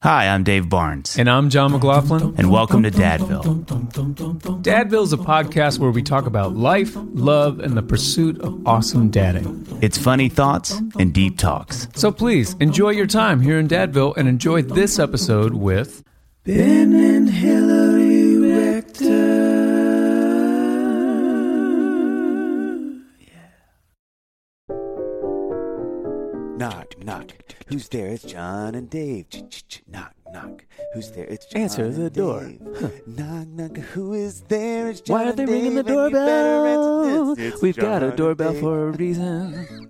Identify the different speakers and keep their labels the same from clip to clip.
Speaker 1: Hi, I'm Dave Barnes,
Speaker 2: And I'm John McLaughlin.
Speaker 1: and welcome to Dadville.
Speaker 2: Dadville's a podcast where we talk about life, love, and the pursuit of awesome dadding.
Speaker 1: It's funny thoughts and deep talks.
Speaker 2: So please enjoy your time here in Dadville and enjoy this episode with Ben and Hillary
Speaker 3: Knock, knock. Who's there? It's John and Dave. Ch-ch-ch. Knock, knock. Who's there? It's John
Speaker 4: Answer
Speaker 3: and
Speaker 4: the door.
Speaker 3: Dave. Knock, knock. Who is there? It's John
Speaker 4: Why are
Speaker 3: and
Speaker 4: they
Speaker 3: Dave,
Speaker 4: ringing the
Speaker 3: and you better
Speaker 4: doorbell?
Speaker 3: answer this. It's
Speaker 4: We've got
Speaker 3: John
Speaker 4: a
Speaker 3: and
Speaker 4: doorbell
Speaker 3: Dave.
Speaker 4: for a reason.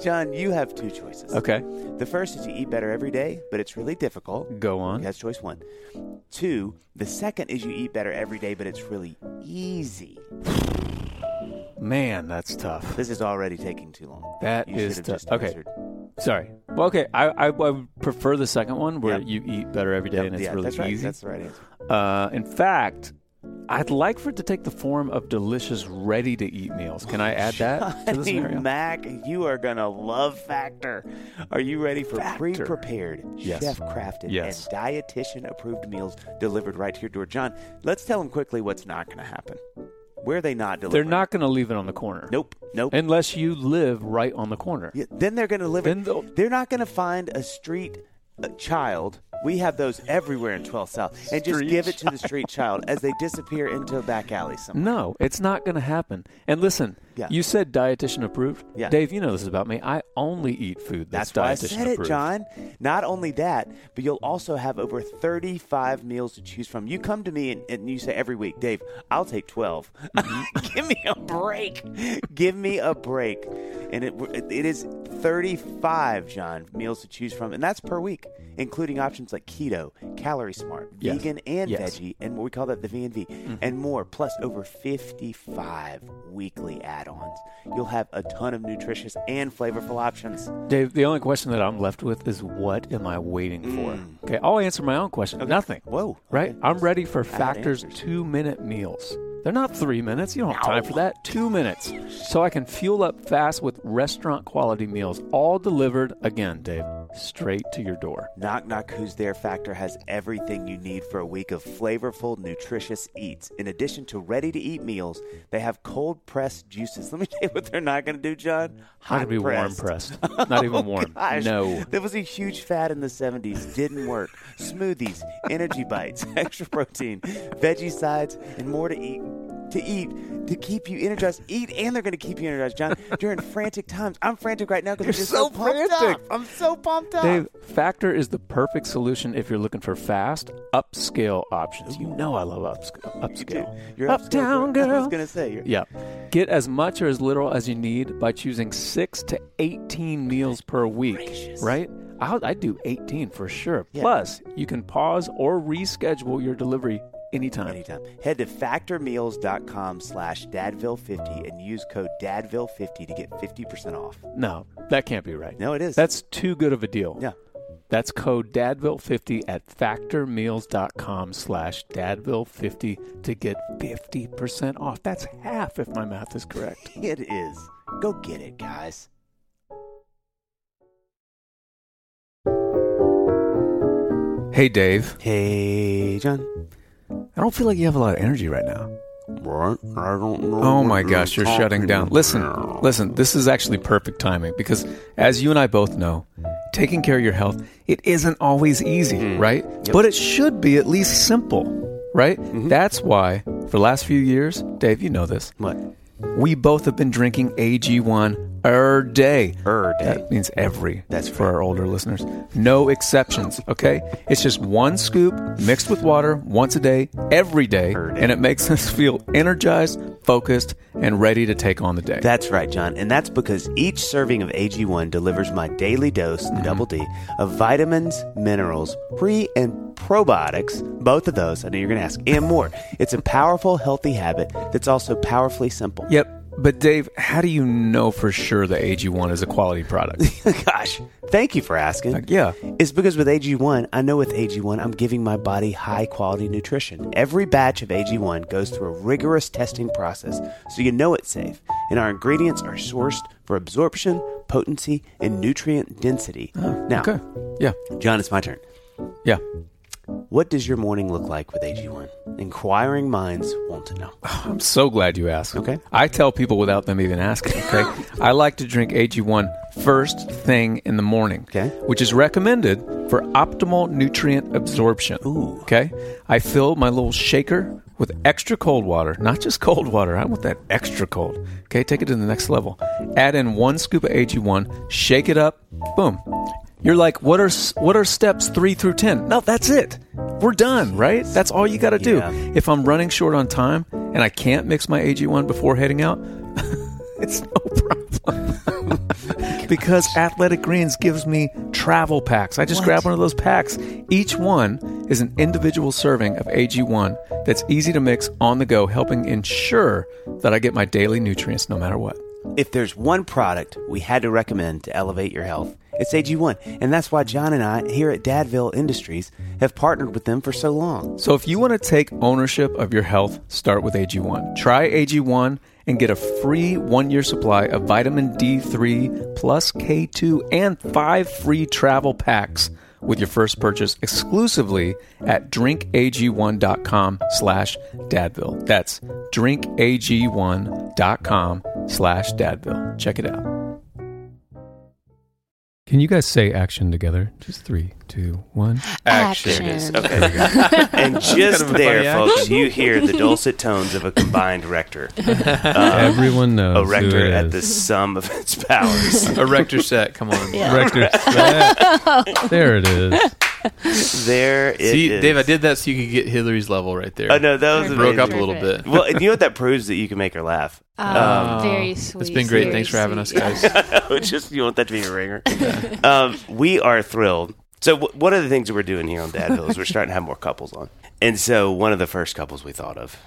Speaker 3: John, you have two choices.
Speaker 4: Okay,
Speaker 3: The first is you eat better every day, but it's really difficult.
Speaker 4: go on.
Speaker 3: That's choice one. Two, the second is you eat better every day, but it's really easy.
Speaker 4: Man, that's tough.
Speaker 3: This is already taking too long.
Speaker 4: That
Speaker 3: you
Speaker 4: is
Speaker 3: should have
Speaker 4: tough.
Speaker 3: just
Speaker 4: Okay.
Speaker 3: answered.
Speaker 4: Sorry. Well, okay, I, I, I prefer the second one where
Speaker 3: Yep.
Speaker 4: you eat better every day and it's
Speaker 3: yeah,
Speaker 4: really
Speaker 3: that's right.
Speaker 4: easy.
Speaker 3: That's the right answer.
Speaker 4: Uh, in fact, I'd like for it to take the form of delicious, ready to eat meals. Can I add that to the
Speaker 3: Hey,
Speaker 4: scenario?
Speaker 3: Mac, you are gonna love Factor. Are you ready for
Speaker 4: Factor.
Speaker 3: pre-prepared,
Speaker 4: Yes.
Speaker 3: chef-crafted,
Speaker 4: Yes.
Speaker 3: and dietitian-approved meals delivered right to your door? John, let's tell them quickly what's not gonna happen. Where are they not
Speaker 4: They're
Speaker 3: delivering?
Speaker 4: not going to leave it on the corner.
Speaker 3: Nope. Nope.
Speaker 4: Unless you live right on the corner.
Speaker 3: Yeah, then they're gonna deliver.
Speaker 4: Then they'll-
Speaker 3: they're not gonna find a street uh child. We have those everywhere in 12 South, and just
Speaker 4: Street
Speaker 3: give it to the street child as they disappear into a back alley somewhere.
Speaker 4: No, it's not going to happen. And listen,
Speaker 3: Yeah.
Speaker 4: you said dietitian approved.
Speaker 3: Yeah.
Speaker 4: Dave, you know this about me. I only eat food that's,
Speaker 3: That's why I
Speaker 4: dietitian
Speaker 3: said
Speaker 4: approved.
Speaker 3: it, John. Not only that, but you'll also have over 35 meals to choose from. You come to me and, and you say every week, Dave, I'll take 12.
Speaker 4: Mm-hmm.
Speaker 3: Give me a break. Give me a break. And it, it is 35, John, meals to choose from. And that's per week, including options like keto, calorie smart,
Speaker 4: Yes.
Speaker 3: vegan and
Speaker 4: Yes. Mm-hmm.
Speaker 3: veggie, and we call that the V&V, and more, plus over 55 weekly add-ons. You'll have a ton of nutritious and flavorful options.
Speaker 4: Dave, the only question that I'm left with is what am I waiting
Speaker 3: Mm.
Speaker 4: for? Okay, I'll answer my own question. Nothing.
Speaker 3: Whoa.
Speaker 4: Right?
Speaker 3: Okay.
Speaker 4: I'm ready for Factor's
Speaker 3: answers.
Speaker 4: two minute meals. They're not three minutes. You don't have time for that. Two minutes. So I can fuel up fast with restaurant quality meals, all delivered, again, Dave, straight to your door.
Speaker 3: Knock Knock Who's There Factor has everything you need for a week of flavorful, nutritious eats. In addition to ready to eat meals, they have cold pressed juices. Let me tell you what they're not going to do, John.
Speaker 4: Not
Speaker 3: Hot
Speaker 4: gonna be warm pressed. Not even warm.
Speaker 3: Oh, Gosh,
Speaker 4: No.
Speaker 3: That was a huge fad in the 70s. Didn't work. Smoothies, energy bites, extra protein, veggie sides, and more to eat. To eat, to keep you energized, eat, and they're going to keep you energized, John. During frantic times, I'm frantic right now because I'm just so,
Speaker 4: so
Speaker 3: pumped up.
Speaker 4: frantic.
Speaker 3: I'm so pumped up.
Speaker 4: Dave, Factor is the perfect solution if you're looking for fast, upscale options. You know I love upscale. upscale.
Speaker 3: You're
Speaker 4: Uptown
Speaker 3: upscale, I was
Speaker 4: girl.
Speaker 3: gonna say you're,
Speaker 4: Yeah. Get as much or as little as you need by choosing 6 to 18 meals per week, right? I'll, I'd do 18 for sure.
Speaker 3: Yeah.
Speaker 4: Plus, you can pause or reschedule your delivery anytime.
Speaker 3: anytime. Head to factormeals.com slash dadville50 and use code dadville50 to get 50% off.
Speaker 4: No, that can't be right.
Speaker 3: No, it is.
Speaker 4: That's too good of a deal.
Speaker 3: yeah.
Speaker 4: That's code DADVILLE50 at factormeals.com slash DADVILLE50 to get 50% off. That's half if my math is correct.
Speaker 3: It is. Go get it, guys.
Speaker 2: Hey, Dave.
Speaker 3: Hey, John.
Speaker 2: I don't feel like you have a lot of energy right now.
Speaker 3: What? I don't know.
Speaker 2: Oh my gosh, you're shutting down. Listen, listen, this is actually perfect timing because as you and I both know, taking care of your health, it isn't always easy, right? But it should be at least simple, right? That's why for the last few years, Dave, you know this,
Speaker 3: What?
Speaker 2: we both have been drinking AG1 er day.
Speaker 3: Er day.
Speaker 2: That means every.
Speaker 3: That's
Speaker 2: for
Speaker 3: right.
Speaker 2: our older listeners. No exceptions, okay? It's just one scoop mixed with water once a day, every day,
Speaker 3: Er day.
Speaker 2: and it makes us feel energized, focused, and ready to take on the day.
Speaker 3: That's right, John. And that's because each serving of AG1 delivers my daily dose, the double D, of vitamins, minerals, pre and probiotics, both of those, I know you're going to ask, and more. It's a powerful, healthy habit that's also powerfully simple.
Speaker 2: Yep. But Dave, how do you know for sure that AG1 is a quality product?
Speaker 3: Gosh, thank you for asking.
Speaker 2: Like, yeah.
Speaker 3: It's because with AG1, I know with AG1, I'm giving my body high quality nutrition. Every batch of AG1 goes through a rigorous testing process, so you know it's safe. And our ingredients are sourced for absorption, potency, and nutrient density. now,
Speaker 2: Oh, okay. Yeah.
Speaker 3: John, it's my turn.
Speaker 4: Yeah.
Speaker 5: What does your morning look like with AG1? Inquiring minds want to know.
Speaker 4: I'm so glad you asked.
Speaker 5: Okay.
Speaker 4: I tell people without them even asking, okay? I like to drink AG1 first thing in the morning,
Speaker 5: Okay.
Speaker 4: which is recommended for optimal nutrient absorption.
Speaker 5: Ooh.
Speaker 4: Okay? I fill my little shaker with extra cold water, not just cold water. I want that extra cold. Okay? Take it to the next level. Add in 1 scoop of AG1, shake it up. Boom. You're like, what are s- what are steps 3 through 10? No, that's it. We're done, right? That's all you got to do.
Speaker 5: Yeah.
Speaker 4: If I'm running short on time and I can't mix my AG1 before heading out, it's no problem. because Athletic Greens gives me travel packs. I just grab one of those packs. Each one is an individual serving of AG1 that's easy to mix on the go, helping ensure that I get my daily nutrients no matter what.
Speaker 5: If there's one product we had to recommend to elevate your health, it's AG1. And that's why John and I here at Dadville Industries have partnered with them for so long.
Speaker 4: So if you want to take ownership of your health, start with AG1. Try AG1 and get a free one-year supply of vitamin D3 plus K2 and five free travel packs with your first purchase exclusively at drinkag1.com slash dadville. That's drinkag1.com slash dadville. Check it out.
Speaker 6: Can you guys say action together? Just three, two, one.
Speaker 7: Action.
Speaker 3: and just there, folks, you hear the dulcet tones of a combined rector.
Speaker 8: Uh-huh.
Speaker 3: Uh,
Speaker 6: Everyone knows.
Speaker 3: A rector at the sum of its powers.
Speaker 8: A rector set. Come on.
Speaker 7: Yeah.
Speaker 6: Rector. there it is.
Speaker 3: There it is.
Speaker 8: See, Dave, I did that so you could get Hillary's level right there.
Speaker 3: Oh, no, that was
Speaker 7: Perfect.
Speaker 8: Broke up a
Speaker 3: amazing.
Speaker 8: little bit.
Speaker 3: Well, and you know what that proves? That you can make her laugh.
Speaker 7: Oh, very sweet.
Speaker 8: It's been great.
Speaker 7: very
Speaker 8: Thanks for having us,
Speaker 7: sweet.
Speaker 8: guys.
Speaker 3: just you want that to be a ringer. um, we are thrilled. So w- one of the things that we're doing here on Dadville is we're starting to have more couples on, and so one of the first couples we thought of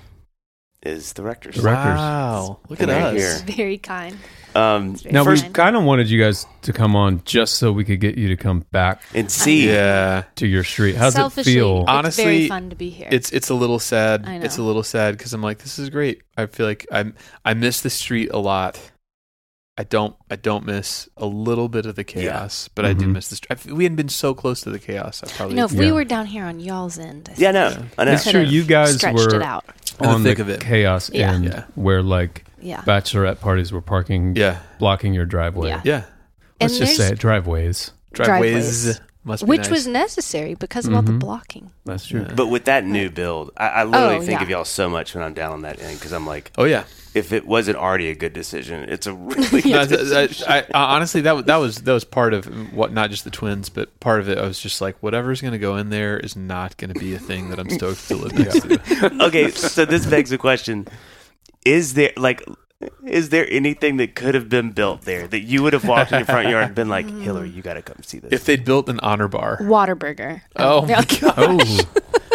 Speaker 3: is the Rectors.
Speaker 6: The Rectors.
Speaker 8: Wow. Look at
Speaker 3: They're
Speaker 8: us.
Speaker 3: here.
Speaker 7: Very kind.
Speaker 3: Um,
Speaker 7: It's
Speaker 6: Now,
Speaker 7: very
Speaker 6: we
Speaker 7: kind.
Speaker 6: kind of wanted you guys to come on just so we could get you to come back
Speaker 3: and see,
Speaker 8: Yeah.
Speaker 6: to your street. How's
Speaker 7: Selfishly,
Speaker 6: it feel?
Speaker 7: It's very
Speaker 8: Honestly,
Speaker 7: fun to be here.
Speaker 8: It's it's a little sad.
Speaker 7: I know.
Speaker 8: It's a little sad because I'm like, this is great. I feel like I'm I miss the street a lot. I don't I don't miss a little bit of the chaos, but I do
Speaker 6: Mhm.
Speaker 8: miss the street. We hadn't been so close to the chaos. I
Speaker 7: I
Speaker 8: probably
Speaker 7: know if we
Speaker 6: Yeah.
Speaker 7: were down here on y'all's end. I
Speaker 3: yeah, I
Speaker 7: think
Speaker 3: know, I know.
Speaker 7: we
Speaker 6: It's
Speaker 7: could
Speaker 6: true,
Speaker 7: have
Speaker 6: you guys
Speaker 7: stretched
Speaker 6: were-
Speaker 7: it out.
Speaker 8: In the
Speaker 6: on
Speaker 8: thick
Speaker 6: the
Speaker 8: of it.
Speaker 6: chaos
Speaker 7: Yeah.
Speaker 6: end
Speaker 8: Yeah.
Speaker 6: where like
Speaker 7: Yeah.
Speaker 6: bachelorette parties were parking,
Speaker 8: yeah
Speaker 6: blocking your driveway.
Speaker 7: Yeah.
Speaker 8: yeah
Speaker 7: And
Speaker 6: Let's just
Speaker 7: there's-
Speaker 6: say it, driveways.
Speaker 8: driveways,
Speaker 7: Driveways.
Speaker 8: must be
Speaker 7: Which
Speaker 8: nice.
Speaker 7: was necessary because of all
Speaker 6: Mm-hmm.
Speaker 7: the blocking.
Speaker 6: That's true.
Speaker 3: But with that new build, I, I literally
Speaker 7: Oh,
Speaker 3: think
Speaker 7: yeah.
Speaker 3: of y'all so much when I'm down on that end because I'm like,
Speaker 8: oh yeah.
Speaker 3: if it wasn't already a good decision, it's a really
Speaker 8: No,
Speaker 3: good
Speaker 8: I, I, I- honestly, that was that was that was part of what not just the twins, but part of it. I was just like, whatever's going to go in there is not going to be a thing that I'm stoked to live next to.
Speaker 3: okay, so this begs the question: Is there like, is there anything that could have been built there that you would have walked in your front yard and been like, Hillary, you got to come see this?
Speaker 8: If they'd built an honor bar,
Speaker 7: Waterburger.
Speaker 8: Oh my
Speaker 6: Oh,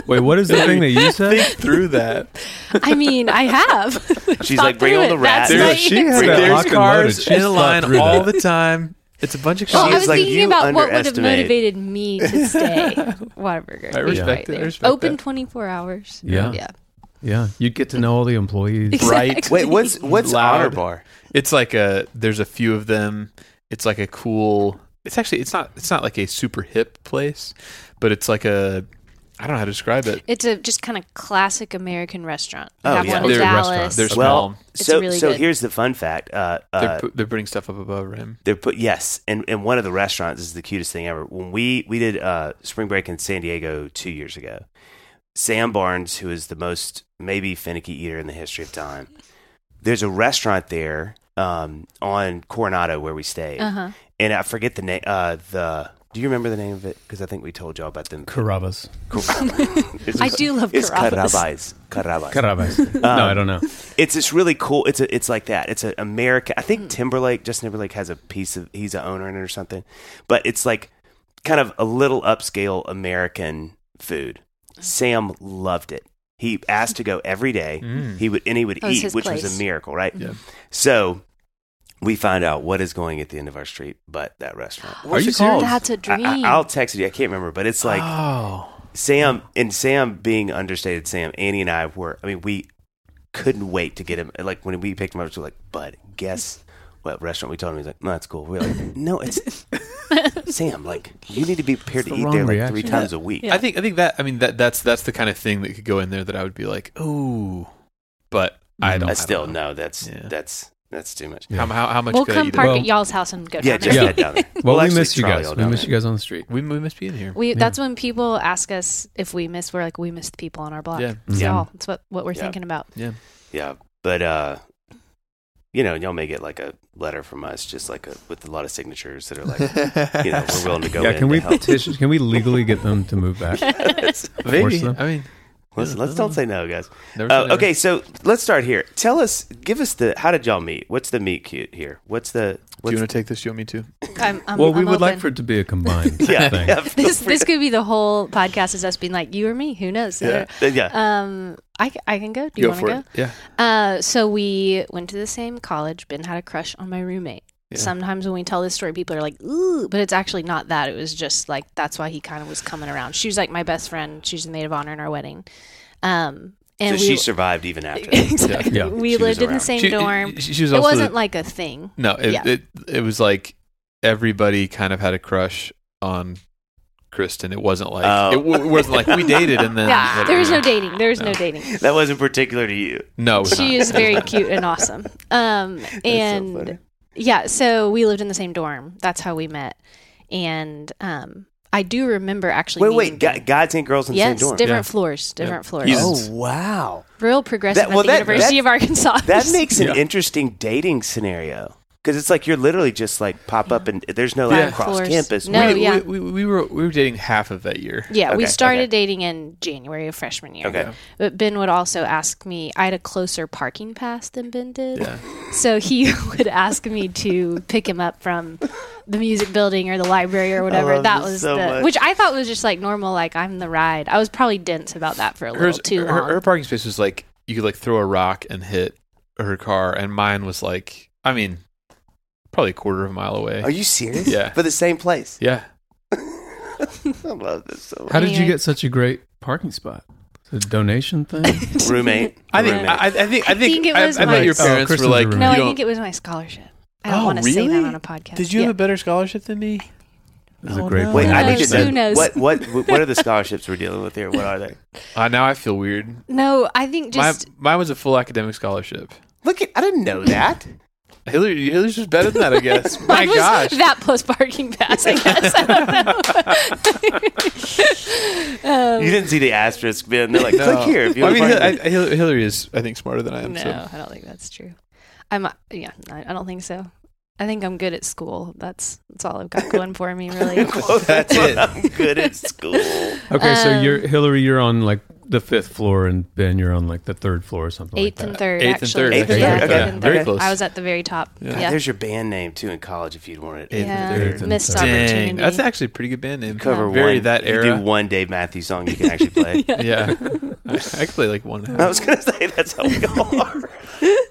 Speaker 6: wait, what is the thing that you said?
Speaker 8: through that.
Speaker 7: I mean, I have. We've
Speaker 3: She's
Speaker 7: thought
Speaker 3: like, bring
Speaker 7: through
Speaker 3: on the
Speaker 7: it. That's
Speaker 3: rat.
Speaker 7: my
Speaker 3: Dude,
Speaker 6: she
Speaker 7: answer.
Speaker 6: had that
Speaker 8: There's
Speaker 6: lock and loaded.
Speaker 8: cars
Speaker 6: She
Speaker 8: in a
Speaker 6: thought
Speaker 8: line
Speaker 6: through
Speaker 8: all
Speaker 6: that.
Speaker 8: the time. It's a bunch of
Speaker 7: Well,
Speaker 3: She
Speaker 7: I
Speaker 3: is
Speaker 7: was
Speaker 3: like,
Speaker 7: thinking
Speaker 3: you
Speaker 7: about what would have
Speaker 3: underestimate.
Speaker 7: motivated me to stay. Waterburger.
Speaker 8: I
Speaker 7: He's
Speaker 8: respect
Speaker 7: right
Speaker 8: that. I
Speaker 7: there.
Speaker 8: respect
Speaker 7: Open
Speaker 8: that.
Speaker 7: 24 hours.
Speaker 6: Yeah.
Speaker 7: Yeah.
Speaker 6: Yeah, you get to know all the employees.
Speaker 8: Right.
Speaker 3: Wait, what's what's
Speaker 8: Loud.
Speaker 3: honor bar?
Speaker 8: It's like a there's a few of them. It's like a cool. It's actually it's not it's not like a super hip place, but it's like a I don't know how to describe it.
Speaker 7: It's a just kind of classic American restaurant. We
Speaker 3: Oh,
Speaker 7: have
Speaker 3: yeah.
Speaker 7: one in
Speaker 8: They're
Speaker 7: Dallas.
Speaker 6: restaurants.
Speaker 8: They're small.
Speaker 3: Well,
Speaker 7: It's
Speaker 3: so
Speaker 7: really
Speaker 3: so
Speaker 7: good.
Speaker 3: here's the fun fact. Uh,
Speaker 8: they're,
Speaker 3: uh,
Speaker 8: pu- they're putting stuff up above him.
Speaker 3: They're put yes, and and one of the restaurants this is the cutest thing ever. When we we did uh, spring break in San Diego two years ago, Sam Barnes, who is the most maybe finicky eater in the history of time, there's a restaurant there um, on Coronado where we stayed,
Speaker 7: Uh-huh.
Speaker 3: and I forget the name. Uh, the do you remember the name of it? Because I think we told y'all about them.
Speaker 6: Carabas.
Speaker 3: It's-
Speaker 7: I do love
Speaker 3: it's
Speaker 7: Carrabba's.
Speaker 3: Carrabba's. Carrabba's. Um,
Speaker 6: Carabas. no, I don't know.
Speaker 3: It's this really cool. It's a, it's like that. It's an America. I
Speaker 7: Mm.
Speaker 3: think Timberlake, Justin Timberlake has a piece of. He's a owner in it or something, but it's like kind of a little upscale American food.
Speaker 7: Oh.
Speaker 3: Sam loved it. He asked to go every day.
Speaker 6: Mm.
Speaker 3: He would and he would
Speaker 7: That was
Speaker 3: eat,
Speaker 7: his
Speaker 3: which was
Speaker 7: place.
Speaker 3: a miracle, right?
Speaker 8: Yeah.
Speaker 3: So we find out what is going at the end of our street, but that restaurant.
Speaker 6: Are you serious?
Speaker 7: That's a dream.
Speaker 3: I, I, will text it you. I can't remember, but it's like
Speaker 8: oh,
Speaker 3: Sam and Sam being understated. Sam, Annie, and I were. I mean, we couldn't wait to get him. Like when we picked him up, we were like, "Bud, guess what restaurant we told him?" He's like, "No, that's cool." We were like, "No, it's Sam, like you need to be prepared to
Speaker 4: the
Speaker 3: eat
Speaker 4: wrong
Speaker 3: there like
Speaker 4: reaction.
Speaker 3: three times a week.
Speaker 7: Yeah.
Speaker 8: I think I think that I mean that that's that's the kind of thing that could go in there that I would be like, oh, but I
Speaker 7: Mm.
Speaker 8: don't.
Speaker 3: I
Speaker 8: I
Speaker 3: still
Speaker 8: don't
Speaker 3: no. That's
Speaker 8: Yeah.
Speaker 3: that's that's too much.
Speaker 8: How, how, how much
Speaker 7: We'll
Speaker 8: could I
Speaker 7: come
Speaker 8: eat?
Speaker 7: park
Speaker 8: it?
Speaker 7: at y'all's house and go.
Speaker 3: Yeah,
Speaker 7: down
Speaker 3: just
Speaker 7: there.
Speaker 3: head down there.
Speaker 9: Well, we
Speaker 3: actually
Speaker 9: miss you
Speaker 3: trolley
Speaker 9: guys.
Speaker 3: all
Speaker 9: We
Speaker 3: down
Speaker 9: miss
Speaker 3: there.
Speaker 9: you guys on the street.
Speaker 8: We, we must be in here.
Speaker 7: We
Speaker 9: Yeah.
Speaker 7: that's when people ask us if we miss. We're like we miss the people on our block.
Speaker 8: Yeah.
Speaker 7: It's
Speaker 9: Yeah.
Speaker 7: all. It's what what we're
Speaker 3: Yeah.
Speaker 7: thinking about.
Speaker 3: Yeah, but uh, you know, y'all may get like a letter from us, just like a, with a lot of signatures that are like, you know, we're willing to go.
Speaker 9: yeah,
Speaker 3: in
Speaker 9: can
Speaker 3: to
Speaker 9: we
Speaker 3: help.
Speaker 9: petition? Can we legally get them to move back? Force
Speaker 8: Maybe.
Speaker 9: them.
Speaker 8: I mean,
Speaker 3: Let's,
Speaker 8: Yeah,
Speaker 3: let's
Speaker 8: I don't
Speaker 3: don't
Speaker 8: know.
Speaker 3: say no, guys.
Speaker 8: never
Speaker 3: Uh,
Speaker 8: said never.
Speaker 3: okay, so let's start here. Tell us, give us the how did y'all meet? What's the meet cute here? What's the
Speaker 8: Do
Speaker 3: what's
Speaker 8: you want to take this? You want me to?
Speaker 7: I'm, I'm,
Speaker 9: well, we
Speaker 7: I'm
Speaker 9: would like
Speaker 7: open.
Speaker 9: for it to be a combined
Speaker 3: yeah,
Speaker 9: thing.
Speaker 3: yeah, feel
Speaker 7: this.
Speaker 3: free
Speaker 7: This could be the whole podcast is us being like you or me. Who knows?
Speaker 3: to- yeah.
Speaker 7: Um, I, c- I can go. Do you want to go?
Speaker 8: it. Yeah.
Speaker 7: Uh, so we went to the same college. Ben had a crush on my roommate.
Speaker 8: Yeah.
Speaker 7: Sometimes when we tell this story, people are like, "Ooh," but it's actually not that. It was just like that's why he kind of was coming around. She was like my best friend. She's the maid of honor in our wedding. Um,
Speaker 3: so
Speaker 7: and we
Speaker 3: she survived even after. that.
Speaker 7: exactly.
Speaker 9: Yeah.
Speaker 3: She
Speaker 7: We
Speaker 3: was
Speaker 7: lived in
Speaker 3: around.
Speaker 7: the same
Speaker 8: She-
Speaker 7: dorm.
Speaker 8: She, she was
Speaker 7: It
Speaker 8: also
Speaker 7: wasn't
Speaker 8: the-
Speaker 7: like a thing.
Speaker 8: no. It,
Speaker 7: yeah.
Speaker 8: it it was like everybody kind of had a crush on Kristen. It wasn't like
Speaker 3: Oh.
Speaker 8: it, w- wasn't like we dated and then
Speaker 7: Yeah, there was no dating. There was no
Speaker 8: No.
Speaker 7: dating.
Speaker 3: That wasn't particular to you.
Speaker 8: No, it was
Speaker 7: She
Speaker 8: not.
Speaker 7: is very cute and awesome. Um, and
Speaker 3: funny.
Speaker 7: yeah, so we lived in the same dorm. That's how we met. And um, I do remember actually.
Speaker 3: Wait, wait,
Speaker 7: meeting
Speaker 3: gu-
Speaker 7: Ben.
Speaker 3: guys and girls in
Speaker 7: yes,
Speaker 3: the same dorm.
Speaker 7: different
Speaker 8: Yeah.
Speaker 7: floors, different floors.
Speaker 8: He's-
Speaker 3: Oh wow,
Speaker 7: Real progressive
Speaker 3: That- well,
Speaker 7: at the
Speaker 3: that-
Speaker 7: University
Speaker 3: that-
Speaker 7: of Arkansas.
Speaker 3: that makes an
Speaker 8: Yeah.
Speaker 3: interesting dating scenario because it's like you're literally just like pop up and there's no like
Speaker 7: Five
Speaker 3: cross
Speaker 7: floors.
Speaker 3: campus.
Speaker 7: No,
Speaker 8: we,
Speaker 7: yeah.
Speaker 8: we, we, we were we were dating half of that year.
Speaker 7: Yeah, we
Speaker 3: Okay,
Speaker 7: started
Speaker 3: okay.
Speaker 7: dating in January of freshman year.
Speaker 3: Okay.
Speaker 7: But Ben would also ask me, I had a closer parking pass than Ben did.
Speaker 8: Yeah.
Speaker 7: So he would ask me to pick him up from the music building or the library or whatever.
Speaker 3: love
Speaker 7: That
Speaker 3: this
Speaker 7: was
Speaker 3: so
Speaker 7: the
Speaker 3: much.
Speaker 7: which I thought was just like normal, like I'm the ride. I was probably dense about that for a little
Speaker 8: Hers,
Speaker 7: too
Speaker 8: her,
Speaker 7: long.
Speaker 8: her parking space was like you could like throw a rock and hit her car, and mine was like I mean probably a quarter of a mile away.
Speaker 3: Are you serious?
Speaker 8: Yeah.
Speaker 3: for the same place.
Speaker 8: yeah,
Speaker 3: I love this so much.
Speaker 9: How did you
Speaker 7: Anyway.
Speaker 9: get such a great parking spot? The donation thing?
Speaker 3: Roommate,
Speaker 8: I think
Speaker 3: roommate.
Speaker 8: I, I think I
Speaker 7: I think
Speaker 8: think
Speaker 7: it
Speaker 8: I,
Speaker 7: was
Speaker 8: I
Speaker 7: my-
Speaker 8: thought your
Speaker 7: Oh,
Speaker 8: parents were
Speaker 9: Kristen's
Speaker 8: like
Speaker 9: roommate.
Speaker 7: no,
Speaker 8: you
Speaker 7: I
Speaker 8: don't-
Speaker 7: think it was my scholarship. I don't
Speaker 8: Oh,
Speaker 7: want to say that
Speaker 8: really?
Speaker 7: on a podcast.
Speaker 8: Did you
Speaker 7: Yeah.
Speaker 8: have a better scholarship than me?
Speaker 9: That's a
Speaker 8: Oh,
Speaker 9: great
Speaker 8: no.
Speaker 3: Wait,
Speaker 9: point.
Speaker 3: I need
Speaker 7: knows?
Speaker 3: to know
Speaker 7: Who knows?
Speaker 3: what what what are the scholarships we're dealing with here? What are they?
Speaker 8: Uh, now I feel weird.
Speaker 7: no, I think
Speaker 8: My,
Speaker 7: just
Speaker 8: mine was a full academic scholarship.
Speaker 3: Look, at, I didn't know that.
Speaker 8: Hillary, Hillary's just better than that, I guess. My
Speaker 7: Mine was
Speaker 8: gosh,
Speaker 7: that plus parking pass, I guess. I don't know. um,
Speaker 3: You didn't see the asterisk bin. They're like,
Speaker 8: No.
Speaker 3: click here if you
Speaker 8: Well, I
Speaker 3: want to.
Speaker 8: mean, Hil- I,
Speaker 3: find it.
Speaker 8: I- Hil- Hillary is, I think, smarter than I am.
Speaker 7: no,
Speaker 8: So.
Speaker 7: I don't think that's true. I'm uh, yeah, I, I don't think so. I think I'm good at school. That's that's all I've got going for me, really.
Speaker 3: Well, that's
Speaker 8: That's
Speaker 3: it.
Speaker 8: it.
Speaker 3: I'm good at school.
Speaker 9: Okay, so
Speaker 7: Um,
Speaker 9: you're Hillary, you're on like the fifth floor, and Ben, you're on like the third floor or something
Speaker 7: Eighth
Speaker 9: like
Speaker 7: and
Speaker 9: that.
Speaker 7: third,
Speaker 8: Eighth and
Speaker 7: actually.
Speaker 8: third,
Speaker 3: Eighth and
Speaker 7: yeah,
Speaker 3: third,
Speaker 7: eighth
Speaker 3: okay.
Speaker 7: and
Speaker 8: Very
Speaker 7: third.
Speaker 8: close.
Speaker 7: I was at the very top.
Speaker 8: Yeah.
Speaker 7: Yeah,
Speaker 3: God, There's your band name too in college if you'd wanted it.
Speaker 8: Eighth
Speaker 7: Yeah.
Speaker 8: and third.
Speaker 9: Eighth and
Speaker 7: missed
Speaker 9: third.
Speaker 7: opportunity.
Speaker 8: Dang, that's actually a pretty good band name.
Speaker 3: Cover
Speaker 8: Very
Speaker 3: one.
Speaker 8: that
Speaker 3: if You
Speaker 8: era.
Speaker 3: do one Dave Matthews song you can actually play.
Speaker 8: yeah, I, I could play like one.
Speaker 3: I was gonna say that's how we all are.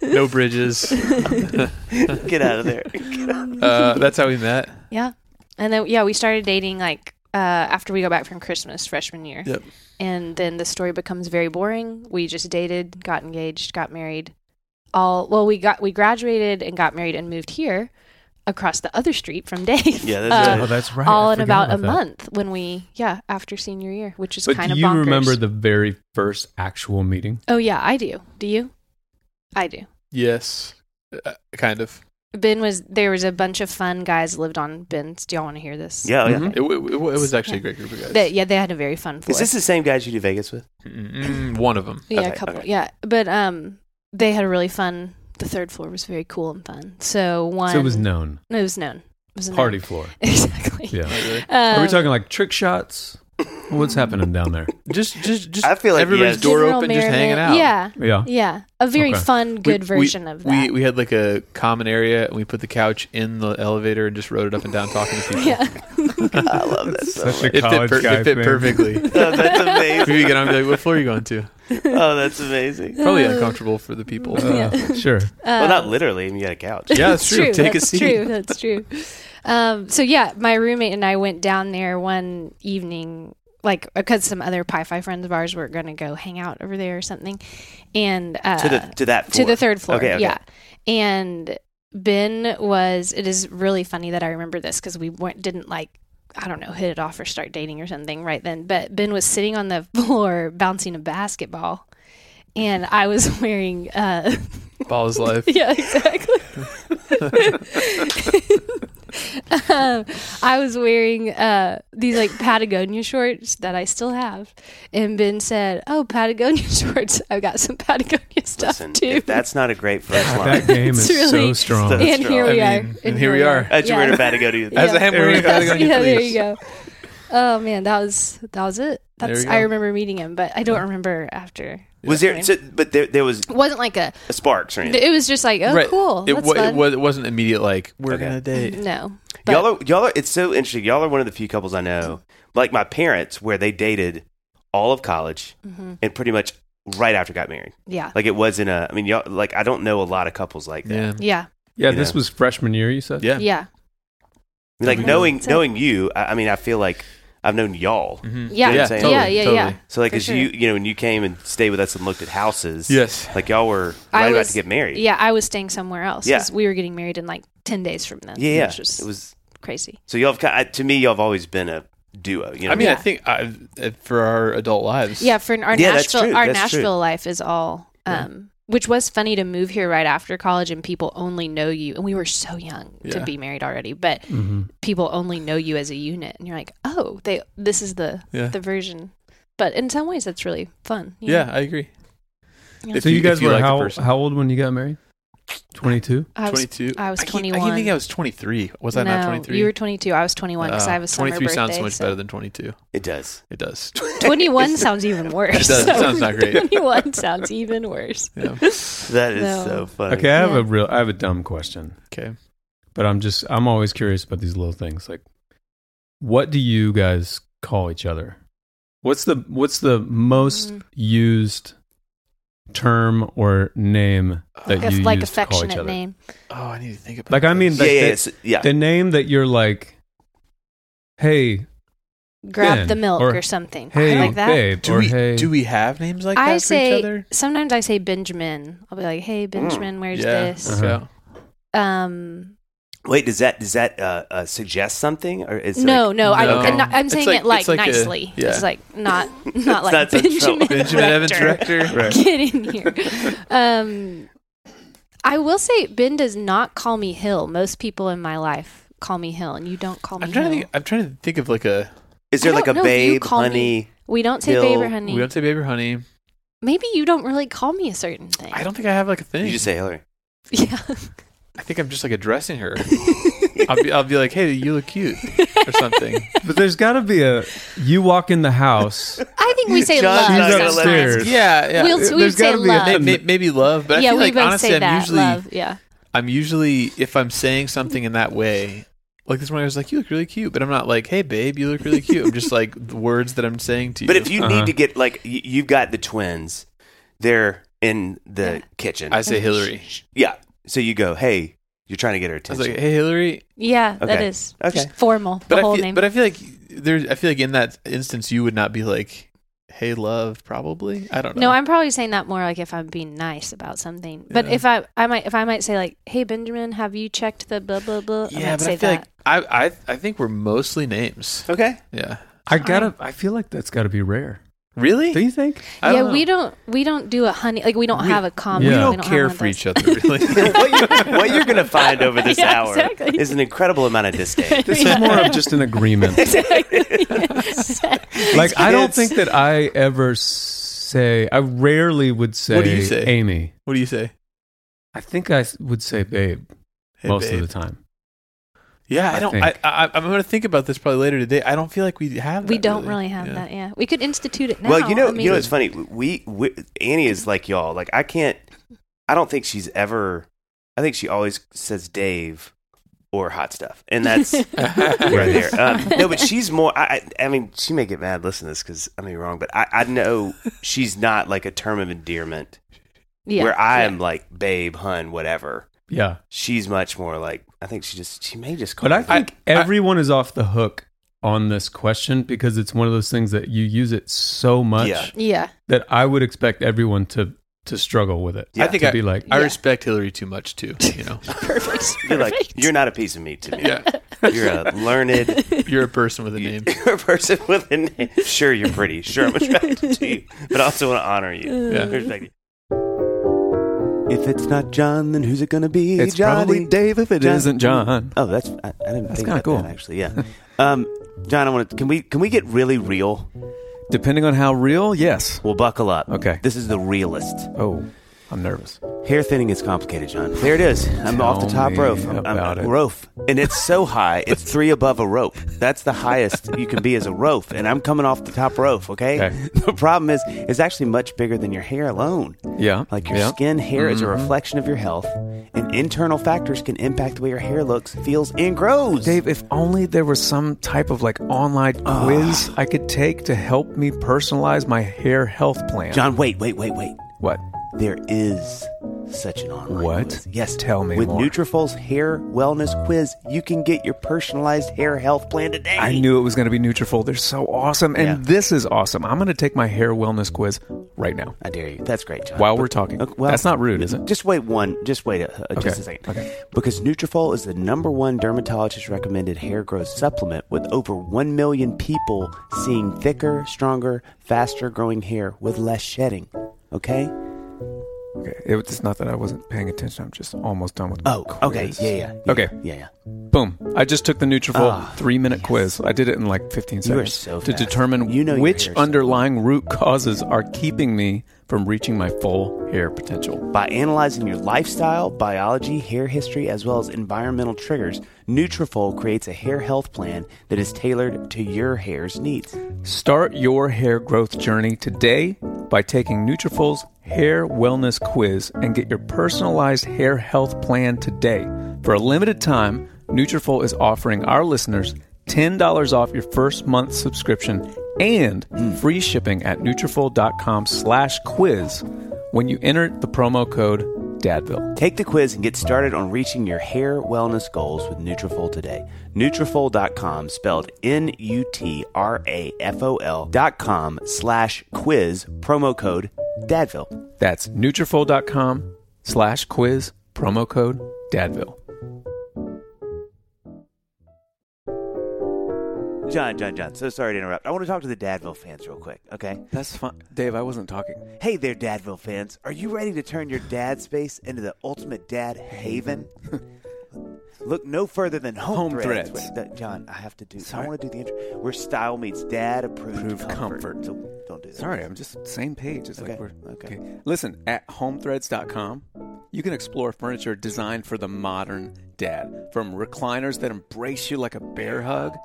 Speaker 8: No bridges.
Speaker 3: Get out of there. Get out.
Speaker 8: Uh, that's how we met.
Speaker 7: yeah. And then yeah, we started dating like uh, after we go back from Christmas freshman year.
Speaker 8: Yep.
Speaker 7: And then the story becomes very boring. We just dated, got engaged, got married. All well, we got we graduated and got married and moved here across the other street from Dave.
Speaker 3: Yeah, that's
Speaker 7: Uh,
Speaker 3: right.
Speaker 9: Oh, that's right.
Speaker 7: all
Speaker 9: I
Speaker 7: in
Speaker 9: forgot
Speaker 7: about a
Speaker 9: that.
Speaker 7: month when we yeah after senior year which is
Speaker 9: But
Speaker 7: kind
Speaker 9: do
Speaker 7: of
Speaker 9: you
Speaker 7: bonkers.
Speaker 9: remember the very first actual meeting?
Speaker 7: oh yeah i do do you i do
Speaker 8: Yes, uh, kind of.
Speaker 7: ben was there was a bunch of fun guys lived on ben's do y'all want to hear this
Speaker 3: Yeah, oh, yeah.
Speaker 8: It, w- it w- it was actually a great group of guys.
Speaker 7: They- yeah they had a very fun floor
Speaker 3: Is this the same guys you do Vegas with?
Speaker 8: Mm, one of them.
Speaker 7: yeah
Speaker 3: okay,
Speaker 7: a couple
Speaker 3: okay.
Speaker 7: yeah but um they had a really fun the third floor was very cool and fun so one
Speaker 9: So it was known.
Speaker 7: no, it was known it was a known-
Speaker 9: Party floor.
Speaker 7: exactly
Speaker 9: Yeah.
Speaker 7: um,
Speaker 9: Are we talking like trick shots? What's happening down there?
Speaker 8: Just, just, just.
Speaker 3: I feel like he
Speaker 8: everybody's
Speaker 3: has-
Speaker 8: door
Speaker 7: General
Speaker 8: open, just hanging
Speaker 7: Merriman-
Speaker 8: out.
Speaker 7: yeah
Speaker 9: Yeah.
Speaker 7: yeah a very
Speaker 9: Okay.
Speaker 7: fun
Speaker 8: We-
Speaker 7: good
Speaker 8: we-
Speaker 7: version of that
Speaker 8: We we had like a common area, and we put the couch in the elevator and just rode it up and down talking to people.
Speaker 7: yeah
Speaker 3: I love that so much.
Speaker 9: Such a
Speaker 8: It fit,
Speaker 9: college
Speaker 8: per-
Speaker 9: guy
Speaker 8: it fit
Speaker 9: thing.
Speaker 8: perfectly.
Speaker 3: Oh, that's amazing.
Speaker 8: we get on, be like, "What floor are you going to?"
Speaker 3: Oh, that's amazing.
Speaker 8: Probably
Speaker 7: Uh,
Speaker 8: uncomfortable for the people.
Speaker 9: Uh, sure.
Speaker 3: Well, not
Speaker 7: Um,
Speaker 3: literally. I mean, you got a couch.
Speaker 8: yeah, it's true. Take
Speaker 7: that's
Speaker 8: a seat.
Speaker 7: True. That's true. Um, so yeah, my roommate and I went down there one evening, like because some other Pi Phi friends of ours were going to go hang out over there or something, and uh,
Speaker 3: To the to that
Speaker 7: to
Speaker 3: floor.
Speaker 7: the third floor.
Speaker 3: Okay, okay.
Speaker 7: Yeah, and Ben was. It is really funny that I remember this because we weren't, didn't like I don't know, hit it off or start dating or something right then. But Ben was sitting on the floor bouncing a basketball, and I was wearing. Uh,
Speaker 8: Ball is life.
Speaker 7: yeah, exactly. um, I was wearing uh, these like Patagonia shorts that I still have, and Ben said, "Oh, Patagonia shorts! I've got some Patagonia stuff
Speaker 3: Listen,
Speaker 7: too."
Speaker 3: if that's not a great first line.
Speaker 9: That game
Speaker 7: It's
Speaker 9: is
Speaker 7: really-
Speaker 9: so strong.
Speaker 3: It's
Speaker 7: and here
Speaker 8: I
Speaker 7: we
Speaker 8: mean,
Speaker 7: are.
Speaker 8: and here we are.
Speaker 3: That's where
Speaker 7: Yeah.
Speaker 3: to Patagonia.
Speaker 7: Yeah.
Speaker 8: As a hammer,
Speaker 7: There you go.
Speaker 8: Patagonia,
Speaker 7: yeah, there you
Speaker 8: please.
Speaker 7: go. Oh man, that was that was it.
Speaker 8: There
Speaker 7: That's
Speaker 8: you
Speaker 7: I
Speaker 8: go.
Speaker 7: remember meeting him, but I don't remember after.
Speaker 3: Was there? So, but there, there was
Speaker 7: It wasn't like a.
Speaker 3: a sparks or anything.
Speaker 7: It was just like, oh,
Speaker 8: Right.
Speaker 7: cool.
Speaker 8: It,
Speaker 7: that's
Speaker 8: wa- it,
Speaker 7: fun.
Speaker 8: wa- it wasn't immediate like we're
Speaker 3: Okay.
Speaker 8: gonna date.
Speaker 7: no. But,
Speaker 3: Y'all are, y'all are. It's so interesting. Y'all are one of the few couples I know. Like my parents, where they dated all of college
Speaker 7: mhm,
Speaker 3: and pretty much right after got married.
Speaker 7: yeah,
Speaker 3: Like it wasn't a. I mean, y'all. Like I don't know a lot of couples like that.
Speaker 8: Yeah.
Speaker 7: yeah,
Speaker 9: yeah,
Speaker 3: you
Speaker 9: this
Speaker 3: know.
Speaker 9: was freshman year. You said.
Speaker 8: Yeah.
Speaker 7: yeah,
Speaker 3: Like
Speaker 7: Yeah.
Speaker 3: knowing
Speaker 7: Mm-hmm. So-
Speaker 3: knowing you. I, I mean, I feel like I've known y'all.
Speaker 8: Mhm.
Speaker 7: yeah,
Speaker 3: what
Speaker 7: yeah,
Speaker 3: I'm saying?
Speaker 7: yeah,
Speaker 8: Totally,
Speaker 7: yeah,
Speaker 8: totally.
Speaker 7: yeah.
Speaker 3: So like,
Speaker 7: For
Speaker 3: as
Speaker 7: sure.
Speaker 3: you you know, when you came and stayed with us and looked at houses.
Speaker 8: Yes.
Speaker 3: Like y'all were
Speaker 7: I
Speaker 3: right about
Speaker 7: was-
Speaker 3: to get married.
Speaker 7: Yeah, I was staying somewhere else.
Speaker 3: Yeah.
Speaker 7: 'cause we were getting married in like ten days from then.
Speaker 3: Yeah. yeah.
Speaker 7: which was,
Speaker 3: It was.
Speaker 7: crazy.
Speaker 3: So y'all have ki- I- to me, y'all have always been a duo. You know.
Speaker 8: I mean,
Speaker 7: Yeah.
Speaker 8: I think I, uh, for our adult lives.
Speaker 7: Yeah, for our
Speaker 3: Yeah, that's
Speaker 7: Nashville,
Speaker 3: true,
Speaker 7: our
Speaker 3: that's
Speaker 7: Nashville
Speaker 3: true.
Speaker 7: life is all. Um, Which was funny to move here right after college, and people only know you. And we were so young to
Speaker 8: Yeah.
Speaker 7: be married already, but
Speaker 9: Mm-hmm.
Speaker 7: people only know you as a unit, and you're like, oh, they this is the
Speaker 8: Yeah.
Speaker 7: the version. But in some ways, that's really fun. you
Speaker 8: Yeah,
Speaker 7: know?
Speaker 8: I agree.
Speaker 7: Yeah.
Speaker 8: If
Speaker 9: So you,
Speaker 8: if
Speaker 9: guys were
Speaker 8: like the Uh,
Speaker 9: how
Speaker 8: person.
Speaker 9: how old when you got married? Twenty two.
Speaker 7: I was
Speaker 8: 22.
Speaker 7: I was
Speaker 8: can't- I
Speaker 7: 21.
Speaker 8: can't think I was 23. Was I not
Speaker 7: no,
Speaker 8: 23?
Speaker 7: You were 22. I was 21 because I have a summer
Speaker 8: 23
Speaker 7: birthday.
Speaker 8: sounds so much
Speaker 7: so-
Speaker 8: better than 22.
Speaker 3: it does.
Speaker 8: It does.
Speaker 7: 21 sounds even worse.
Speaker 8: It does. It sounds not great.
Speaker 7: 21 sounds even worse.
Speaker 8: Yeah.
Speaker 3: That is
Speaker 7: No.
Speaker 3: so funny.
Speaker 9: Okay, I have
Speaker 7: Yeah.
Speaker 9: a real. I have a dumb question,
Speaker 8: Okay.
Speaker 9: but I'm just. I'm always curious about these little things. Like, what do you guys call each other? What's the What's the most
Speaker 7: Mm.
Speaker 9: used term or name that
Speaker 7: If,
Speaker 9: you
Speaker 7: like
Speaker 9: use to call each
Speaker 7: affectionate
Speaker 9: other?
Speaker 7: name.
Speaker 8: Oh, I need to think about
Speaker 9: Like, I mean,
Speaker 8: this.
Speaker 3: Yeah,
Speaker 9: like
Speaker 3: yeah,
Speaker 9: the-
Speaker 3: yeah, so- yeah.
Speaker 9: the name that you're like, hey,
Speaker 7: Grab
Speaker 9: Ben,
Speaker 7: the milk or,
Speaker 9: or-
Speaker 7: something.
Speaker 9: hey,
Speaker 7: like that.
Speaker 9: babe,
Speaker 8: do
Speaker 9: or
Speaker 8: we,
Speaker 9: hey,
Speaker 8: do we have names like
Speaker 7: I
Speaker 8: that for each
Speaker 7: say
Speaker 8: other?
Speaker 7: sometimes I say Benjamin. I'll be like, "Hey Benjamin, where's
Speaker 8: yeah.
Speaker 7: this?"
Speaker 9: Uh-huh.
Speaker 8: Yeah.
Speaker 7: Um,
Speaker 3: Wait, does that does that uh, uh, suggest something or is it
Speaker 7: no,
Speaker 3: like-
Speaker 7: no,
Speaker 8: No.
Speaker 7: I, I'm, not, I'm
Speaker 8: It's
Speaker 7: saying
Speaker 8: like-
Speaker 7: it like,
Speaker 8: it's like a-
Speaker 7: nicely.
Speaker 8: yeah.
Speaker 7: It's like not not like
Speaker 3: not some
Speaker 7: Benjamin.
Speaker 3: trouble.
Speaker 8: Benjamin Evans
Speaker 7: Rector.
Speaker 8: director.
Speaker 7: Get in here. Um, I will say Ben does not call me Hill. Most people in my life call me Hill, and you don't call me.
Speaker 8: I'm trying to
Speaker 7: Hill.
Speaker 8: think. I'm trying to think of like a.
Speaker 3: is there
Speaker 7: I
Speaker 3: like a
Speaker 7: don't know if you
Speaker 3: babe,
Speaker 7: call me-
Speaker 3: honey?
Speaker 7: We don't say
Speaker 3: Hill.
Speaker 7: babe or honey.
Speaker 8: We don't say baby or honey.
Speaker 7: Maybe you don't really call me a certain thing.
Speaker 8: I don't think I have like a thing.
Speaker 3: You just say Hillary.
Speaker 7: Yeah.
Speaker 8: I think I'm just like addressing her. I'll be. I'll be like, hey, you look cute, or something.
Speaker 9: but there's got to be a. You walk in the house.
Speaker 7: I think we say
Speaker 3: John's
Speaker 7: love.
Speaker 3: not
Speaker 9: She's
Speaker 3: gonna let me-
Speaker 7: sometimes.
Speaker 9: upstairs.
Speaker 8: yeah. Yeah.
Speaker 7: We'll- we would
Speaker 9: There's
Speaker 7: say
Speaker 9: gotta be a-
Speaker 7: love.
Speaker 8: May- may- maybe love, but I
Speaker 7: yeah,
Speaker 8: feel
Speaker 7: we
Speaker 8: like
Speaker 7: both
Speaker 8: honestly,
Speaker 7: say
Speaker 8: I'm
Speaker 7: that.
Speaker 8: usually
Speaker 7: love. Yeah.
Speaker 8: I'm usually if I'm saying something in that way, like this morning I was like, "You look really cute," but I'm not like, "Hey, babe, you look really cute." I'm just like the words that I'm saying to you.
Speaker 3: But if you
Speaker 9: Uh-huh.
Speaker 3: need to get like y- you've got the twins, they're in the kitchen.
Speaker 8: I say Hillary,
Speaker 3: yeah, so you go, hey, you're trying to get her
Speaker 8: I was
Speaker 3: attention.
Speaker 8: like, "Hey, Hillary,"
Speaker 7: Yeah, that
Speaker 3: Okay.
Speaker 7: is
Speaker 3: Okay.
Speaker 7: just formal. The
Speaker 8: but I
Speaker 7: whole
Speaker 8: feel,
Speaker 7: name.
Speaker 8: but I feel like there, I feel like in that instance you would not be like, "Hey, love," probably. I don't know.
Speaker 7: no, I'm probably saying that more like if I'm being nice about something. But
Speaker 8: Yeah.
Speaker 7: if I, I might, if I might say like, "Hey Benjamin, have you checked the blah blah blah?" I
Speaker 8: yeah,
Speaker 7: might
Speaker 8: but
Speaker 7: say
Speaker 8: I feel
Speaker 7: that.
Speaker 8: like I, I I think we're mostly names.
Speaker 3: okay,
Speaker 8: Yeah,
Speaker 9: I gotta. I feel like that's got to be rare.
Speaker 8: really?
Speaker 9: Do you think?
Speaker 8: I
Speaker 7: yeah,
Speaker 8: don't
Speaker 7: we
Speaker 8: know.
Speaker 7: don't, we don't do a honey. Like we don't have a common.
Speaker 9: we
Speaker 7: we
Speaker 9: don't
Speaker 7: have
Speaker 8: care
Speaker 7: one of
Speaker 8: for
Speaker 7: those.
Speaker 8: each other. Really,
Speaker 3: what, you, what you're gonna find over this
Speaker 7: Yeah,
Speaker 3: hour
Speaker 7: exactly.
Speaker 3: is an incredible amount of disdain.
Speaker 9: This is more of just an agreement. like I don't
Speaker 3: It's-
Speaker 9: think that I ever say. I rarely would say.
Speaker 8: What do you say?
Speaker 9: Amy?
Speaker 8: what do you say?
Speaker 9: I think I s- would say babe
Speaker 8: Hey,
Speaker 9: most
Speaker 8: babe.
Speaker 9: of the time.
Speaker 8: Yeah, I
Speaker 9: I
Speaker 8: don't. I,
Speaker 9: think.
Speaker 8: I, I'm going to think about this probably later today. I don't feel like we have.
Speaker 7: We
Speaker 8: that,
Speaker 7: don't really have
Speaker 8: Yeah.
Speaker 7: that. Yeah, we could institute it now.
Speaker 3: well, you know,
Speaker 7: I mean,
Speaker 3: you know, it's funny. We, we Annie is like y'all. Like I can't. I don't think she's ever. I think she always says Dave or hot stuff, and that's right there. Um, no, but she's more. I, I, I mean, she may get mad listening to this because I may be wrong, but I, I know she's not like a term of endearment
Speaker 7: yeah,
Speaker 3: where I am like babe, hun, whatever.
Speaker 9: Yeah,
Speaker 3: She's much more like. I think she just. She may just. Call
Speaker 9: but I
Speaker 3: me-
Speaker 9: think
Speaker 8: I-
Speaker 9: everyone is off the hook on this question because it's one of those things that you use it so much
Speaker 3: Yeah.
Speaker 7: yeah,
Speaker 9: that I would expect everyone to to struggle with it.
Speaker 10: Yeah.
Speaker 8: I think
Speaker 9: to
Speaker 8: I,
Speaker 9: be like,
Speaker 8: I
Speaker 7: Yeah.
Speaker 8: respect Hillary too much too. You know,
Speaker 7: Perfect.
Speaker 10: You're like,
Speaker 7: Perfect.
Speaker 10: you're not a piece of meat to me.
Speaker 8: yeah,
Speaker 10: You're a learned
Speaker 8: you're a person with a name.
Speaker 10: you're a person with a name. Sure, you're pretty. Sure, I'm attracted to you, but I also want to honor you.
Speaker 8: Yeah.
Speaker 10: Respect you.
Speaker 3: If it's not John, then who's it gonna be?
Speaker 4: It's
Speaker 3: Johnny.
Speaker 4: probably Dave if it
Speaker 3: John-
Speaker 4: not John.
Speaker 3: Oh, that's I, I didn't think
Speaker 4: kinda
Speaker 3: about
Speaker 4: cool.
Speaker 3: that actually. Yeah, um, John, I want to. Can we can we get really real?
Speaker 4: Depending on how real, yes.
Speaker 3: Well, buckle up.
Speaker 4: Okay.
Speaker 3: this is the realist.
Speaker 4: Oh, I'm nervous.
Speaker 3: Hair thinning is complicated, John. There it is. I'm
Speaker 4: Tell
Speaker 3: off the top
Speaker 4: me
Speaker 3: rope. I'm, I'm-
Speaker 4: about it.
Speaker 3: rope. And it's so high, it's three above a rope. That's the highest you can be as a rope. And I'm coming off the top rope, okay?
Speaker 4: Okay.
Speaker 3: The problem is, it's actually much bigger than your hair alone.
Speaker 4: Yeah.
Speaker 3: Like your
Speaker 4: yeah. Mm-hmm.
Speaker 3: skin hair is a reflection of your health, and internal factors can impact the way your hair looks, feels, and grows.
Speaker 4: Dave, if only there was some type of like online quiz I could take to help me personalize my hair health plan.
Speaker 3: John, wait, wait, wait, wait.
Speaker 4: What?
Speaker 3: There is such an online
Speaker 4: What?
Speaker 3: quiz. Yes,
Speaker 4: Tell me
Speaker 3: With
Speaker 4: more.
Speaker 3: Nutrafol's hair wellness quiz, you can get your personalized hair health plan today.
Speaker 4: I knew it was going to be Nutrafol. They're so awesome, and
Speaker 3: Yeah.
Speaker 4: this is awesome. I'm going to take my hair wellness quiz right now
Speaker 3: I dare you. That's great, John.
Speaker 4: while we're talking.
Speaker 3: Okay, well-
Speaker 4: That's not rude, is it?
Speaker 3: Just wait one. Just wait a, a- just
Speaker 4: Okay,
Speaker 3: a second.
Speaker 4: okay.
Speaker 3: Because Nutrafol is the number one dermatologist recommended hair growth supplement, with over one million people seeing thicker, stronger, faster growing hair with less shedding. Okay.
Speaker 4: Okay. It was just not that I wasn't paying attention. I'm just almost done with. my
Speaker 3: Oh. Okay.
Speaker 4: quiz.
Speaker 3: Yeah. Yeah. yeah
Speaker 4: Okay.
Speaker 3: Yeah. Yeah.
Speaker 4: Boom. I just took the Nutrafol
Speaker 3: Ah,
Speaker 4: three minute quiz. I did it in like 15
Speaker 3: You are
Speaker 4: seconds
Speaker 3: so
Speaker 4: to
Speaker 3: fast.
Speaker 4: determine
Speaker 3: You know your
Speaker 4: which
Speaker 3: hair's so
Speaker 4: underlying root causes are keeping me from reaching my full hair potential.
Speaker 3: By analyzing your lifestyle, biology, hair history, as well as environmental triggers, Nutrafol creates a hair health plan that is tailored to your hair's needs.
Speaker 4: Start your hair growth journey today by taking Nutrafol's hair wellness quiz and get your personalized hair health plan today. For a limited time, Nutrafol is offering our listeners $10 off your first month subscription and free shipping at Nutrafol.com slash quiz when you enter the promo code DADVILLE.
Speaker 3: Take the quiz and get started on reaching your hair wellness goals with Nutrafol today. Nutrafol.com, spelled N-U-T-R-A-F-O-L dot com slash quiz, promo code DADVILLE.
Speaker 4: That's Nutrafol.com slash quiz promo code DADVILLE.
Speaker 3: John, John, John, so sorry to interrupt. I want to talk to the Dadville fans real quick, okay?
Speaker 4: That's fine. Dave, I wasn't talking.
Speaker 3: Hey there, Dadville fans. Are you ready to turn your dad space into the ultimate dad haven? Look no further than
Speaker 4: Home
Speaker 3: Home, Threads.
Speaker 4: Threads.
Speaker 3: Wait, that- John, I have to do.
Speaker 4: Sorry.
Speaker 3: I want to do the intro. Where style meets dad approved
Speaker 4: Approved comfort.
Speaker 3: So don't do that.
Speaker 4: Sorry, I'm just same page. It's like
Speaker 3: Okay,
Speaker 4: we're
Speaker 3: okay.
Speaker 4: Listen, at homethreads.com, you can explore furniture designed for the modern dad, from recliners that embrace you like a bear hug.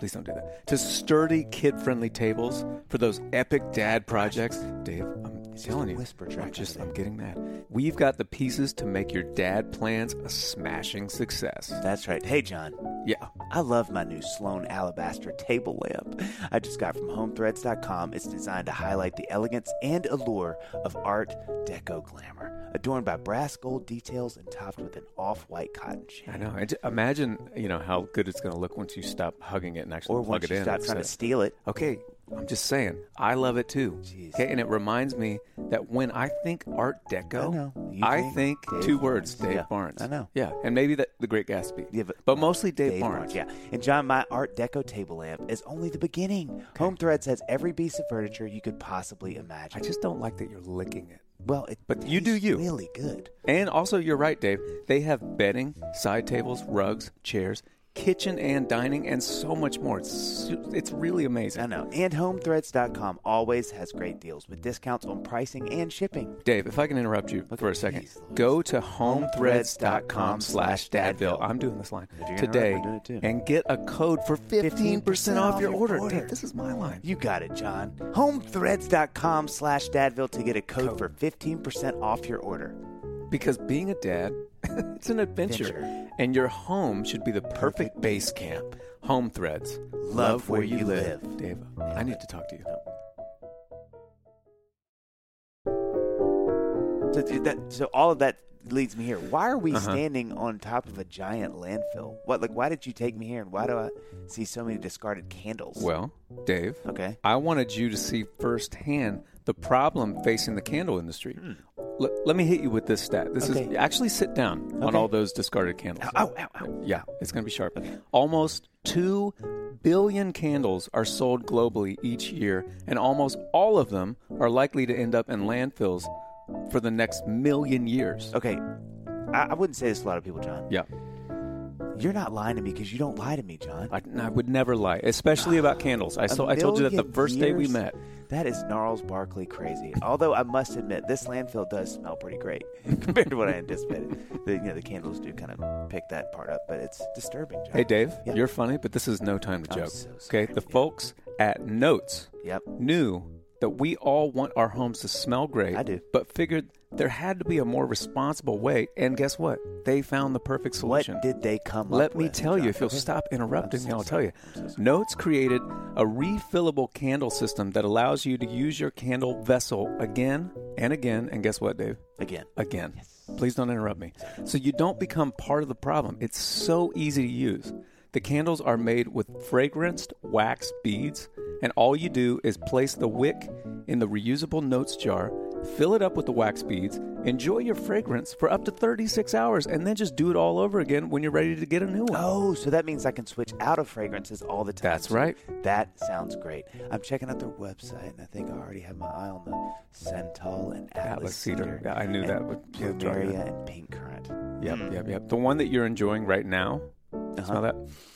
Speaker 4: Please don't do that. To sturdy kid-friendly tables for those epic dad projects. Dave, I'm telling you,
Speaker 3: whisper
Speaker 4: I'm
Speaker 3: track
Speaker 4: just,
Speaker 3: over
Speaker 4: I'm getting mad. We've got the pieces to make your dad plans a smashing success.
Speaker 3: That's right. Hey, John.
Speaker 4: Yeah.
Speaker 3: I love my new Sloan Alabaster table lamp I just got from HomeThreads.com. It's designed to highlight the elegance and allure of Art Deco glamour, adorned by brass gold details and topped with an off-white cotton
Speaker 4: I
Speaker 3: shade.
Speaker 4: know. I j- imagine, you know, how good it's going to look once you stop hugging it and actually
Speaker 3: Or
Speaker 4: plug
Speaker 3: once
Speaker 4: it
Speaker 3: you
Speaker 4: in.
Speaker 3: stop
Speaker 4: It's
Speaker 3: trying
Speaker 4: a-
Speaker 3: to steal it.
Speaker 4: Okay, I'm just saying, I love it too.
Speaker 3: Jeez.
Speaker 4: Okay, and it reminds me that when I think Art Deco,
Speaker 3: I know. You
Speaker 4: I
Speaker 3: think
Speaker 4: think,
Speaker 3: Dave
Speaker 4: two
Speaker 3: Barnes.
Speaker 4: words: Dave
Speaker 3: Yeah,
Speaker 4: Barnes.
Speaker 3: I know.
Speaker 4: Yeah, and maybe that The Great Gatsby.
Speaker 3: Yeah, but-
Speaker 4: mostly Dave, Barnes.
Speaker 3: Yeah. And John, my Art Deco table lamp is only the beginning. Home Threads has every piece of furniture you could possibly
Speaker 4: I
Speaker 3: imagine.
Speaker 4: just don't like that you're licking it.
Speaker 3: well, it
Speaker 4: but you do
Speaker 3: tastes
Speaker 4: you.
Speaker 3: Really good.
Speaker 4: And also, you're right, Dave. They have bedding, side tables, rugs, chairs, kitchen and dining, and so much more. It's su- it's really amazing.
Speaker 3: I know. And HomeThreads.com always has great deals with discounts on pricing and shipping.
Speaker 4: Dave, if I can interrupt you for a second,
Speaker 3: please, Louis.
Speaker 4: go to homethreads.com slash dadville. I'm doing this line
Speaker 3: If you're gonna
Speaker 4: today
Speaker 3: interrupt, I'm doing it too.
Speaker 4: and get a code for 15%,
Speaker 3: 15%
Speaker 4: off your, order.
Speaker 3: order.
Speaker 4: Dave, this is my line.
Speaker 3: You got it, John. HomeThreads.com slash Dadville to get a code for 15% off your order.
Speaker 4: Because being a dad, it's an adventure.
Speaker 3: Adventure.
Speaker 4: And your home should be the perfect base camp. Home Threads. Love,
Speaker 3: where you live.
Speaker 4: Dave, I need to talk to you.
Speaker 3: So, th- that, so all of that leads me here. Why are we
Speaker 4: Uh-huh.
Speaker 3: standing on top of a giant landfill? What, like, why did you take me here, and why do I see so many discarded candles?
Speaker 4: Well, Dave,
Speaker 3: okay.
Speaker 4: I wanted you to see firsthand the problem facing the candle industry. Let- let me hit you with this stat. This
Speaker 5: Hmm. Okay.
Speaker 4: is actually sit down on
Speaker 5: Okay.
Speaker 4: all those discarded candles.
Speaker 5: Ow, ow, ow.
Speaker 4: Yeah, it's going to be sharp. Almost 2 billion candles are sold globally each year, and almost all of them are likely to end up in landfills for the next million years.
Speaker 5: Okay. I, I wouldn't say this to a lot of people, John.
Speaker 4: Yeah,
Speaker 5: You're not lying to me because you don't lie to me, John.
Speaker 4: I, I would never lie, especially about candles. I,
Speaker 5: A
Speaker 4: so, I told you that the
Speaker 5: million
Speaker 4: first day we
Speaker 5: years?
Speaker 4: met.
Speaker 5: That is Gnarls Barkley crazy. Although I must admit, this landfill does smell pretty great compared to what I anticipated. The, you know, the candles do kind of pick that part up, but it's disturbing. John.
Speaker 4: Hey, Dave,
Speaker 5: Yeah.
Speaker 4: you're funny, but this is no time to
Speaker 5: I'm
Speaker 4: joke.
Speaker 5: so sorry.
Speaker 4: okay, the
Speaker 5: Yeah.
Speaker 4: folks at Notes
Speaker 5: Yep.
Speaker 4: knew that we all want our homes to smell great.
Speaker 5: I do.
Speaker 4: But figured there had to be a more responsible way. And guess what? They found the perfect solution.
Speaker 5: What did they come
Speaker 4: Let
Speaker 5: up
Speaker 4: me
Speaker 5: with,
Speaker 4: tell
Speaker 5: John?
Speaker 4: you, if you'll
Speaker 5: Okay.
Speaker 4: stop interrupting
Speaker 5: I'm
Speaker 4: me,
Speaker 5: so
Speaker 4: I'll tell
Speaker 5: sorry.
Speaker 4: you.
Speaker 5: I'm so sorry.
Speaker 4: Notes created a refillable candle system that allows you to use your candle vessel again and again. And guess what, Dave?
Speaker 5: Again.
Speaker 4: again. Please don't interrupt me. So you don't become part of the problem. It's so easy to use. The candles are made with fragranced wax beads, and all you do is place the wick in the reusable notes jar, fill it up with the wax beads, enjoy your fragrance for up to 36 hours, and then just do it all over again when you're ready to get a new one.
Speaker 5: Oh, so that means I can switch out of fragrances all the time.
Speaker 4: That's
Speaker 5: So
Speaker 4: right.
Speaker 5: That sounds great. I'm checking out their website, and I think I already have my eye on the Santal and Atlas,
Speaker 4: Atlas cedar. Yeah, I knew
Speaker 5: and
Speaker 4: that would blow dry
Speaker 5: Plumeria
Speaker 4: that.
Speaker 5: and Pink Currant. Hmm. Uh-huh.
Speaker 4: Yep, yep, yep. The one that you're enjoying right now, smell that?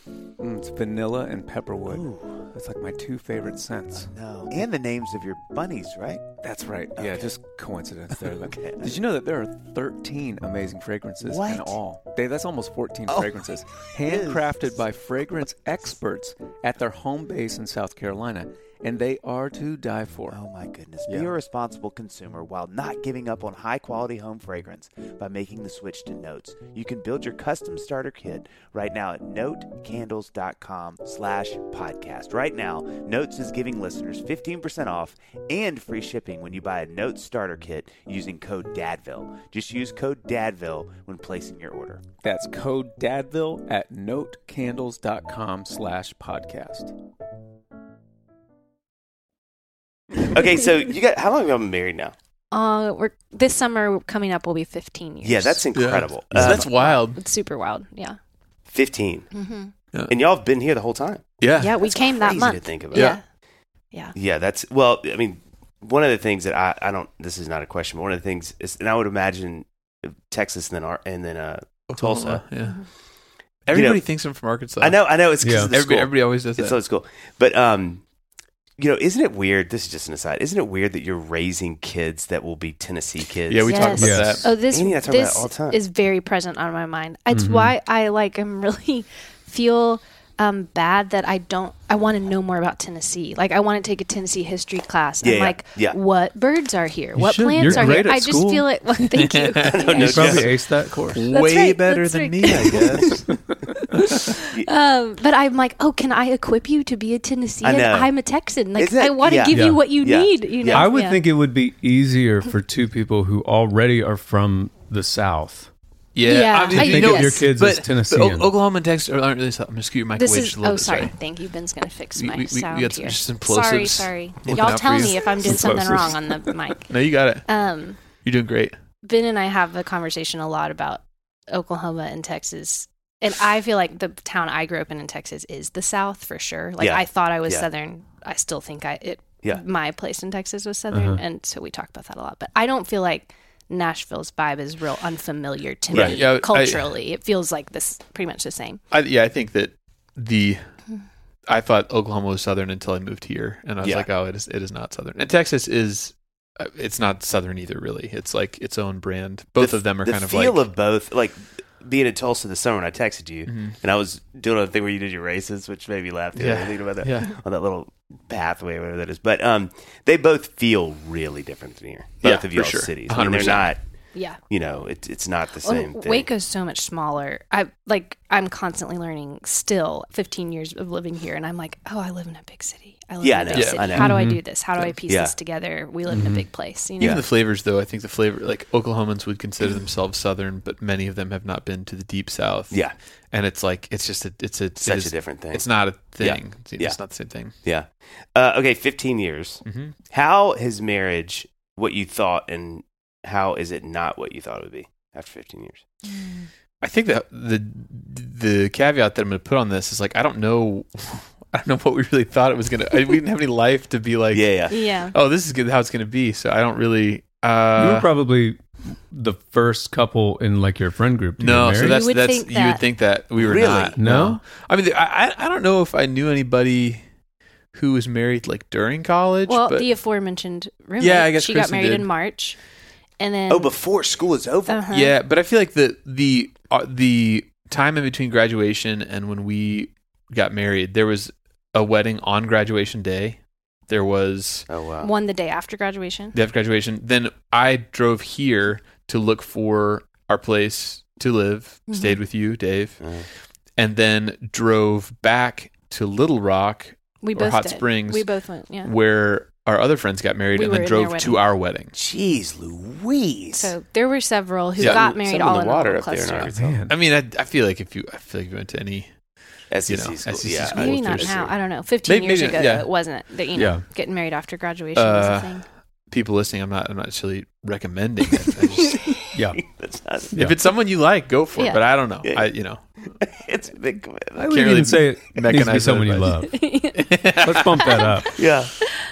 Speaker 4: Mm, it's vanilla and pepperwood.
Speaker 5: Ooh.
Speaker 4: That's like my two favorite scents.
Speaker 5: No. And the names of your bunnies, right?
Speaker 4: That's right. Yeah, just coincidence there.
Speaker 5: Okay.
Speaker 4: Did you know that there are 13 amazing fragrances in
Speaker 5: What?
Speaker 4: all? Dave, that's almost 14
Speaker 5: Oh my
Speaker 4: fragrances. Handcrafted by fragrance experts at their home base in South Carolina, and they are to die for.
Speaker 5: Oh my goodness. Be
Speaker 4: Yeah.
Speaker 5: a responsible consumer while not giving up on high quality home fragrance by making the switch to Notes. You can build your custom starter kit right now at notecandles.com slash podcast. Right now, Notes is giving listeners 15% off and free shipping when you buy a Notes starter kit using code DADVILLE. Just use code DADVILLE when placing your order.
Speaker 4: That's code DADVILLE at notecandles.com slash podcast.
Speaker 3: Okay, so you got how long have you been married now?
Speaker 7: Uh, we're this summer coming up will be 15 years.
Speaker 3: Yeah, that's
Speaker 8: Yeah.
Speaker 3: incredible.
Speaker 8: Yeah,
Speaker 3: Um,
Speaker 8: that's wild.
Speaker 7: it's super wild. Yeah.
Speaker 3: 15.
Speaker 7: hmm
Speaker 3: And y'all have been here the whole time.
Speaker 8: Yeah.
Speaker 7: Yeah, we came that
Speaker 3: crazy
Speaker 7: month.
Speaker 3: to think about.
Speaker 7: Yeah. Yeah.
Speaker 3: Yeah, that's well. I mean, one of the things that I, I don't. This is not a question, but one of the things, is, and I would imagine Texas and then Ar- and then uh, Tulsa.
Speaker 8: Oklahoma, Yeah.
Speaker 7: Mhm.
Speaker 8: Everybody
Speaker 3: You
Speaker 8: thinks I'm from Arkansas.
Speaker 3: I know, I know, it's because
Speaker 9: Yeah.
Speaker 3: of the
Speaker 8: Everybody,
Speaker 3: school.
Speaker 8: everybody always does
Speaker 3: it's
Speaker 8: that.
Speaker 3: so it's cool, but um, you know, isn't it weird? This is just an aside. Isn't it weird that you're raising kids that will be Tennessee kids?
Speaker 8: yeah, we talk
Speaker 7: Yes.
Speaker 8: about
Speaker 9: Yes.
Speaker 8: that.
Speaker 7: Oh, this
Speaker 3: Amy, I talk about it
Speaker 7: this
Speaker 3: all the time.
Speaker 7: is very present on my mind. It's
Speaker 9: Mhm.
Speaker 7: why I like am really feel um, bad that I don't. I want to know more about Tennessee. Like I want to take a Tennessee history class and
Speaker 3: Yeah, yeah,
Speaker 7: like
Speaker 3: yeah.
Speaker 7: what birds are here,
Speaker 9: You
Speaker 7: what
Speaker 9: should.
Speaker 7: plants
Speaker 9: You're
Speaker 7: are
Speaker 9: great
Speaker 7: here.
Speaker 9: at
Speaker 7: I just
Speaker 9: school.
Speaker 7: feel it. Well, thank you.
Speaker 3: don't know,
Speaker 9: You
Speaker 7: Yeah.
Speaker 9: probably
Speaker 3: Yes.
Speaker 9: aced that course.
Speaker 8: Way
Speaker 7: right,
Speaker 8: better
Speaker 7: that's
Speaker 8: than
Speaker 7: right.
Speaker 8: me, I guess.
Speaker 7: Um, but I'm like, oh, can I equip you to be a Tennessean?
Speaker 3: know.
Speaker 7: I'm a Texan. Like
Speaker 3: Isn't that-
Speaker 7: I want to
Speaker 3: yeah.
Speaker 7: give
Speaker 9: Yeah.
Speaker 7: you what you
Speaker 3: Yeah.
Speaker 7: need. You know,
Speaker 9: I would
Speaker 7: Yeah.
Speaker 9: think it would be easier for two people who already are from the South.
Speaker 8: Yeah,
Speaker 7: Yeah.
Speaker 8: I mean,
Speaker 7: I-
Speaker 8: you
Speaker 9: Think
Speaker 8: know,
Speaker 9: of your kids
Speaker 8: but,
Speaker 9: as Tennessean.
Speaker 8: but O- Oklahoma and Texas aren't really. South. I'm gonna scoot your microwave
Speaker 7: This is
Speaker 8: just a little
Speaker 7: oh
Speaker 8: bit.
Speaker 7: sorry. Thank you, Ben's gonna fix
Speaker 8: We-
Speaker 7: my
Speaker 8: we- we- we
Speaker 7: sound
Speaker 8: got
Speaker 7: here.
Speaker 8: some
Speaker 7: sorry,
Speaker 8: plosives
Speaker 7: sorry.
Speaker 8: looking
Speaker 7: Y'all
Speaker 8: out for
Speaker 7: tell
Speaker 8: you.
Speaker 7: me if I'm doing
Speaker 8: Some
Speaker 7: something
Speaker 8: plosives.
Speaker 7: wrong on the mic.
Speaker 8: No, you got it.
Speaker 7: Um,
Speaker 8: You're doing great.
Speaker 7: Ben and I have a conversation a lot about Oklahoma and Texas. And I feel like the town I grew up in in Texas is the South for sure. Like
Speaker 3: Yeah.
Speaker 7: I thought I was
Speaker 3: Yeah.
Speaker 7: Southern. I still think I it
Speaker 3: Yeah.
Speaker 7: my place in Texas was Southern,
Speaker 9: Uh-huh.
Speaker 7: and so we talk about that a lot. But I don't feel like Nashville's vibe is real unfamiliar to
Speaker 8: Right.
Speaker 7: me
Speaker 8: Yeah, I-
Speaker 7: culturally. it feels like this pretty much the same.
Speaker 8: I, yeah, I think that the I thought Oklahoma was southern until I moved here, and I was
Speaker 3: Yeah.
Speaker 8: like, oh, it is it is not southern. And Texas is uh, it's not southern either, really. It's like its own brand. Both
Speaker 3: The-
Speaker 8: of them are
Speaker 3: the
Speaker 8: kind of
Speaker 3: feel
Speaker 8: like
Speaker 3: of both, like being in Tulsa this summer. when I texted you,
Speaker 8: Mm-hmm.
Speaker 3: and I was doing a thing where you did your races, which made me laugh. The
Speaker 8: Yeah.
Speaker 3: other day, thinking about that
Speaker 8: Yeah.
Speaker 3: on uh, that little pathway, whatever that is. But um, they both feel really different than here. Both
Speaker 8: Yeah,
Speaker 3: of y'all
Speaker 8: for sure.
Speaker 3: cities. I mean, they're
Speaker 8: 100%.
Speaker 3: not.
Speaker 7: Yeah.
Speaker 3: you know, it, it's not the
Speaker 7: Well,
Speaker 3: same thing.
Speaker 7: Waco's so much smaller. I like I'm constantly learning still 15 years of living here and I'm like, "Oh, I live in a big city. I live
Speaker 3: Yeah, I
Speaker 7: in a
Speaker 3: know.
Speaker 7: big
Speaker 3: Yeah,
Speaker 7: city.
Speaker 3: I know.
Speaker 7: How do I
Speaker 8: Mm-hmm.
Speaker 9: Mhm.
Speaker 7: do this? How do I piece
Speaker 3: Yeah.
Speaker 7: this together? We live in a big place, you know."
Speaker 3: Yeah.
Speaker 8: Even the flavors, though, I think the flavor, like Oklahomans would consider
Speaker 3: Mm-hmm.
Speaker 8: themselves Southern, but many of them have not been to the Deep South.
Speaker 3: Yeah.
Speaker 8: and it's like it's just a, it's a it
Speaker 3: Such
Speaker 8: is-
Speaker 3: a different thing.
Speaker 8: It's not a thing. It's,
Speaker 3: Yeah.
Speaker 8: not the same thing.
Speaker 3: Yeah. Uh, okay, 15 years.
Speaker 8: Mhm.
Speaker 3: How has marriage what you thought and how is it not what you thought it would be after 15 years?
Speaker 8: I think that the the caveat that I'm going to put on this is like I don't know, I don't know what we really thought it was going to. We didn't have any life to be like,
Speaker 3: yeah, yeah.
Speaker 7: Yeah.
Speaker 8: oh, this is good how it's going to be. So I don't really.
Speaker 9: you were
Speaker 8: Uh,
Speaker 9: probably the first couple in like your friend group. To
Speaker 8: no,
Speaker 9: get
Speaker 8: so
Speaker 9: married.
Speaker 8: that's
Speaker 7: You would
Speaker 8: that's
Speaker 7: think
Speaker 8: you would
Speaker 7: that.
Speaker 8: think that we were
Speaker 3: Really?
Speaker 8: not.
Speaker 9: No?
Speaker 8: I mean, I I I don't know if I knew anybody who was married like during college.
Speaker 7: Well,
Speaker 8: but
Speaker 7: the aforementioned roommate,
Speaker 8: Yeah, I guess
Speaker 7: she got
Speaker 8: Kristen
Speaker 7: married
Speaker 8: did.
Speaker 7: in March. And then
Speaker 3: Oh, before school is over.
Speaker 7: uh-huh.
Speaker 8: yeah, but I feel like the the uh, the time in between graduation and when we got married, there was a wedding on graduation day. There was
Speaker 3: Oh wow.
Speaker 7: one the day after graduation.
Speaker 8: the after graduation. Then I drove here to look for our place to live.
Speaker 7: Mhm.
Speaker 8: Stayed with you, Dave,
Speaker 3: Uh,
Speaker 8: and then drove back to Little Rock
Speaker 7: We
Speaker 8: or
Speaker 7: both
Speaker 8: Hot
Speaker 7: did.
Speaker 8: Springs.
Speaker 7: We both went, yeah.
Speaker 8: where our other friends got married
Speaker 7: We
Speaker 8: and
Speaker 7: were
Speaker 8: then
Speaker 7: in their
Speaker 8: drove to
Speaker 7: wedding.
Speaker 8: our wedding.
Speaker 3: Jeez Louise.
Speaker 7: So there were several who
Speaker 8: Yeah,
Speaker 7: got married
Speaker 3: Some
Speaker 7: all
Speaker 3: in
Speaker 7: in
Speaker 3: the
Speaker 7: a
Speaker 3: water
Speaker 7: little
Speaker 3: up there in
Speaker 7: cluster.
Speaker 3: Arkansas.
Speaker 9: Man.
Speaker 8: I mean, I, I feel like if you, I feel like if you went to any
Speaker 3: SEC
Speaker 8: you know,
Speaker 3: E school.
Speaker 8: SEC
Speaker 3: yeah.
Speaker 8: school.
Speaker 7: Maybe
Speaker 8: Well,
Speaker 7: not
Speaker 8: there's-
Speaker 7: now. I don't know. Fifteen
Speaker 8: Maybe-
Speaker 7: years
Speaker 8: maybe-
Speaker 7: ago,
Speaker 8: yeah.
Speaker 7: it wasn't. The, you know,
Speaker 9: Yeah.
Speaker 7: getting married after graduation
Speaker 8: Uh,
Speaker 7: was a thing.
Speaker 8: people listening, I'm not, I'm not actually recommending it. I just-
Speaker 9: yeah.
Speaker 3: That's not,
Speaker 9: Yeah.
Speaker 8: If it's someone you like, go for it.
Speaker 7: Yeah.
Speaker 8: But I don't know.
Speaker 3: Yeah.
Speaker 8: I, you know,
Speaker 3: it's a big
Speaker 9: I
Speaker 3: commitment.
Speaker 9: would
Speaker 8: Can't
Speaker 9: even
Speaker 8: really
Speaker 9: say it needs to be
Speaker 8: mechanize
Speaker 9: someone you
Speaker 8: that,
Speaker 9: love. Let's bump that up.
Speaker 3: Yeah.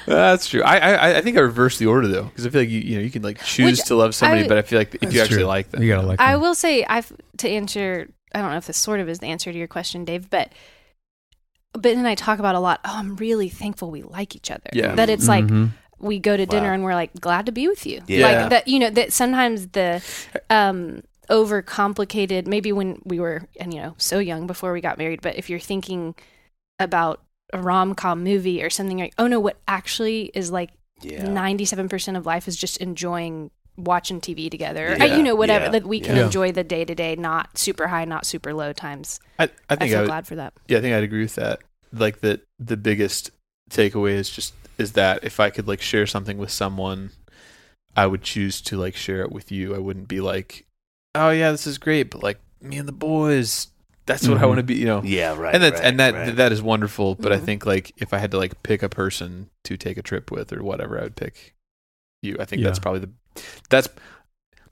Speaker 8: that's true. I, I, I think I reversed the order though, because I feel like you, you know, you can like choose
Speaker 7: Which
Speaker 8: to love somebody,
Speaker 7: I-
Speaker 8: but I feel like if you
Speaker 9: That's
Speaker 8: actually
Speaker 9: true.
Speaker 8: like them,
Speaker 9: you gotta like.
Speaker 7: I
Speaker 9: them.
Speaker 7: will say, I've to answer. I don't know if this sort of is the answer to your question, Dave, but Ben and I talk about a lot. Oh, I'm really thankful we like each other.
Speaker 8: Yeah.
Speaker 7: That it's like
Speaker 9: Mhm.
Speaker 7: we go to dinner
Speaker 3: Mm-hmm. Wow.
Speaker 7: and we're like glad to be with you.
Speaker 3: Yeah.
Speaker 7: Like that. You know that sometimes the. um overcomplicated maybe when we were and you know so young before we got married but if you're thinking about a rom-com movie or something like oh no what actually is like
Speaker 3: Yeah.
Speaker 7: 97% of life is just enjoying watching TV together.
Speaker 3: Yeah.
Speaker 7: Uh, you know, whatever.
Speaker 3: Yeah.
Speaker 7: That we can
Speaker 9: Yeah.
Speaker 7: enjoy the day to day, not super high, not super low times.
Speaker 8: I,
Speaker 7: I,
Speaker 8: I think I,
Speaker 7: feel
Speaker 8: would,
Speaker 7: glad for that.
Speaker 8: yeah, I think I'd agree with that. Like that, the biggest takeaway is just is that if I could like share something with someone, I would choose to like share it with you. I wouldn't be like, oh yeah, this is great, but like me and the boys, that's what I
Speaker 9: Mhm.
Speaker 8: want to be. You know,
Speaker 3: Mm-hmm. Yeah, right.
Speaker 8: and that's
Speaker 3: right,
Speaker 8: and that
Speaker 3: right.
Speaker 8: that is wonderful. But I
Speaker 7: Mhm.
Speaker 8: think like if I had to like pick a person to take a trip with or whatever, I would pick you. I think that's
Speaker 9: Yeah.
Speaker 8: probably the that's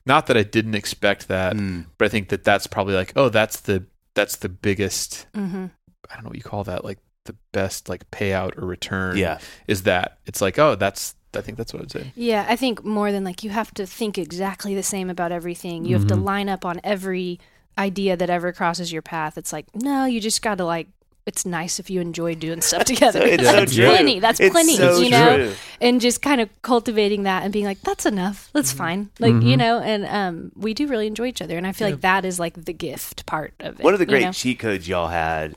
Speaker 8: not that I didn't expect that,
Speaker 3: Mm.
Speaker 8: but I think that that's probably like oh that's the that's the biggest
Speaker 7: Mm-hmm.
Speaker 8: I don't know what you call that like the best like payout or return.
Speaker 3: Yeah.
Speaker 8: is that it's like oh that's I think that's what I'd say.
Speaker 7: Yeah, I think more than like you have to think exactly the same about everything. You have to
Speaker 3: Mm-hmm.
Speaker 9: Mhm.
Speaker 7: line up on every idea that ever crosses your path. It's like, no, you just got to like, it's nice if you enjoy doing stuff together.
Speaker 3: it's
Speaker 7: That's
Speaker 3: so true.
Speaker 7: plenty. That's
Speaker 3: It's
Speaker 7: plenty,
Speaker 3: so
Speaker 7: you know?
Speaker 3: true.
Speaker 7: and just kind of cultivating that and being like that's enough
Speaker 3: Mm-hmm.
Speaker 7: that's fine like you
Speaker 9: Mhm.
Speaker 7: know and um we do really enjoy each other and i feel like that is like the gift part of it
Speaker 3: One of the
Speaker 7: you
Speaker 3: great
Speaker 7: know?
Speaker 3: cheat codes y'all had,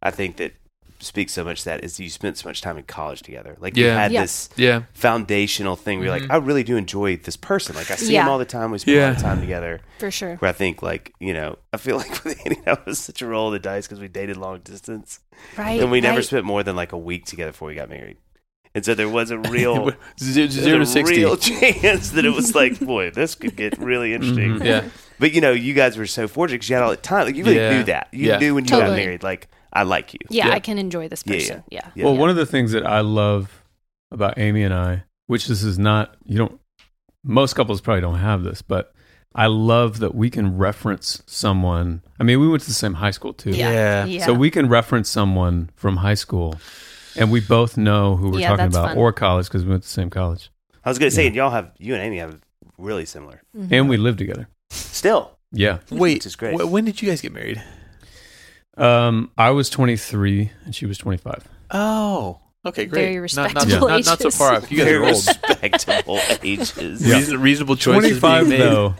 Speaker 3: I think that speaks so much to that is you spent so much time in college together. Like you
Speaker 8: Yeah.
Speaker 3: had
Speaker 7: Yeah.
Speaker 3: this
Speaker 8: Yeah,
Speaker 3: foundational thing where you're like, I really do enjoy this person. Like I see him
Speaker 7: Yeah.
Speaker 3: all the time. We spend a lot of
Speaker 8: Yeah.
Speaker 3: time together.
Speaker 7: for sure
Speaker 3: Where I think like, you know, I feel like with Andy that was such a roll of the dice because we dated long distance.
Speaker 7: right
Speaker 3: and we never
Speaker 7: right.
Speaker 3: spent more than like a week together before we got married. And so there was a real
Speaker 8: zero,
Speaker 3: there's
Speaker 8: zero
Speaker 3: a
Speaker 8: to sixty.
Speaker 3: real chance that it was like, boy, this could get really
Speaker 8: Mm-hmm.
Speaker 3: interesting.
Speaker 9: Mhm.
Speaker 8: yeah,
Speaker 3: But you know, you guys were so fortunate because you had all the time. Like you really
Speaker 8: Yeah.
Speaker 3: knew that. You
Speaker 8: Yeah.
Speaker 3: knew when you got
Speaker 7: Totally.
Speaker 3: married, like I like you.
Speaker 7: yeah,
Speaker 8: Yeah.
Speaker 7: i can enjoy this
Speaker 3: Yeah, yeah.
Speaker 7: person yeah
Speaker 3: Yeah.
Speaker 9: Well, one of the things that I love about Amy and I, which this is not, you don't, most couples probably don't have this, but I love that we can reference someone. I mean, we went to the same high school too.
Speaker 8: Yeah.
Speaker 9: So we can reference someone from high school and we both know who we're
Speaker 7: Yeah,
Speaker 9: talking
Speaker 7: that's
Speaker 9: about
Speaker 7: fun.
Speaker 9: or college because we went to the same college
Speaker 3: I was gonna say,
Speaker 9: Yeah.
Speaker 3: and y'all have you and Amy have really similar.
Speaker 7: Mhm.
Speaker 9: and we lived together.
Speaker 3: Still,
Speaker 9: Yeah.
Speaker 8: Wait,
Speaker 3: Which is great.
Speaker 8: wh- when did you guys get married?
Speaker 9: Um, I was 23 and she was 25.
Speaker 8: Oh, okay, great.
Speaker 7: Very
Speaker 8: Not-
Speaker 7: respectable
Speaker 8: Not, not, not so
Speaker 7: ages.
Speaker 8: far off. You guys
Speaker 3: very
Speaker 8: are old.
Speaker 3: respectable ages.
Speaker 9: Yeah.
Speaker 8: Reason, reasonable choices. being
Speaker 9: 25
Speaker 8: made.
Speaker 9: though.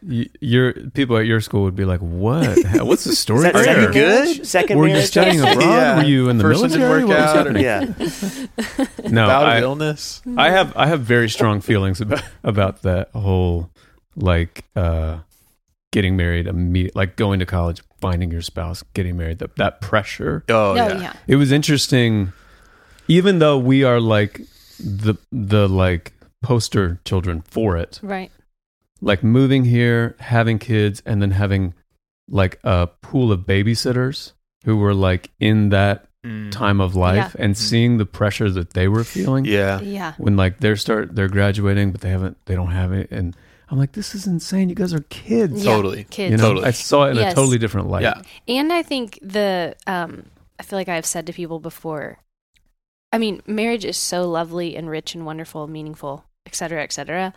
Speaker 9: y- Your people at your school would be like, "What? What's the
Speaker 3: Is
Speaker 9: story
Speaker 3: that
Speaker 8: Are you
Speaker 9: there?
Speaker 3: second
Speaker 8: good?
Speaker 3: marriage? Second
Speaker 9: Were you
Speaker 3: marriage?
Speaker 9: studying abroad?
Speaker 8: Yeah.
Speaker 9: Were you in the
Speaker 8: First it didn't
Speaker 9: military?
Speaker 8: work
Speaker 9: What was
Speaker 8: out, or-
Speaker 9: happening?"
Speaker 3: Yeah,
Speaker 9: No,
Speaker 8: Bout of
Speaker 9: I,
Speaker 8: illness.
Speaker 9: I have I have very strong feelings about about that whole like uh, getting married, immediate, like going to college, finding your spouse, getting married. That that pressure.
Speaker 8: Oh,
Speaker 7: no,
Speaker 8: yeah.
Speaker 7: yeah.
Speaker 9: It was interesting, even though we are like the the like poster children for it.
Speaker 7: Right.
Speaker 9: Like moving here, having kids, and then having like a pool of babysitters who were like in that
Speaker 8: Mm.
Speaker 9: time of life and seeing the pressure that they were feeling
Speaker 8: Yeah.
Speaker 7: Yeah.
Speaker 9: when like they're start they're graduating but they haven't they don't have it and i'm like this is insane you guys are kids
Speaker 7: Yeah,
Speaker 8: Totally.
Speaker 7: Kids.
Speaker 9: you know
Speaker 8: Totally.
Speaker 9: i saw it in
Speaker 7: Yes.
Speaker 9: a totally different light
Speaker 8: Yeah.
Speaker 7: And I think the um I feel like I've said to people before I mean, marriage is so lovely and rich and wonderful and meaningful, et cetera, et cetera.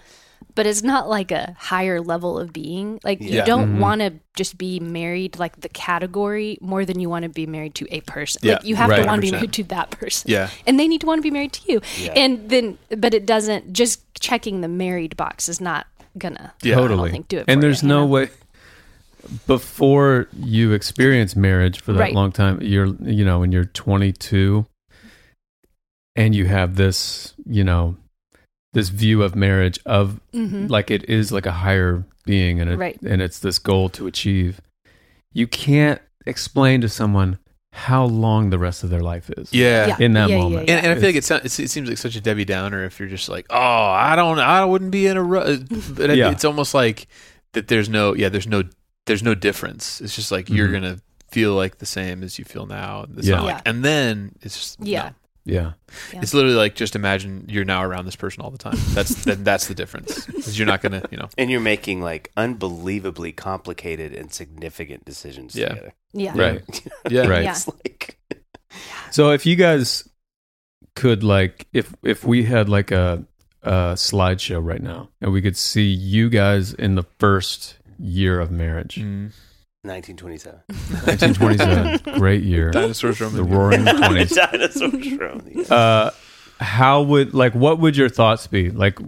Speaker 7: But it's not like a higher level of being. Like
Speaker 8: Yeah.
Speaker 7: you don't
Speaker 9: Mhm.
Speaker 7: want to just be married like the category more than you want to be married to a person.
Speaker 8: Yeah,
Speaker 7: like you have
Speaker 9: right.
Speaker 7: to want to be
Speaker 8: 100%.
Speaker 7: married to that person.
Speaker 8: Yeah.
Speaker 7: And they need to want to be married to you.
Speaker 3: Yeah.
Speaker 7: And then but it doesn't just checking the married box is not gonna I
Speaker 8: Yeah.
Speaker 9: totally
Speaker 7: don't think do it. for
Speaker 9: and
Speaker 7: you,
Speaker 9: there's
Speaker 7: you
Speaker 9: no
Speaker 7: know?
Speaker 9: way before you experience marriage for that
Speaker 7: Right.
Speaker 9: long time you're you know when you're 22 and you have this you know this view of marriage of
Speaker 7: Mhm.
Speaker 9: like it is like a higher being and it,
Speaker 7: Right.
Speaker 9: and it's this goal to achieve you can't explain to someone how long the rest of their life is
Speaker 8: Yeah.
Speaker 7: Yeah.
Speaker 9: in that
Speaker 7: yeah,
Speaker 9: moment
Speaker 7: yeah.
Speaker 8: And, and I feel like it, sound, it's, it seems like such a Debbie Downer if you're just like, oh, I don't, I wouldn't be in a rush. But it-
Speaker 9: Yeah.
Speaker 8: it's almost like that. There's no, yeah, there's no, there's no difference. It's just like you're
Speaker 9: Mhm.
Speaker 8: gonna feel like the same as you feel now. It's
Speaker 9: Yeah.
Speaker 8: not like-
Speaker 7: Yeah.
Speaker 8: and then it's just, no.
Speaker 7: Yeah.
Speaker 9: yeah
Speaker 7: Yeah.
Speaker 8: It's literally like just imagine you're now around this person all the time. That's that, that's the difference. 'Cause you're not gonna, you know.
Speaker 3: And you're making like unbelievably complicated and significant decisions
Speaker 8: Yeah.
Speaker 3: together.
Speaker 7: Yeah.
Speaker 9: right
Speaker 8: Yeah.
Speaker 9: Right.
Speaker 7: Yeah.
Speaker 3: It's like
Speaker 9: so if you guys could like if if we had like a a slideshow right now and we could see you guys in the first year of marriage
Speaker 8: Mm.
Speaker 3: 1927.
Speaker 9: 1927 great year
Speaker 8: Dinosaurs roaming.
Speaker 9: the roaring 20s
Speaker 3: Dinosaurs roam the earth.
Speaker 9: uh how would like what would your thoughts be like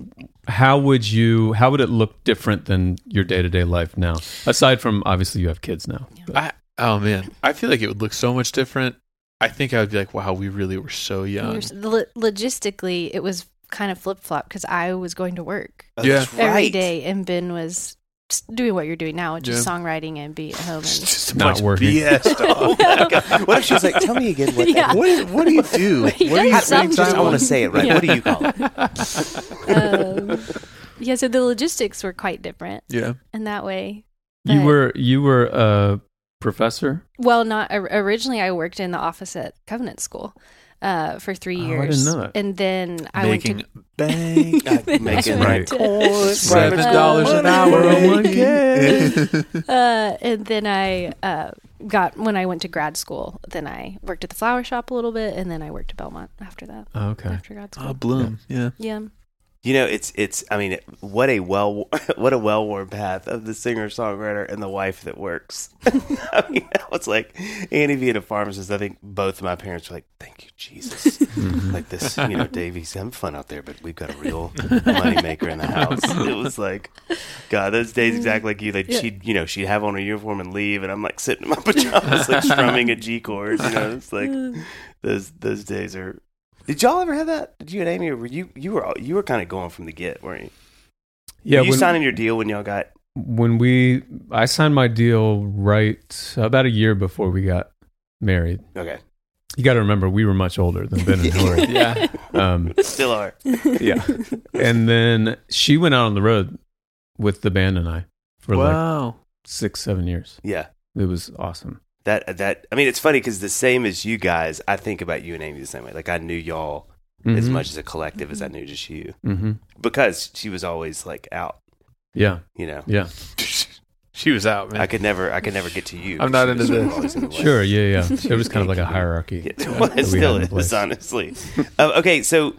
Speaker 9: how would you how would it look different than your day-to-day life now aside from obviously you have kids now but-
Speaker 8: I oh man, I feel like it would look so much different. I think I would be like, wow, we really were so
Speaker 7: We were
Speaker 8: young.
Speaker 7: s- lo- logistically, it was kind of flip flop because I was going to work
Speaker 3: Oh,
Speaker 8: Yeah.
Speaker 3: that's
Speaker 7: every
Speaker 3: right.
Speaker 7: day, and Ben was s- doing what you're doing now, which is
Speaker 8: Yeah.
Speaker 7: songwriting and be at home. And
Speaker 8: Just a
Speaker 9: Not
Speaker 8: bunch of
Speaker 9: working.
Speaker 8: BS.
Speaker 3: Oh my God. What if she was like, tell me again what
Speaker 7: Yeah.
Speaker 3: that
Speaker 8: What, is, what do you do?
Speaker 7: Wait,
Speaker 8: what do
Speaker 7: there's
Speaker 8: you
Speaker 7: some
Speaker 8: spend
Speaker 3: Just,
Speaker 8: time
Speaker 3: I want
Speaker 8: on?
Speaker 3: to say it right. What do you call it?
Speaker 7: um, yeah, so the logistics were quite different
Speaker 8: Yeah.
Speaker 7: in that way.
Speaker 9: you
Speaker 7: but-
Speaker 9: were you were a professor
Speaker 7: Well, not or- originally. I worked in the office at Covenant School uh, for three
Speaker 9: Oh, I
Speaker 7: years,
Speaker 9: didn't know that.
Speaker 7: and then I
Speaker 8: Making
Speaker 7: went
Speaker 8: bank
Speaker 7: to then I
Speaker 3: making
Speaker 7: went
Speaker 9: right.
Speaker 7: to-
Speaker 8: seven dollars an
Speaker 7: Money.
Speaker 8: hour.
Speaker 7: uh, and then I uh, got when I went to grad school. Then I worked at the flower shop a little bit, and then I worked at Belmont after that.
Speaker 9: Oh, okay
Speaker 7: After grad school,
Speaker 8: oh, bloom. Yeah.
Speaker 7: yeah,
Speaker 3: You know, it's it's. I mean, what a well, what a well worn path of the singer songwriter and the wife that works. I mean, that was like Annie being a pharmacist. I think both of my parents were like, "Thank you, Jesus." like this, you know, Davey's having fun out there, but we've got a real moneymaker in the house. It was like, God, those days exactly like you. Like
Speaker 7: Yeah.
Speaker 3: she'd, you know, she'd have on her uniform and leave, and I'm like sitting in my pajamas, like strumming a G chord. You know, it's like
Speaker 7: Mm.
Speaker 3: those those days are. Did y'all ever have that? Did you and Amy? Or were you you were you were kind of going from the get, weren't you?
Speaker 9: yeah
Speaker 3: were you
Speaker 9: when,
Speaker 3: signing your deal when y'all got
Speaker 9: when we i signed my deal right about a year before we got married
Speaker 3: okay.
Speaker 9: you got to remember we were much older than ben and hillary
Speaker 8: Yeah.
Speaker 9: um
Speaker 3: Still are.
Speaker 9: yeah and then she went out on the road with the band and i for like
Speaker 8: Wow.
Speaker 9: six seven years
Speaker 3: Yeah.
Speaker 9: it was awesome
Speaker 3: That that I mean, it's funny because the same as you guys, I think about you and Amy the same way. Like I knew y'all as
Speaker 9: Mhm.
Speaker 3: much as a collective as I knew just you
Speaker 9: Mhm.
Speaker 3: because she was always like out.
Speaker 9: yeah
Speaker 3: You know,
Speaker 9: yeah
Speaker 8: she was out, man.
Speaker 3: I could never I could never get to you.
Speaker 8: I'm not
Speaker 3: She
Speaker 8: into
Speaker 3: was
Speaker 8: this.
Speaker 3: always in the way.
Speaker 9: sure yeah yeah it was kind of like a hierarchy
Speaker 3: Yeah,
Speaker 9: that
Speaker 3: well,
Speaker 9: we
Speaker 3: it still
Speaker 9: had in
Speaker 3: is
Speaker 9: place.
Speaker 3: honestly. um, okay, so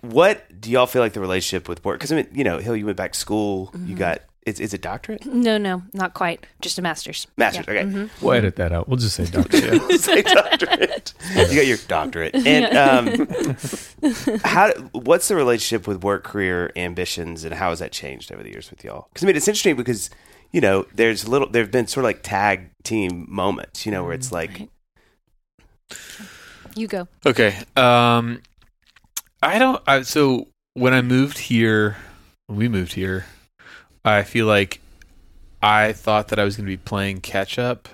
Speaker 3: what do y'all feel like the relationship with work? Because I mean, you know, Hill, you went back to school. You got it's it's a doctorate,
Speaker 7: no, no, not quite. Just a master's. Mm-hmm.
Speaker 3: master's. Okay,
Speaker 9: we'll edit that out we'll just say doctor yeah.
Speaker 3: It's like doctorate. you got your doctorate. And um, how? What's the relationship with work, career, ambitions, and how has that changed over the years with y'all? Because I mean, it's interesting because you know, there's little. There have been sort of like tag team moments, you know, where it's like,
Speaker 7: Right. You go.
Speaker 8: Okay. Um, I don't. I, so when I moved here, when we moved here, I feel like I thought that I was going to be playing catch up.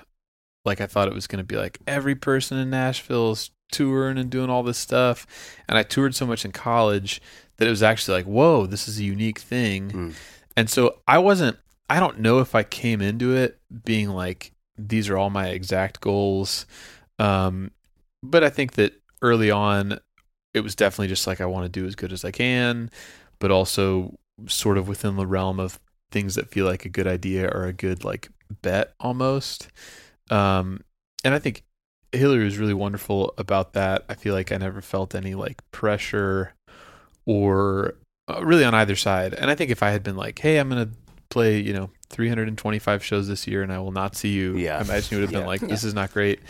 Speaker 8: Like I thought it was going to be like every person in Nashville's touring and doing all this stuff. And I toured so much in college that it was actually like, whoa, this is a unique thing.
Speaker 3: Mm.
Speaker 8: And so I wasn't. I don't know if I came into it being like these are all my exact goals. Um, but I think that early on, it was definitely just like I want to do as good as I can, but also sort of within the realm of things that feel like a good idea or a good like bet almost. Um, and I think Hillary was really wonderful about that. I feel like I never felt any like pressure or uh, really on either side. And I think if I had been like, hey, I'm going to play, you know, 325 shows this year and I will not see you,
Speaker 3: Yeah.
Speaker 8: I imagine you would have been like, this is not great.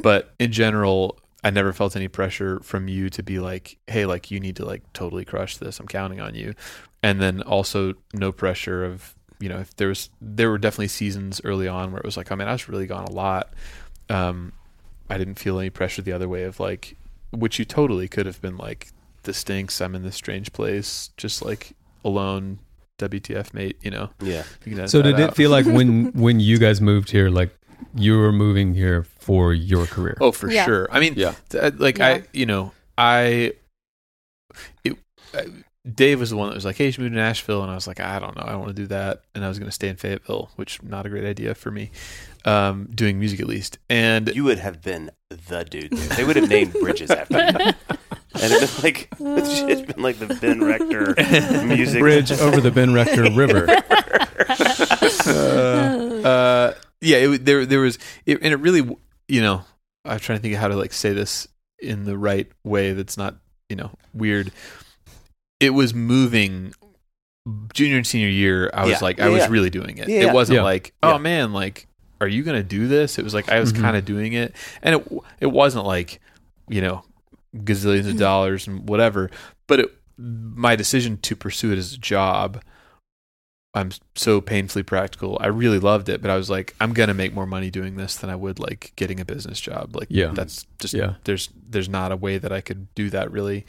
Speaker 8: But in general, I never felt any pressure from you to be like, hey, like you need to like totally crush this. I'm counting on you. And then also no pressure of, you know, if there was, there were definitely seasons early on where it was like, I mean, I was really gone a lot. Um, I didn't feel any pressure the other way of like, which you totally could have been like, this stinks. I'm in this strange place, just like alone. WTF, mate? You know.
Speaker 3: Yeah.
Speaker 8: You can edit
Speaker 9: So
Speaker 8: that
Speaker 9: did it
Speaker 8: out.
Speaker 9: feel like when when you guys moved here, like you were moving here for your career?
Speaker 8: Oh, for
Speaker 7: Yeah.
Speaker 8: sure. I mean,
Speaker 6: Yeah.
Speaker 8: th- uh, like
Speaker 7: Yeah.
Speaker 8: I, you know, I, it, I, Dave was the one that was like, "Hey, you should move to Nashville," and I was like, "I don't know, I don't want to do that," and I was going to stay in Fayetteville, which not a great idea for me, um, doing music at least. And
Speaker 3: You would have been the dude. There. They would have named bridges after you. And it's been like it's just been like the Ben Rector music
Speaker 9: Bridge over the Ben Rector River.
Speaker 8: uh, yeah, it, wa- there there was, it, and it really, you know, I'm trying to think of how to like say this in the right way that's not, you know, weird. It was moving. Junior and senior year, I was
Speaker 3: Yeah.
Speaker 8: like, I
Speaker 3: Yeah,
Speaker 8: was
Speaker 3: yeah.
Speaker 8: really doing it.
Speaker 3: Yeah, yeah.
Speaker 8: It wasn't
Speaker 9: Yeah.
Speaker 8: like, oh
Speaker 3: Yeah.
Speaker 8: man, like, are you gonna do this? It was like I was
Speaker 9: Mhm.
Speaker 8: kind of doing it, and it it wasn't like, you know, gazillions
Speaker 3: Mm-hmm.
Speaker 8: of dollars and whatever. But it, my decision to pursue it as a job I'm so painfully practical. I really loved it, but I was like, I'm gonna make more money doing this than I would like getting a business job. Like,
Speaker 9: Yeah.
Speaker 8: that's just
Speaker 9: Yeah.
Speaker 8: there's there's not a way that I could do that really.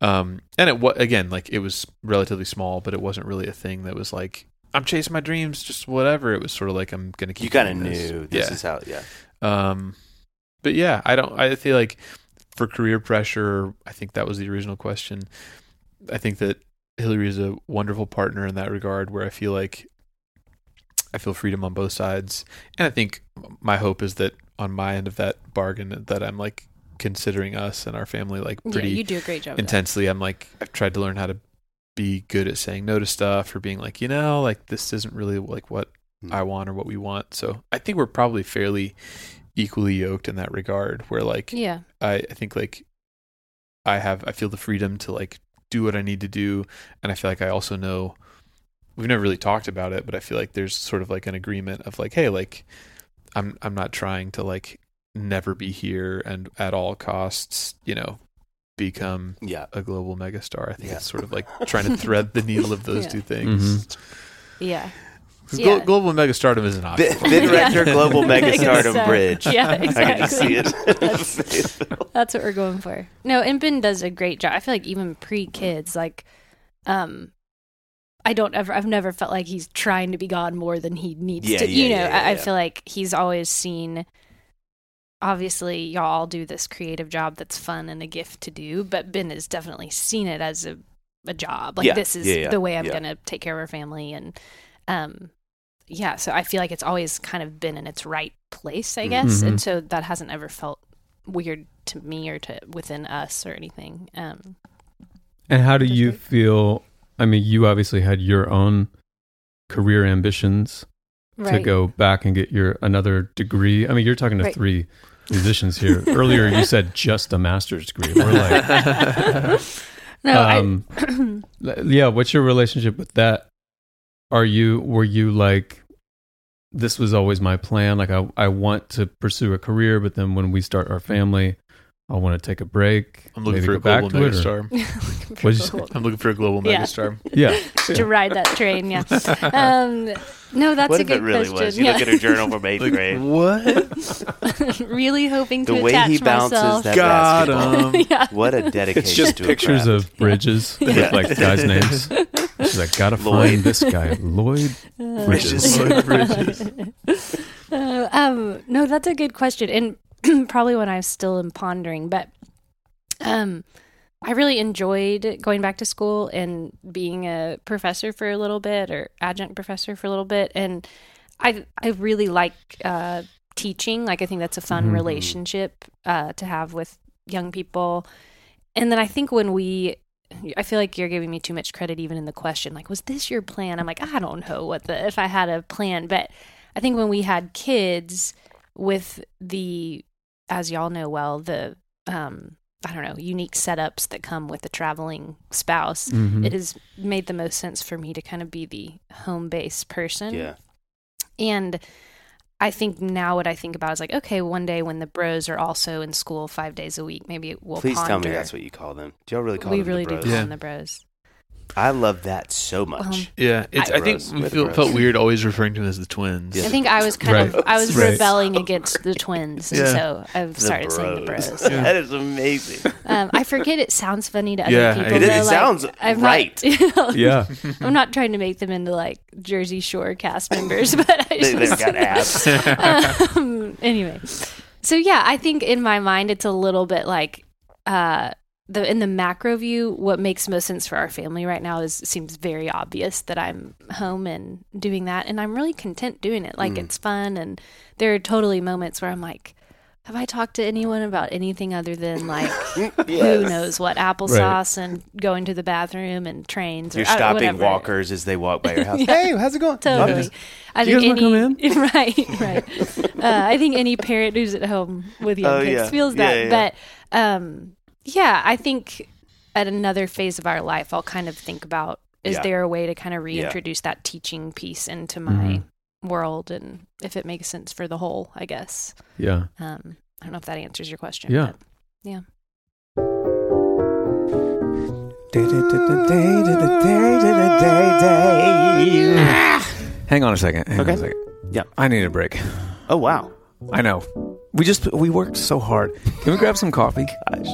Speaker 8: Um, and it was again like it was relatively small, but it wasn't really a thing that was like I'm chasing my dreams, just whatever. It was sort of like I'm gonna keep.
Speaker 3: You kind of
Speaker 8: doing this.
Speaker 3: knew this
Speaker 8: yeah.
Speaker 3: is how. Yeah.
Speaker 8: Um, but yeah, I don't. I feel like for career pressure, I think that was the original question. I think that Hillary is a wonderful partner in that regard, where I feel like I feel freedom on both sides, and I think my hope is that on my end of that bargain, that I'm like considering us and our family like
Speaker 7: yeah,
Speaker 8: pretty
Speaker 7: you do a great job. of that.
Speaker 8: intensely. I'm like, I've tried to learn how to be good at saying no to stuff or being like, you know, like this isn't really like what
Speaker 3: Hmm.
Speaker 8: I want or what we want. So I think we're probably fairly equally yoked in that regard where like
Speaker 7: Yeah.
Speaker 8: I, I think like I have I feel the freedom to like do what I need to do and I feel like I also know we've never really talked about it, but I feel like there's sort of like an agreement of like, hey, like I'm I'm not trying to like never be here and at all costs, you know, become
Speaker 3: Yeah.
Speaker 8: a global megastar. I think
Speaker 3: Yeah.
Speaker 8: it's sort of like trying to thread the needle of those
Speaker 7: Yeah.
Speaker 8: two things.
Speaker 7: Yeah.
Speaker 8: 'Cause
Speaker 7: Yeah.
Speaker 8: glo- global megastardom is an
Speaker 3: Ben,
Speaker 8: option.
Speaker 3: ben Rector
Speaker 8: Yeah.
Speaker 3: Global Megastardom
Speaker 7: Megastardom.
Speaker 3: Bridge.
Speaker 7: Yeah,
Speaker 3: I can just see it.
Speaker 7: That's what we're going for. No, and Ben does a great job. I feel like even pre kids, like, um, I don't ever, I've never felt like he's trying to be God more than he needs
Speaker 3: Yeah,
Speaker 7: to.
Speaker 3: yeah,
Speaker 7: you know,
Speaker 3: yeah, yeah,
Speaker 7: I, I
Speaker 3: yeah.
Speaker 7: feel like he's always seen. Obviously, y'all all do this creative job that's fun and a gift to do, but Ben has definitely seen it as a, a job. Like
Speaker 3: Yeah,
Speaker 7: this is
Speaker 3: yeah, yeah,
Speaker 7: the way I'm
Speaker 3: yeah.
Speaker 7: gonna take care of our family, and um, yeah. So I feel like it's always kind of been in its right place, I guess,
Speaker 9: Mhm.
Speaker 7: and so that hasn't ever felt weird to me or to within us or anything. Um,
Speaker 9: And how do
Speaker 7: That's
Speaker 9: you
Speaker 7: great.
Speaker 9: feel? I mean, you obviously had your own career ambitions to go back and get your another degree. I mean, you're talking to
Speaker 7: Right.
Speaker 9: three musicians here. Earlier, you said just a master's degree. We're like,
Speaker 7: no,
Speaker 9: um, l- yeah. What's your relationship with that? Are you were you like this was always my plan? Like I I want to pursue a career, but then when we start our family, I want to take a break.
Speaker 8: I'm looking
Speaker 9: maybe
Speaker 8: for a
Speaker 9: go back
Speaker 8: global
Speaker 9: to it, or-
Speaker 8: megastar.
Speaker 7: I
Speaker 9: What'd you say?
Speaker 8: I'm looking for a global
Speaker 7: Yeah.
Speaker 8: megastar.
Speaker 9: Yeah,
Speaker 7: to ride that train. Yeah. Um, no, that's
Speaker 3: what
Speaker 7: a
Speaker 3: if it
Speaker 7: good
Speaker 3: really
Speaker 7: question.
Speaker 3: was? You
Speaker 7: yeah.
Speaker 3: look at her journal from eighth
Speaker 8: Like,
Speaker 3: grade.
Speaker 8: what?
Speaker 7: really hoping to
Speaker 3: The way
Speaker 7: attach
Speaker 3: he bounces
Speaker 7: myself.
Speaker 3: that
Speaker 8: Got
Speaker 3: basketball.
Speaker 8: him.
Speaker 7: yeah.
Speaker 3: What a dedication
Speaker 9: it's just
Speaker 3: to
Speaker 9: pictures
Speaker 3: a
Speaker 9: of bridges with like guys' names. She's like, gotta
Speaker 3: Lloyd.
Speaker 9: find this guy, Lloyd.
Speaker 7: Uh,
Speaker 9: Bridges.
Speaker 8: Lloyd Bridges.
Speaker 7: Uh, um, no, that's a good question, and probably one I still am pondering. But um, I really enjoyed going back to school and being a professor for a little bit, or adjunct professor for a little bit, and I I really like uh, teaching. Like I think that's a fun
Speaker 9: Mhm.
Speaker 7: relationship uh, to have with young people. And then I think when we I feel like you're giving me too much credit even in the question. Like, was this your plan? I'm like, I don't know what the if I had a plan, but I think when we had kids with the as y'all know well, the um I don't know, unique setups that come with the traveling spouse,
Speaker 9: Mhm.
Speaker 7: it has made the most sense for me to kind of be the home base person.
Speaker 3: Yeah.
Speaker 7: And I think now what I think about is like, okay, one day when the bros are also in school five days a week, maybe we'll
Speaker 3: Please
Speaker 7: ponder.
Speaker 3: tell me that's what you call them. Do y'all really call
Speaker 7: we
Speaker 3: them the
Speaker 7: really do
Speaker 3: bros?
Speaker 7: call
Speaker 8: Yeah.
Speaker 7: them the bros.
Speaker 3: I love that so
Speaker 7: Um,
Speaker 3: much.
Speaker 8: Yeah, it's, I,
Speaker 3: I-
Speaker 8: think
Speaker 3: Gross.
Speaker 8: we
Speaker 3: With
Speaker 8: feel,
Speaker 3: gross.
Speaker 8: felt weird always referring to him as the twins.
Speaker 7: I think I was kind of
Speaker 9: Right.
Speaker 7: I was
Speaker 9: Right.
Speaker 7: rebelling against the twins, and
Speaker 8: Yeah.
Speaker 7: so I've
Speaker 3: The
Speaker 7: started saying the
Speaker 3: bros.
Speaker 7: bros.
Speaker 3: that is amazing.
Speaker 7: Um, I forget it sounds funny to other
Speaker 8: Yeah,
Speaker 7: people.
Speaker 8: it
Speaker 7: though,
Speaker 8: is. It
Speaker 7: like,
Speaker 3: sounds
Speaker 7: I'm
Speaker 3: right.
Speaker 7: Not,
Speaker 9: Yeah,
Speaker 7: I'm not trying to make them into like Jersey Shore cast members, but I
Speaker 3: they,
Speaker 7: just
Speaker 3: they've got abs. It's
Speaker 7: um, anyway, so yeah, I think in my mind it's a little bit like uh, the in the macro view, what makes most sense for our family right now is seems very obvious that I'm home and doing that, and I'm really content doing it.
Speaker 3: Mm.
Speaker 7: Like it's fun, and there are totally moments where I'm like. Have I talked to anyone about anything other than like who knows uh, what applesauce and going to the bathroom and trains? Or,
Speaker 3: You're
Speaker 7: uh,
Speaker 3: stopping
Speaker 7: whatever.
Speaker 3: walkers as they walk by your house. Hey, how's it going?
Speaker 7: Totally. I
Speaker 9: you
Speaker 7: think
Speaker 9: guys wanna
Speaker 7: any right, right. Uh, I think any parent who's at home with young
Speaker 3: Oh,
Speaker 7: kids
Speaker 3: yeah.
Speaker 7: feels
Speaker 3: Yeah,
Speaker 7: that.
Speaker 3: yeah, yeah.
Speaker 7: But um, yeah, I think at another phase of our life, I'll kind of think about is
Speaker 3: Yeah. Mm-hmm.
Speaker 7: there a way to kind of reintroduce that teaching piece into my world, and if it makes sense for the whole, I guess.
Speaker 9: yeah.
Speaker 7: Um, I don't know if that answers your question.
Speaker 9: Yeah.
Speaker 7: but yeah.
Speaker 4: Hang on a second. Hang
Speaker 3: Okay.
Speaker 4: on a second.
Speaker 3: Yeah.
Speaker 4: I need a break.
Speaker 3: Oh wow,
Speaker 4: I know. We just we worked so hard. Can we grab some coffee?
Speaker 3: gosh,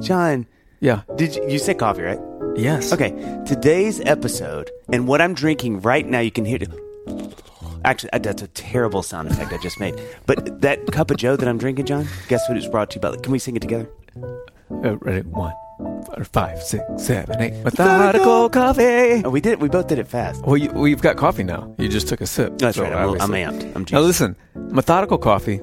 Speaker 3: John.
Speaker 4: Yeah.
Speaker 3: Did you, you said coffee right?
Speaker 4: Yes.
Speaker 3: Okay, today's episode and what I'm drinking right now, you can hear it. Actually, uh, that's a terrible sound effect I just made. But that cup of Joe that I'm drinking, John, guess what it's brought to you by? Can we sing it together?
Speaker 4: Uh, ready? One, f- five, six, seven, eight. Without a cold coffee.
Speaker 3: Oh, we did. it. We both did it fast.
Speaker 4: Well, you, we've got coffee now. You just took a sip.
Speaker 3: That's
Speaker 4: So
Speaker 3: right. I'm, a little- I'm
Speaker 4: obviously-
Speaker 3: amped. I'm
Speaker 4: Now
Speaker 3: juiced.
Speaker 4: listen, Methodical Coffee,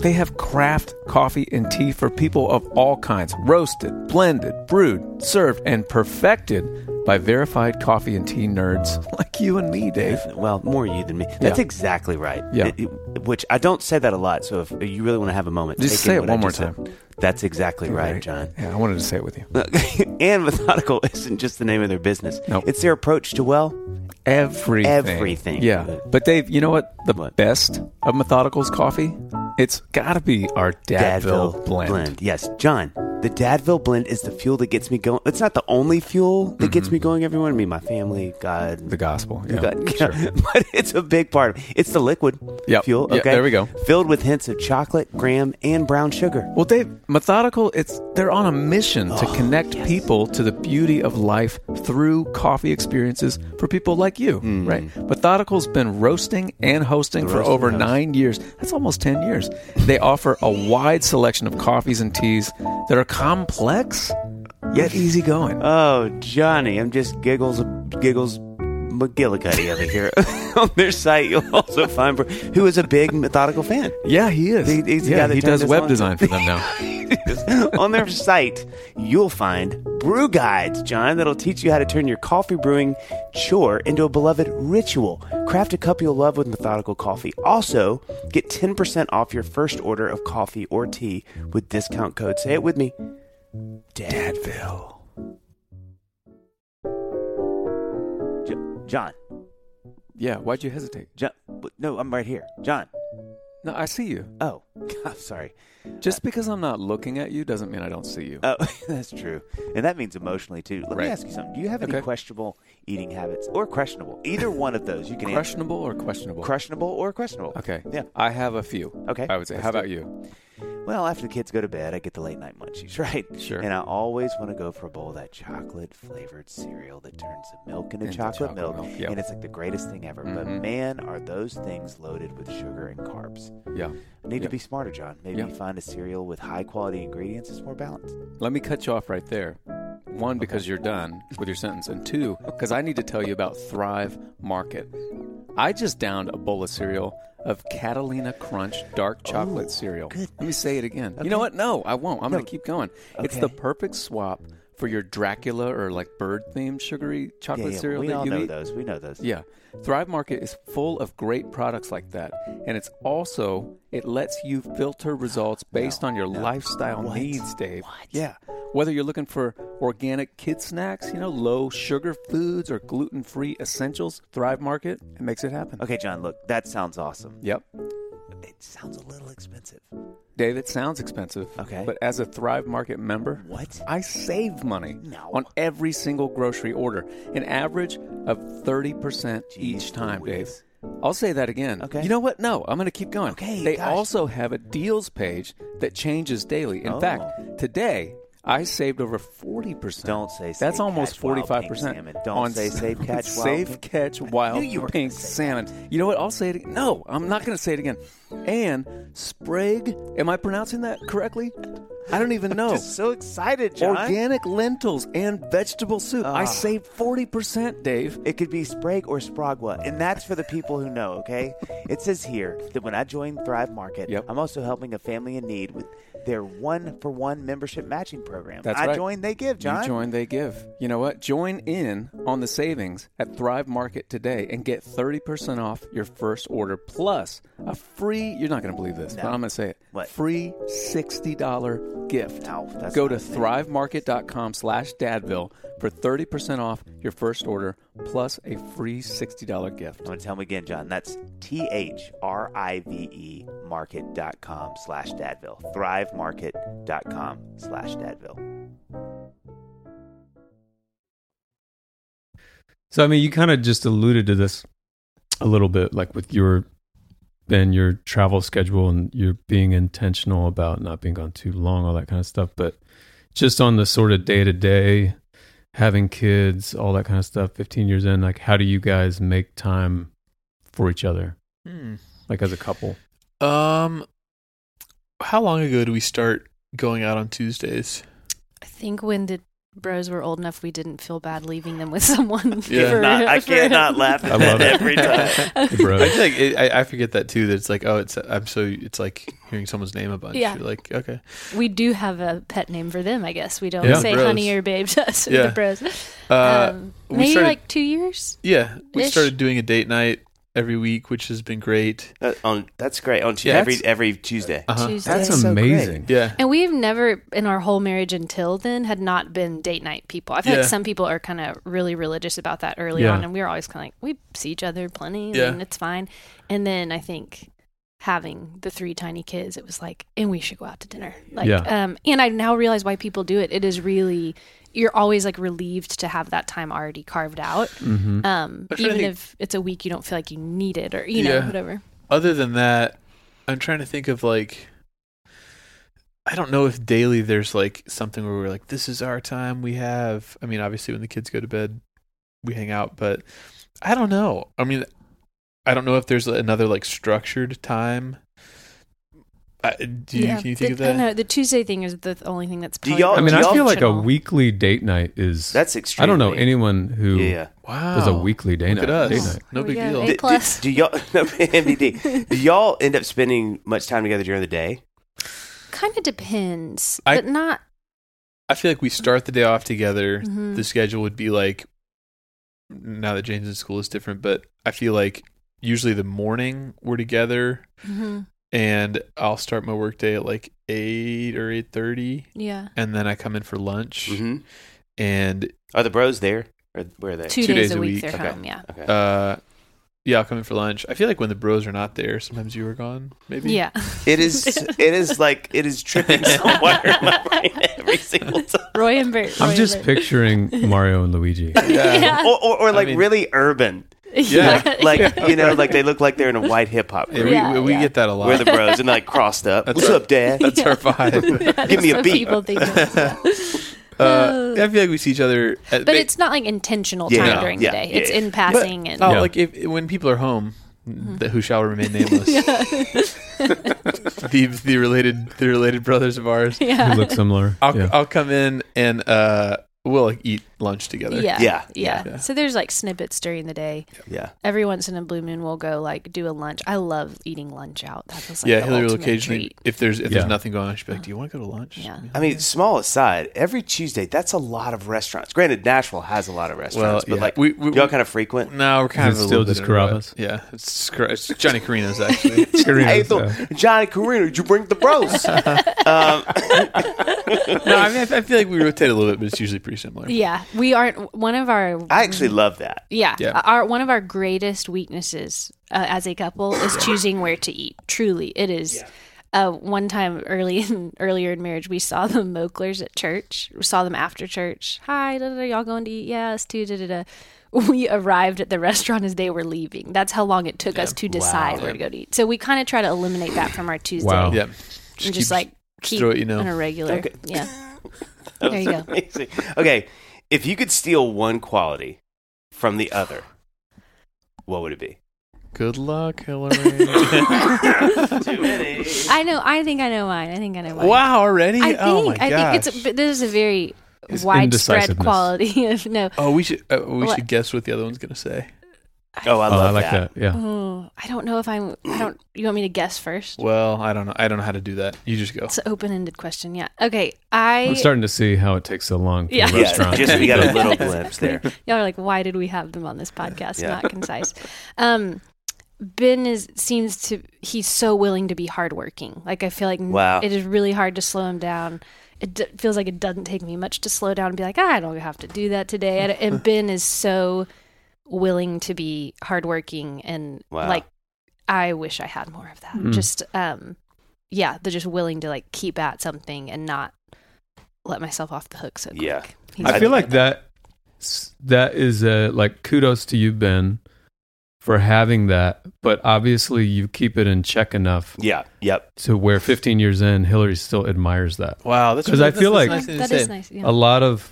Speaker 4: they have craft coffee and tea for people of all kinds, roasted, blended, brewed, served, and perfected by verified coffee and tea nerds like you and me, Dave.
Speaker 3: Well, more you than me. That's
Speaker 4: Yeah.
Speaker 3: exactly right.
Speaker 4: Yeah.
Speaker 3: It- it- which I don't say that a lot. So if you really want to have a moment,
Speaker 4: Just
Speaker 3: take in
Speaker 4: say it
Speaker 3: what I
Speaker 4: one more
Speaker 3: just said. That's exactly right, John.
Speaker 4: Yeah, I wanted to say it with you.
Speaker 3: and methodical isn't just the name of their business.
Speaker 4: Nope.
Speaker 3: It's their approach to well.
Speaker 4: Everything.
Speaker 3: Everything.
Speaker 4: Yeah. But Dave, you know what? The
Speaker 3: What?
Speaker 4: best of Methodical's coffee? It's gotta be our Dadville, blend.
Speaker 3: Yes, John. The Dadville blend is the fuel that gets me going. It's not the only fuel that gets me going. Everyone, I mean, my family, God,
Speaker 4: Mm-hmm. The gospel. Yeah.
Speaker 3: God,
Speaker 4: sure.
Speaker 3: but it's a big part. of It's the liquid
Speaker 4: Yep.
Speaker 3: fuel.
Speaker 4: Yeah,
Speaker 3: Okay,
Speaker 4: there we go.
Speaker 3: Filled with hints of chocolate, graham, and brown sugar.
Speaker 4: Well, Dave, methodical, it's they're on a mission to connect people to the beauty of life through coffee experiences for people like you, right? Methodical's been Hmm. roasting and hosting for
Speaker 3: roast and
Speaker 4: over
Speaker 3: host.
Speaker 4: 9 years. That's almost 10 years. They offer a wide selection of coffees and teas that are complex yet easygoing.
Speaker 3: Oh, Johnny, I'm just giggles, giggles, McGillicuddy over here. On their site, you'll also find Br- who is a big methodical fan.
Speaker 4: yeah, he is.
Speaker 3: He- he's the guy
Speaker 4: yeah,
Speaker 3: that
Speaker 4: he
Speaker 3: turned
Speaker 4: does
Speaker 3: us
Speaker 4: web
Speaker 3: on.
Speaker 4: design for them now.
Speaker 3: on their site, you'll find brew guides, John, that'll teach you how to turn your coffee brewing chore into a beloved ritual. Craft a cup you'll love with methodical coffee. Also, get 10% off your first order of coffee or tea with discount code. Say it with me. Dadville. Jo- John.
Speaker 4: yeah, why'd you hesitate?
Speaker 3: John. No, I'm right here. John.
Speaker 4: No, I see you.
Speaker 3: Oh, I'm sorry.
Speaker 4: Just because I'm not looking at you doesn't mean I don't see you.
Speaker 3: Oh, that's true. And that means emotionally too. Let
Speaker 4: Right.
Speaker 3: me ask you something. Do you have any
Speaker 4: Okay.
Speaker 3: questionable eating habits or questionable? Either one of those you can answer.
Speaker 4: Questionable Uh, or questionable?
Speaker 3: Questionable or questionable.
Speaker 4: Okay.
Speaker 3: Yeah.
Speaker 4: I have a few.
Speaker 3: Okay.
Speaker 4: I would say.
Speaker 3: Let's
Speaker 4: How
Speaker 3: do
Speaker 4: about
Speaker 3: it.
Speaker 4: you?
Speaker 5: well, after the kids go to bed, I get the late night munchies, right?
Speaker 4: Sure.
Speaker 5: And I always want to go for a bowl of that chocolate flavored cereal that turns the milk into,
Speaker 4: Into
Speaker 5: chocolate,
Speaker 4: chocolate
Speaker 5: milk.
Speaker 4: milk, yep.
Speaker 5: And it's like the greatest thing ever. But
Speaker 4: Mhm.
Speaker 5: man, are those things loaded with sugar and carbs.
Speaker 4: Yeah.
Speaker 5: I need to
Speaker 4: Yep.
Speaker 5: be smarter, John. Maybe
Speaker 4: Yeah.
Speaker 5: find a cereal with high quality ingredients that's more balanced.
Speaker 4: Let me cut you off right there. One, because you're done with your sentence, and two, because I need to tell you about Thrive Market. I just downed a bowl of cereal of Catalina Crunch dark chocolate cereal. Let me say it again. You know what? No, I won't. I'm going to keep going. It's the
Speaker 5: Okay.
Speaker 4: perfect swap for your Dracula or like bird themed sugary chocolate cereal
Speaker 5: we
Speaker 4: that
Speaker 5: all
Speaker 4: you
Speaker 5: know
Speaker 4: eat.
Speaker 5: those. We know those.
Speaker 4: Yeah. Thrive Market is full of great products like that. And it's also, it lets you filter results based on your lifestyle needs, Dave. Yeah. Whether you're looking for organic kid snacks, you know, low sugar foods or gluten free essentials, Thrive Market, it makes it happen.
Speaker 5: Okay, John, look, that sounds awesome.
Speaker 4: Yep.
Speaker 5: It sounds a little expensive.
Speaker 4: Dave, it sounds expensive.
Speaker 5: Okay.
Speaker 4: But as a Thrive Market member,
Speaker 5: What?
Speaker 4: I save money
Speaker 5: No.
Speaker 4: on every single grocery order, an average of 30% each
Speaker 5: Jeez
Speaker 4: time, Dave.
Speaker 5: Louise.
Speaker 4: I'll say that again.
Speaker 5: Okay.
Speaker 4: You know what? No, I'm going to keep going.
Speaker 5: Okay,
Speaker 4: They
Speaker 5: gosh.
Speaker 4: also have a deals page that changes daily. In
Speaker 5: Oh.
Speaker 4: fact, today I saved over 40%.
Speaker 5: Don't say save
Speaker 4: That's almost
Speaker 5: catch wild
Speaker 4: 45%
Speaker 5: pink salmon. Don't
Speaker 4: on
Speaker 5: say
Speaker 4: s-
Speaker 5: save catch wild
Speaker 4: Save
Speaker 5: pink-
Speaker 4: catch
Speaker 5: I knew
Speaker 4: wild
Speaker 5: you were
Speaker 4: pink
Speaker 5: gonna say
Speaker 4: salmon. You know what? I'll say it again. No, I'm not going to say it again. And Sprague, am I pronouncing that correctly? I don't even know.
Speaker 5: Just so excited, John.
Speaker 4: Organic lentils and vegetable soup. I
Speaker 5: Ah.
Speaker 4: saved 40%, Dave.
Speaker 5: It could be Sprague or Spragua, and that's for the people who know, okay? It says here that when I joined Thrive Market,
Speaker 4: Yep.
Speaker 5: I'm also helping a family in need with their one for one membership matching program.
Speaker 4: That's
Speaker 5: I
Speaker 4: right.
Speaker 5: joined, they give, John.
Speaker 4: You join, they give. You know what? Join in on the savings at Thrive Market today and get 30% off your first order plus a free, you're not going to believe this, but
Speaker 5: No.
Speaker 4: I'm going to say it.
Speaker 5: What?
Speaker 4: Free $60 gift.
Speaker 5: No, that's
Speaker 4: Go
Speaker 5: not
Speaker 4: to
Speaker 5: a thing.
Speaker 4: thrivemarket.com slash dadville for 30% off your first order plus a free $60 gift.
Speaker 5: I'm going to tell them again, John. That's T H R I V E market.com slash dadville. Thrivemarket.com slash dadville.
Speaker 9: So I mean, you kind of just alluded to this a little bit, like with your Ben, your travel schedule and you're being intentional about not being gone too long, all that kind of stuff. But just on the sort of day to day, having kids, all that kind of stuff. Fifteen years in, like, how do you guys make time for each other,
Speaker 8: Hmm.
Speaker 9: like as a couple?
Speaker 8: Um, how long ago do we start going out on Tuesdays?
Speaker 7: I think when the bros were old enough, we didn't feel bad leaving them with someone.
Speaker 8: Yeah.
Speaker 7: for-
Speaker 3: Not- I
Speaker 7: for-
Speaker 3: cannot laugh
Speaker 9: I love it.
Speaker 3: every time.
Speaker 9: The bros.
Speaker 8: I, feel like it, I, I forget that too. That it's like, oh, it's I'm so it's like hearing someone's name a bunch.
Speaker 7: Yeah.
Speaker 8: You're like, okay,
Speaker 7: We do have a pet name for them, I guess. We don't
Speaker 9: Yeah.
Speaker 7: say
Speaker 8: Bros.
Speaker 7: honey or babe to us.
Speaker 8: Yeah.
Speaker 7: The bros.
Speaker 8: uh,
Speaker 7: um,
Speaker 8: we
Speaker 7: maybe
Speaker 8: started-
Speaker 7: like two years.
Speaker 8: yeah. We
Speaker 7: ish.
Speaker 8: started doing a date night every week, which has been great.
Speaker 3: That- on, that's great. On Tu-
Speaker 8: Yeah,
Speaker 3: every
Speaker 8: that's-
Speaker 3: every Tuesday.
Speaker 8: Uh-huh.
Speaker 7: Tuesday.
Speaker 9: That's
Speaker 5: so great.
Speaker 9: amazing.
Speaker 8: Yeah,
Speaker 7: And we've never, in our whole marriage until then, had not been date night people. I feel
Speaker 8: Yeah.
Speaker 7: like some people are kind of really religious about that early
Speaker 9: Yeah.
Speaker 7: on, and we were always kind of like, we see each other plenty,
Speaker 8: Yeah.
Speaker 7: and it's fine. And then I think having the three tiny kids, it was like, and we should go out to dinner. Like,
Speaker 9: Yeah.
Speaker 7: um, and I now realize why people do it. It is really, you're always like relieved to have that time already carved out,
Speaker 9: Mm-hmm.
Speaker 7: um,
Speaker 8: I'm trying to
Speaker 7: even
Speaker 8: think-
Speaker 7: if it's a week you don't feel like you need it or you know
Speaker 8: Yeah.
Speaker 7: whatever.
Speaker 8: other than that, I'm trying to think of like I don't know if daily there's like something where we're like, this is our time we have. I mean, obviously when the kids go to bed, we hang out, but I don't know. I mean, I don't know if there's another like structured time. I, do you, can you think
Speaker 7: the,
Speaker 8: of that?
Speaker 7: I know, the Tuesday thing is the th- only thing that's.
Speaker 3: Do
Speaker 7: probably
Speaker 3: y'all-
Speaker 9: I mean,
Speaker 3: do
Speaker 9: I
Speaker 3: y'all-
Speaker 9: feel like a
Speaker 7: functional.
Speaker 9: weekly date night is.
Speaker 3: That's extreme.
Speaker 9: I don't know anyone who
Speaker 3: Yeah. yeah.
Speaker 8: Wow,
Speaker 9: does a weekly day
Speaker 8: Look at
Speaker 9: night.
Speaker 8: us.
Speaker 9: Date night.
Speaker 8: No
Speaker 7: Here
Speaker 8: big
Speaker 7: we go.
Speaker 8: deal.
Speaker 7: Eight
Speaker 3: Do, do,
Speaker 7: plus.
Speaker 3: do y'all no, MDD? Do y'all end up spending much time together during the day?
Speaker 7: kind of depends,
Speaker 8: I-
Speaker 7: but not.
Speaker 8: I feel like we start the day off together.
Speaker 7: Mhm.
Speaker 3: Mm.
Speaker 8: the schedule would be like now that James in school is different, but I feel like usually the morning we're together
Speaker 7: Mhm.
Speaker 8: and I'll start my work day at like eight or eight thirty
Speaker 7: Yeah,
Speaker 8: and then I come in for lunch
Speaker 3: Mm-hmm.
Speaker 8: and
Speaker 3: Are the bros there? Or where are they?
Speaker 7: two, days, a week, they're
Speaker 3: Okay.
Speaker 7: home. Yeah,
Speaker 3: Okay.
Speaker 8: uh yeah, I'll come in for lunch. I feel like when the bros are not there, sometimes you are gone, maybe.
Speaker 7: yeah.
Speaker 3: It is. It is like it is tripping somewhere in my brain every single time,
Speaker 7: Roy and Bert. Roy
Speaker 9: I'm
Speaker 7: and
Speaker 9: just
Speaker 7: Bert.
Speaker 9: picturing Mario and Luigi.
Speaker 7: Yeah.
Speaker 3: or, or, or like
Speaker 8: mean-
Speaker 3: really urban.
Speaker 8: Yeah.
Speaker 3: like you know, like they look like they're in a white hip hop
Speaker 8: Yeah,
Speaker 3: group.
Speaker 8: we, we
Speaker 7: yeah.
Speaker 8: get that a lot.
Speaker 3: We're the bros, and they're like crossed up.
Speaker 8: That's
Speaker 3: What's
Speaker 8: right.
Speaker 3: up, Dad?
Speaker 8: That's our vibe.
Speaker 3: Give me a
Speaker 7: what
Speaker 3: beat.
Speaker 7: People think of us, yeah.
Speaker 8: Uh, I feel like we see each other. At,
Speaker 7: But it's not like intentional
Speaker 3: Yeah,
Speaker 7: time
Speaker 3: no,
Speaker 7: during
Speaker 3: yeah,
Speaker 7: the day.
Speaker 3: yeah,
Speaker 7: it's
Speaker 3: yeah.
Speaker 7: in passing and
Speaker 8: oh,
Speaker 9: Yeah.
Speaker 8: like if when people are home,
Speaker 7: Mm-hmm.
Speaker 8: the, who shall remain nameless. the the related the related brothers of ours.
Speaker 9: You
Speaker 7: yeah.
Speaker 9: look similar.
Speaker 8: I'll
Speaker 9: yeah.
Speaker 8: I'll come in and uh we'll like eat lunch together.
Speaker 7: Yeah,
Speaker 3: Yeah,
Speaker 7: yeah,
Speaker 8: yeah.
Speaker 7: So there's like snippets during the day.
Speaker 3: Yeah.
Speaker 7: Every once in a blue moon, we'll go like do a lunch. I love eating lunch out. That feels like
Speaker 8: yeah.
Speaker 7: the
Speaker 8: Hillary will
Speaker 7: ultimate
Speaker 8: occasionally,
Speaker 7: treat.
Speaker 8: if there's if
Speaker 9: Yeah.
Speaker 8: there's nothing going on, she'll be like, "Do you want to go to lunch?"
Speaker 7: Yeah.
Speaker 3: I mean, small aside, every Tuesday, that's a lot of restaurants. Granted, Nashville has a lot of restaurants, but
Speaker 8: yeah.
Speaker 3: like
Speaker 8: We- we-
Speaker 3: y'all kind of frequent.
Speaker 8: No, we're kind
Speaker 9: Is
Speaker 8: of
Speaker 9: it
Speaker 8: a
Speaker 9: still
Speaker 8: little
Speaker 9: just
Speaker 8: bit in a rut.
Speaker 9: Carrabba's?
Speaker 8: Yeah, it's, Car- it's Johnny Carino's actually.
Speaker 3: Hey,
Speaker 9: Koreans,
Speaker 3: Ethel,
Speaker 9: yeah.
Speaker 3: Johnny Carino, did you bring the bros?
Speaker 8: no, I mean, I, I feel like we rotate a little bit, but it's usually pretty similar.
Speaker 7: yeah, we aren't one of our.
Speaker 3: I actually love that.
Speaker 7: yeah,
Speaker 8: Yeah.
Speaker 7: our one of our greatest weaknesses uh, as a couple is choosing where to eat. Truly, it is. Uh, one time early in earlier in marriage, we saw the Moklers at church. We saw them after church. Hi, da, da, da, y'all going to eat? Yes, too. Da, da, da. We arrived at the restaurant as they were leaving. That's how long it took us to decide where to go to eat. So we kind of try to eliminate that from our Tuesday.
Speaker 9: Wow.
Speaker 8: Yeah,
Speaker 7: and
Speaker 8: keep-
Speaker 7: just like keep
Speaker 8: throw it, you know.
Speaker 7: on a regular.
Speaker 3: Okay.
Speaker 7: Yeah.
Speaker 3: That
Speaker 7: There
Speaker 3: was
Speaker 7: you go.
Speaker 3: amazing. Okay, if you could steal one quality from the other, what would it be?
Speaker 8: good luck, Hillary.
Speaker 3: Too many.
Speaker 7: I know. I think I know mine. I think I know mine.
Speaker 8: wow, already?
Speaker 7: I think.
Speaker 8: oh my
Speaker 7: I
Speaker 8: gosh.
Speaker 7: think it's. But this is a very
Speaker 9: It's
Speaker 7: widespread
Speaker 9: indecisiveness.
Speaker 7: quality of no.
Speaker 8: oh, we should uh, we
Speaker 7: What?
Speaker 8: should guess what the other one's gonna say.
Speaker 3: Oh, I
Speaker 9: Oh,
Speaker 3: love
Speaker 9: I like
Speaker 3: that.
Speaker 9: that. Yeah.
Speaker 7: Oh, I don't know if I'm. I don't. You want me to guess first?
Speaker 8: Well, I don't know. I don't know how to do that. You just go.
Speaker 7: It's an open-ended question. Yeah. Okay. I.
Speaker 9: I'm starting to see how it takes so long for
Speaker 7: Yeah.
Speaker 9: the
Speaker 7: Yeah,
Speaker 9: restaurant.
Speaker 3: Yeah, just we got a little glimpse there.
Speaker 7: Y'all are like, why did we have them on this podcast?
Speaker 3: Yeah.
Speaker 7: Not concise. Um, Ben is seems to he's so willing to be hardworking. Like I feel like n-
Speaker 3: Wow.
Speaker 7: it is really hard to slow him down. It d- feels like it doesn't take me much to slow down and be like, "Ah, I don't have to do that today. And, and Ben is so willing to be hardworking and
Speaker 3: Wow.
Speaker 7: like I wish I had more of that.
Speaker 9: Mm.
Speaker 7: Just um, yeah, they're just willing to like keep at something and not let myself off the hook so quick.
Speaker 3: Yeah.
Speaker 7: He's
Speaker 9: I feel
Speaker 7: really
Speaker 9: like that that is a like kudos to you, Ben, for having that. But obviously, you keep it in check enough
Speaker 3: Yeah. Yep.
Speaker 9: to where 15 years in, Hillary still admires that.
Speaker 8: Wow, that's
Speaker 9: 'Cause I
Speaker 8: that's-
Speaker 9: feel
Speaker 8: that's
Speaker 9: like-
Speaker 8: a nice
Speaker 7: That
Speaker 8: thing
Speaker 7: that
Speaker 8: to
Speaker 7: is
Speaker 8: say.
Speaker 7: nice. Yeah.
Speaker 9: A lot of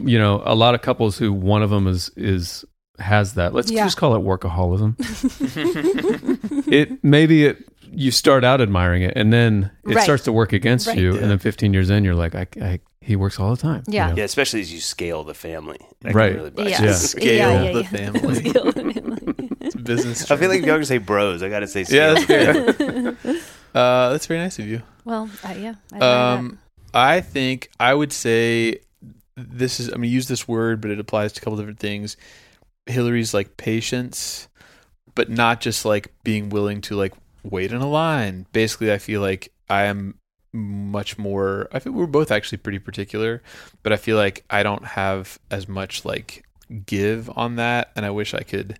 Speaker 9: you know, a lot of couples who one of them is is has that. Let's
Speaker 7: Yeah. Mm-hmm.
Speaker 9: just call it workaholism. it maybe it you start out admiring it and then it
Speaker 7: Right.
Speaker 9: starts to work against
Speaker 7: Right.
Speaker 9: you and then 15 years in you're like I, I he works all the time you
Speaker 7: Yeah.
Speaker 9: know?
Speaker 3: Yeah, especially as you scale the family. That can
Speaker 9: Right.
Speaker 3: really bite
Speaker 7: Yeah.
Speaker 3: you.
Speaker 9: Yeah.
Speaker 8: Scale
Speaker 7: Yeah, yeah,
Speaker 8: the
Speaker 7: yeah.
Speaker 8: family.
Speaker 7: Scale the family.
Speaker 8: It's a business.
Speaker 3: I feel like if y'all can say bros. I gotta say
Speaker 8: yeah,
Speaker 3: scale.
Speaker 8: that's very, uh, that's very nice of you.
Speaker 7: well, uh, yeah. I um,
Speaker 8: Um, I think I would say this is. I'm gonna use this word, but it applies to a couple different things. Hillary's like patience, but not just like being willing to like wait in a line. Basically, I feel like I am much more. I feel we're both actually pretty particular, but I feel like I don't have as much like give on that, and I wish I could.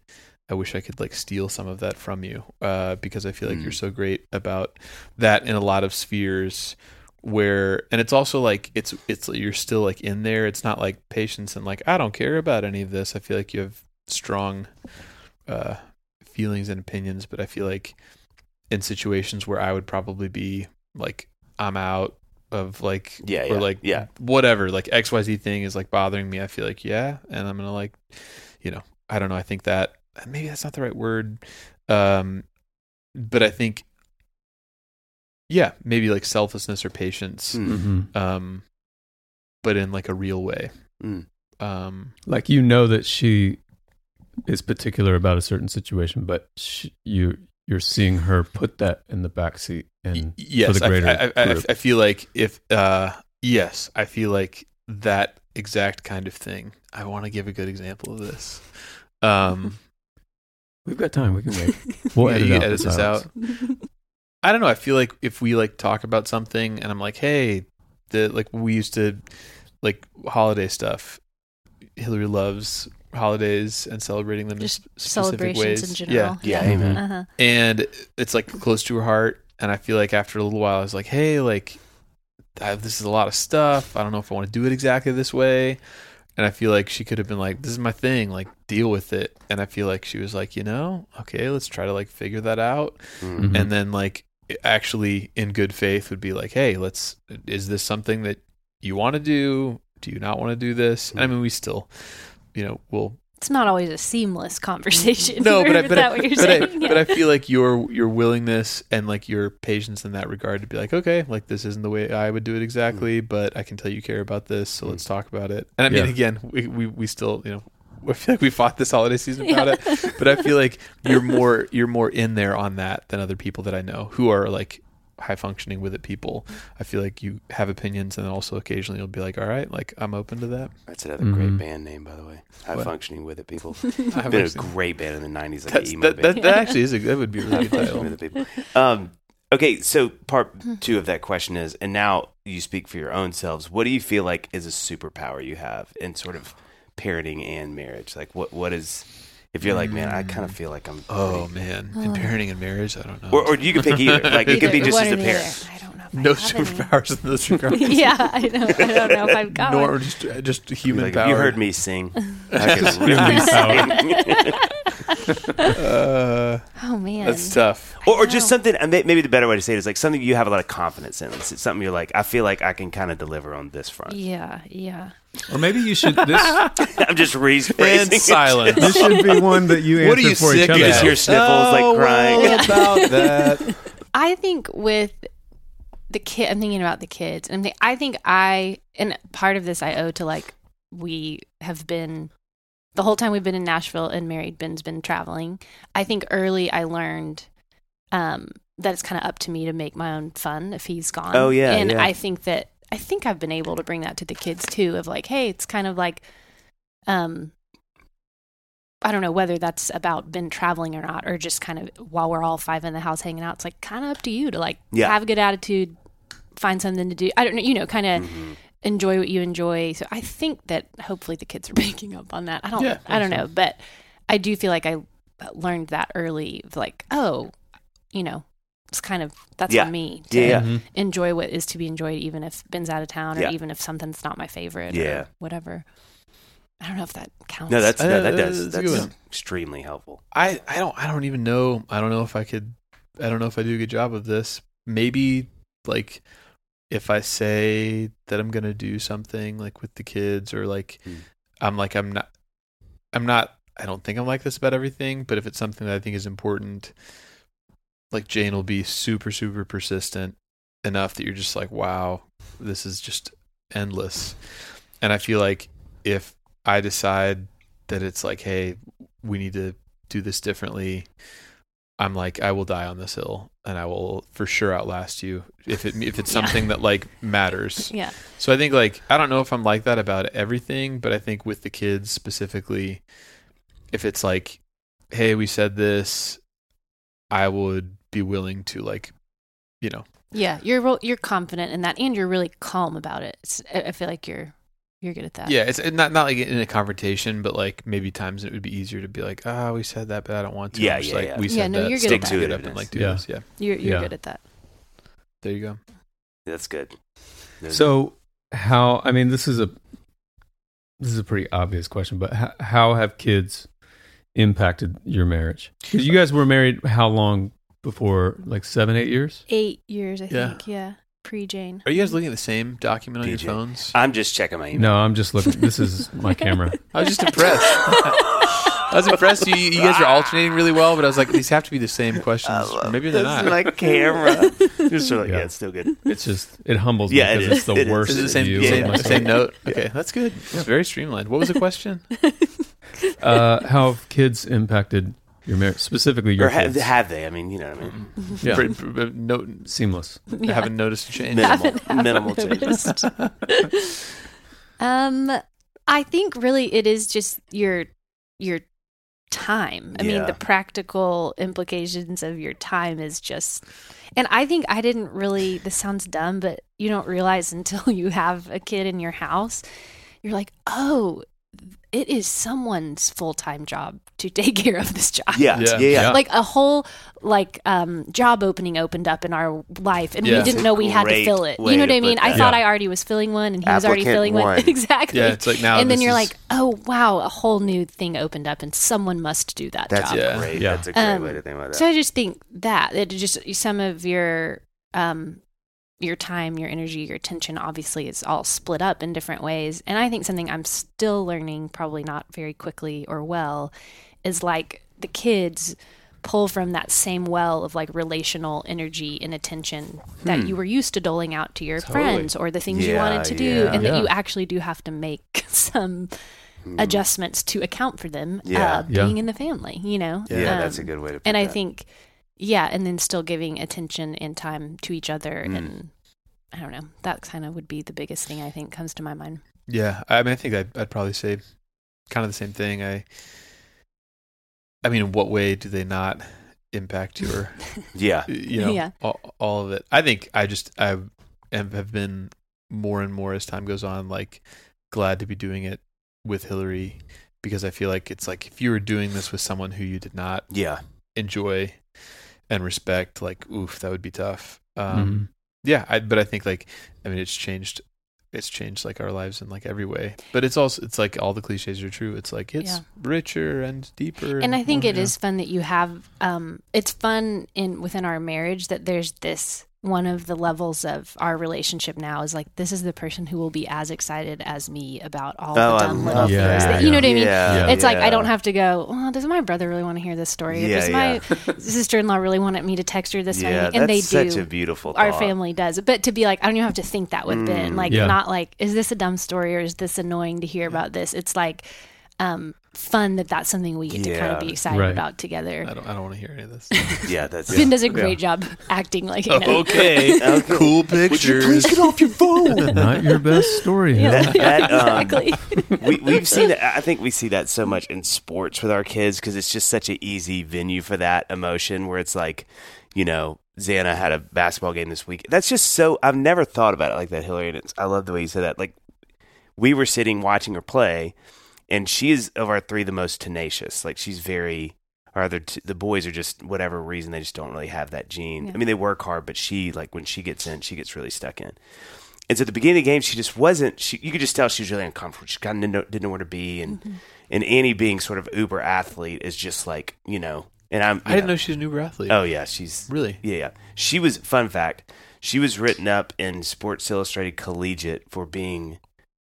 Speaker 8: I wish I could like steal some of that from you, uh, because I feel like
Speaker 3: Mm.
Speaker 8: you're so great about that in a lot of spheres where and it's also like it's it's you're still like in there it's not like patience and like i don't care about any of this i feel like you have strong uh feelings and opinions but i feel like in situations where i would probably be like i'm out of like
Speaker 3: Yeah,
Speaker 8: or
Speaker 3: yeah,
Speaker 8: like
Speaker 3: yeah.
Speaker 8: whatever like xyz thing is like bothering me i feel like yeah and i'm gonna like you know i don't know i think that maybe that's not the right word um but i think yeah maybe like selflessness or patience
Speaker 3: Mm.
Speaker 9: Mhm.
Speaker 8: um but in like a real way
Speaker 3: Mm.
Speaker 8: um
Speaker 9: like you know that she is particular about a certain situation but she, you you're seeing her put that in the back seat
Speaker 8: y-
Speaker 9: and
Speaker 8: yes
Speaker 9: for the
Speaker 8: I-
Speaker 9: greater
Speaker 8: I, I, I,
Speaker 9: group.
Speaker 8: I feel like if uh yes i feel like that exact kind of thing i want to give a good example of this um
Speaker 9: we've got time we can wait we'll
Speaker 8: yeah,
Speaker 9: edit,
Speaker 8: you
Speaker 9: out the
Speaker 8: edit this
Speaker 9: silence.
Speaker 8: out i don't know i feel like if we like talk about something and i'm like hey the like we used to like holiday stuff hillary loves holidays and celebrating them
Speaker 7: just
Speaker 8: in sp- specific
Speaker 7: celebrations
Speaker 8: ways
Speaker 7: in
Speaker 8: yeah
Speaker 7: general.
Speaker 3: Yeah, amen.
Speaker 7: Uh-huh.
Speaker 8: and it's like close to her heart and i feel like after a little while i was like hey like I, this is a lot of stuff i don't know if i want to do it exactly this way And I feel like she could have been like, "This is my thing, like deal with it." And I feel like she was like, "You know, okay, let's try to like figure that out."
Speaker 3: Mm.
Speaker 8: and then like actually in good faith would be like hey let's is this something that you want to do do you not want to do this and i mean we still you know we'll
Speaker 7: It's not always a seamless conversation.
Speaker 8: no but I,
Speaker 7: is
Speaker 8: but,
Speaker 7: that
Speaker 8: I,
Speaker 7: what you're
Speaker 8: but, I,
Speaker 7: saying? Yeah.
Speaker 8: but i feel like your your willingness and like your patience in that regard to be like okay like this isn't the way i would do it exactly but i can tell you care about this so let's talk about it and i mean
Speaker 9: Yeah.
Speaker 8: again we, we we still you know I feel like we fought this holiday season about it, but I feel like you're more you're more in there on that than other people that I know who are like high functioning with it people. I feel like you have opinions and then also occasionally you'll be like, all right, like I'm open to that.
Speaker 3: That's another great
Speaker 9: Mhm.
Speaker 3: band name, by the way. High
Speaker 8: What?
Speaker 3: functioning with it, people.
Speaker 8: High
Speaker 3: been a
Speaker 8: functioning.
Speaker 3: great band in the '90s, like
Speaker 8: That's,
Speaker 3: an emo
Speaker 8: that,
Speaker 3: band.
Speaker 8: that, that actually is a that would be a
Speaker 3: High
Speaker 8: really good
Speaker 3: functioning
Speaker 8: title.
Speaker 3: with it, people. Um, okay, so part
Speaker 7: Hmm.
Speaker 3: two of that question is, and now you speak for your own selves. What do you feel like is a superpower you have in sort of parenting and marriage? Like, what what is if you're like, man, I kind of feel like I'm.
Speaker 8: Oh man, in parenting and marriage, I don't know.
Speaker 3: Or, or you could pick either. Like, it could be
Speaker 7: Either-
Speaker 3: just
Speaker 7: one
Speaker 3: as
Speaker 7: or
Speaker 3: a
Speaker 7: the
Speaker 3: parent.
Speaker 7: other. I don't know. if I
Speaker 8: no
Speaker 7: have any.
Speaker 8: superpowers in those regards.
Speaker 7: yeah, I know. I don't know if I've got one.
Speaker 8: Nor just, uh, just human
Speaker 3: Like, if
Speaker 8: power.
Speaker 3: you heard me sing. I could really
Speaker 9: Human power.
Speaker 3: sing.
Speaker 8: Uh,
Speaker 7: Oh man,
Speaker 8: that's tough.
Speaker 3: or, or just
Speaker 7: know.
Speaker 3: something uh, may- maybe the better way to say it is like something you have a lot of confidence in it's something you're like i feel like i can kind of deliver on this front
Speaker 7: yeah, yeah.
Speaker 9: Or maybe you should. This
Speaker 3: i'm just re-
Speaker 8: And
Speaker 3: phrasing it.
Speaker 8: silence.
Speaker 9: this should be one that you answer
Speaker 8: What are you
Speaker 9: for
Speaker 8: sick
Speaker 9: each other.
Speaker 3: you just hear sniffles
Speaker 8: Oh,
Speaker 3: like crying
Speaker 8: well, about that.
Speaker 7: I think with the kid, I'm thinking about the kids, and I'm think I think I and part of this I owe to like we have been the whole time we've been in Nashville and married. Ben's been traveling. I think early I learned um, that it's kind of up to me to make my own fun if he's gone.
Speaker 3: Oh, yeah,
Speaker 7: and
Speaker 3: yeah.
Speaker 7: I think that I think I've been able to bring that to the kids too. Of like, hey, it's kind of like, um, I don't know whether that's about been traveling or not, or just kind of while we're all five in the house hanging out. It's like kind of up to you to like
Speaker 3: Yeah.
Speaker 7: have a good attitude, find something to do. I don't know, you know, kind of
Speaker 3: Mm-hmm.
Speaker 7: enjoy what you enjoy. So I think that hopefully the kids are picking up on that. I don't,
Speaker 8: Yeah,
Speaker 7: I don't know, but I do feel like I uh, learned that early. of Like, oh, you know, it's kind of that's
Speaker 3: Yeah.
Speaker 7: on me to
Speaker 3: yeah yeah
Speaker 9: Mm-hmm.
Speaker 7: enjoy what is to be enjoyed, even if Ben's out of town or
Speaker 3: Yeah.
Speaker 7: even if something's not my favorite
Speaker 3: Yeah.
Speaker 7: or whatever. I don't know if that counts.
Speaker 3: no that's no,
Speaker 8: Uh,
Speaker 3: that does
Speaker 8: that's a good
Speaker 3: that's
Speaker 8: one.
Speaker 3: extremely helpful
Speaker 8: I, I don't I don't even know. I don't know if I could. I don't know if I do a good job of this. Maybe like if I say that I'm gonna do something like with the kids or like
Speaker 3: Hmm.
Speaker 8: I'm like I'm not I'm not I don't think I'm like this about everything. But if it's something that I think is important, like Jane will be super super persistent enough that you're just like wow this is just endless. And I feel like if I decide that it's like hey we need to do this differently. I'm like, I will die on this hill, and I will for sure outlast you if it if it's
Speaker 7: Yeah.
Speaker 8: something that like matters.
Speaker 7: yeah,
Speaker 8: So I think like I don't know if I'm like that about everything, but I think with the kids specifically, if it's like, hey, we said this, I would be willing to like, you know,
Speaker 7: yeah. You're real- you're confident in that, and you're really calm about it. It's, I I feel like you're you're good at that.
Speaker 8: yeah, it's not not like in a confrontation, but like maybe times it would be easier to be like, ah, we said that, but I don't want to.
Speaker 3: Yeah,
Speaker 8: Just
Speaker 3: yeah,
Speaker 8: like,
Speaker 3: yeah.
Speaker 8: We
Speaker 7: Yeah,
Speaker 8: said
Speaker 7: no,
Speaker 8: that.
Speaker 7: you're good
Speaker 8: so
Speaker 7: at
Speaker 8: let's
Speaker 3: that.
Speaker 8: get up and like do
Speaker 9: Yeah.
Speaker 8: this. Yeah,
Speaker 7: You're you're
Speaker 9: Yeah.
Speaker 7: good at that.
Speaker 8: there you go.
Speaker 3: that's good There's-
Speaker 9: So how I mean this is a this is a pretty obvious question, but how, how have kids impacted your marriage? 'Cause you guys were married how long before? Like seven, eight years?
Speaker 7: Eight years, I
Speaker 8: Yeah.
Speaker 7: think. Yeah, pre Jane.
Speaker 8: Are you guys looking at the same document on
Speaker 3: PJ.
Speaker 8: your phones?
Speaker 3: i'm just checking my email
Speaker 9: No, I'm just looking. This is my camera.
Speaker 8: I was just impressed. I was impressed. You, you guys are alternating really well, but I was like, these have to be the same
Speaker 3: I
Speaker 8: questions.
Speaker 3: love
Speaker 8: Or maybe they're
Speaker 3: Oh, this,
Speaker 8: not.
Speaker 3: my camera just sort of like, yeah.
Speaker 9: Yeah.
Speaker 3: it's still good
Speaker 9: It's just it humbles
Speaker 3: Yeah, it
Speaker 9: me
Speaker 3: is.
Speaker 9: because it's
Speaker 3: It
Speaker 9: the
Speaker 3: is.
Speaker 9: worst
Speaker 8: Is it the same,
Speaker 9: view.
Speaker 8: same,
Speaker 9: of myself.
Speaker 8: same note? Okay, that's good. It's very streamlined. What was the question?
Speaker 9: Uh, how have kids impacted your marriage? Specifically, your
Speaker 3: or have,
Speaker 9: kids?
Speaker 3: have they i mean you know what i mean
Speaker 9: yeah.
Speaker 8: Pr- pr- no,
Speaker 9: seamless.
Speaker 7: Yeah.
Speaker 8: Haven't noticed a change.
Speaker 3: minimal minimal changes
Speaker 7: noticed. um, I think really it is just your your time. I mean,
Speaker 3: Yeah.
Speaker 7: the practical implications of your time is just. And I think I didn't really. This sounds dumb, but you don't realize until you have a kid in your house, you're like, oh, it is someone's full time job to take care of this job.
Speaker 3: Yeah, yeah,
Speaker 8: Yeah.
Speaker 3: yeah.
Speaker 8: Yeah.
Speaker 7: Like a whole like um, job opening opened up in our life, and
Speaker 8: Yeah.
Speaker 7: we didn't know we had to
Speaker 3: Great
Speaker 7: fill it.
Speaker 3: way
Speaker 7: You know what
Speaker 3: to
Speaker 7: I mean?
Speaker 3: put
Speaker 7: I
Speaker 3: that.
Speaker 7: thought I already was filling one, and he was already
Speaker 3: Applicant
Speaker 7: filling
Speaker 3: one.
Speaker 7: one. exactly.
Speaker 8: Yeah, it's like now
Speaker 7: and then
Speaker 8: this
Speaker 7: you're
Speaker 8: is-
Speaker 7: like, oh wow, a whole new thing opened up, and someone must do that
Speaker 3: That's
Speaker 7: job.
Speaker 8: Yeah.
Speaker 3: great.
Speaker 9: Yeah.
Speaker 3: That's a great
Speaker 7: Um,
Speaker 3: way to think about that.
Speaker 7: So I just think that it just some of your um your time, your energy, your attention obviously is all split up in different ways. And I think something I'm still learning, probably not very quickly or well, is like the kids pull from that same well of like relational energy and attention that you were used to doling out to your friends or the things you
Speaker 3: Hmm. Yeah,
Speaker 7: wanted to do
Speaker 3: yeah.
Speaker 7: and that
Speaker 9: Yeah.
Speaker 7: you actually do have to make some adjustments to account for them
Speaker 3: Hmm. Yeah.
Speaker 7: uh,
Speaker 9: Yeah.
Speaker 7: being in the family, you know?
Speaker 3: Mm. yeah, that's a
Speaker 7: Um,
Speaker 3: good way to. Put
Speaker 7: and I
Speaker 3: that.
Speaker 7: think, yeah, and then still giving attention and time to each other,
Speaker 3: Mm.
Speaker 7: and I don't know, that kind of would be the biggest thing I think comes to my mind.
Speaker 8: Yeah, I mean, I think I'd, I'd probably say kind of the same thing. I, I mean, in what way do they not impact your,
Speaker 3: yeah,
Speaker 8: you know,
Speaker 7: Yeah.
Speaker 8: all, all of it? I think I just I am, have been more and more as time goes on, like glad to be doing it with Hillary because I feel like it's like if you were doing this with someone who you did not
Speaker 3: yeah,
Speaker 8: enjoy and respect, like oof, that would be tough.
Speaker 3: uh,
Speaker 8: Um,
Speaker 9: Mm-hmm.
Speaker 8: yeah I, but i think like i mean it's changed it's changed like our lives in like every way but it's also it's like all the cliches are true it's like it's
Speaker 7: Yeah.
Speaker 8: richer and deeper
Speaker 7: And I think
Speaker 8: more-
Speaker 7: it is fun that you have. Um, it's fun in within our marriage that there's this one of the levels of our relationship now is like this is the person who will be as excited as me about all
Speaker 3: Oh, I
Speaker 7: the dumb little
Speaker 3: love
Speaker 7: things
Speaker 9: that.
Speaker 7: that you know what I mean.
Speaker 3: Yeah,
Speaker 7: it's like
Speaker 3: yeah.
Speaker 7: I don't have to go. Well, does my brother really want to hear this story? Or
Speaker 3: Yeah,
Speaker 7: does my sister-in-law really want me to text her this?
Speaker 3: yeah.
Speaker 7: funny? And
Speaker 3: that's
Speaker 7: they do.
Speaker 3: such a beautiful.
Speaker 7: our
Speaker 3: thought.
Speaker 7: family does. But to be like, I don't even have to think that would
Speaker 8: Mm,
Speaker 7: Ben. Like,
Speaker 9: Yeah.
Speaker 7: not like, is this a dumb story or is this annoying to hear about this? It's like um, fun that that's something we get to kind
Speaker 3: Yeah.
Speaker 7: of be excited
Speaker 9: Right.
Speaker 7: about
Speaker 8: i
Speaker 7: together.
Speaker 8: don't, I don't want to hear any of this
Speaker 3: Yeah, that's
Speaker 7: Ben does a great job acting like you know.
Speaker 8: okay cool pictures
Speaker 3: get off your phone.
Speaker 9: Not your best story.
Speaker 7: Yeah.
Speaker 9: huh?
Speaker 3: That, um,
Speaker 7: exactly.
Speaker 3: we, we've seen that. I think we see that so much in sports with our kids because it's just such an easy venue for that emotion where it's like, you know, Xana had a basketball game this week. That's just so, I've never thought about it like that, Hillary. And it's, I love the way you said that. Like, we were sitting watching her play, and she is, of our three, the most tenacious. Like, she's very, our other, t- the boys are just, whatever reason, they just don't really have that gene.
Speaker 7: Yeah.
Speaker 3: I mean, they work hard, but she, like, when she gets in, she gets really stuck in. And so at the beginning of the game, she just wasn't. She, you could just tell she was really uncomfortable. She kind of didn't know, didn't know where to be, and
Speaker 7: Mm-hmm.
Speaker 3: and Annie being sort of uber athlete is just like you know. And I'm.
Speaker 8: i didn't know she's an uber athlete
Speaker 3: Oh yeah, she's
Speaker 8: really
Speaker 3: yeah yeah. She was fun fact. She was written up in Sports Illustrated Collegiate for being.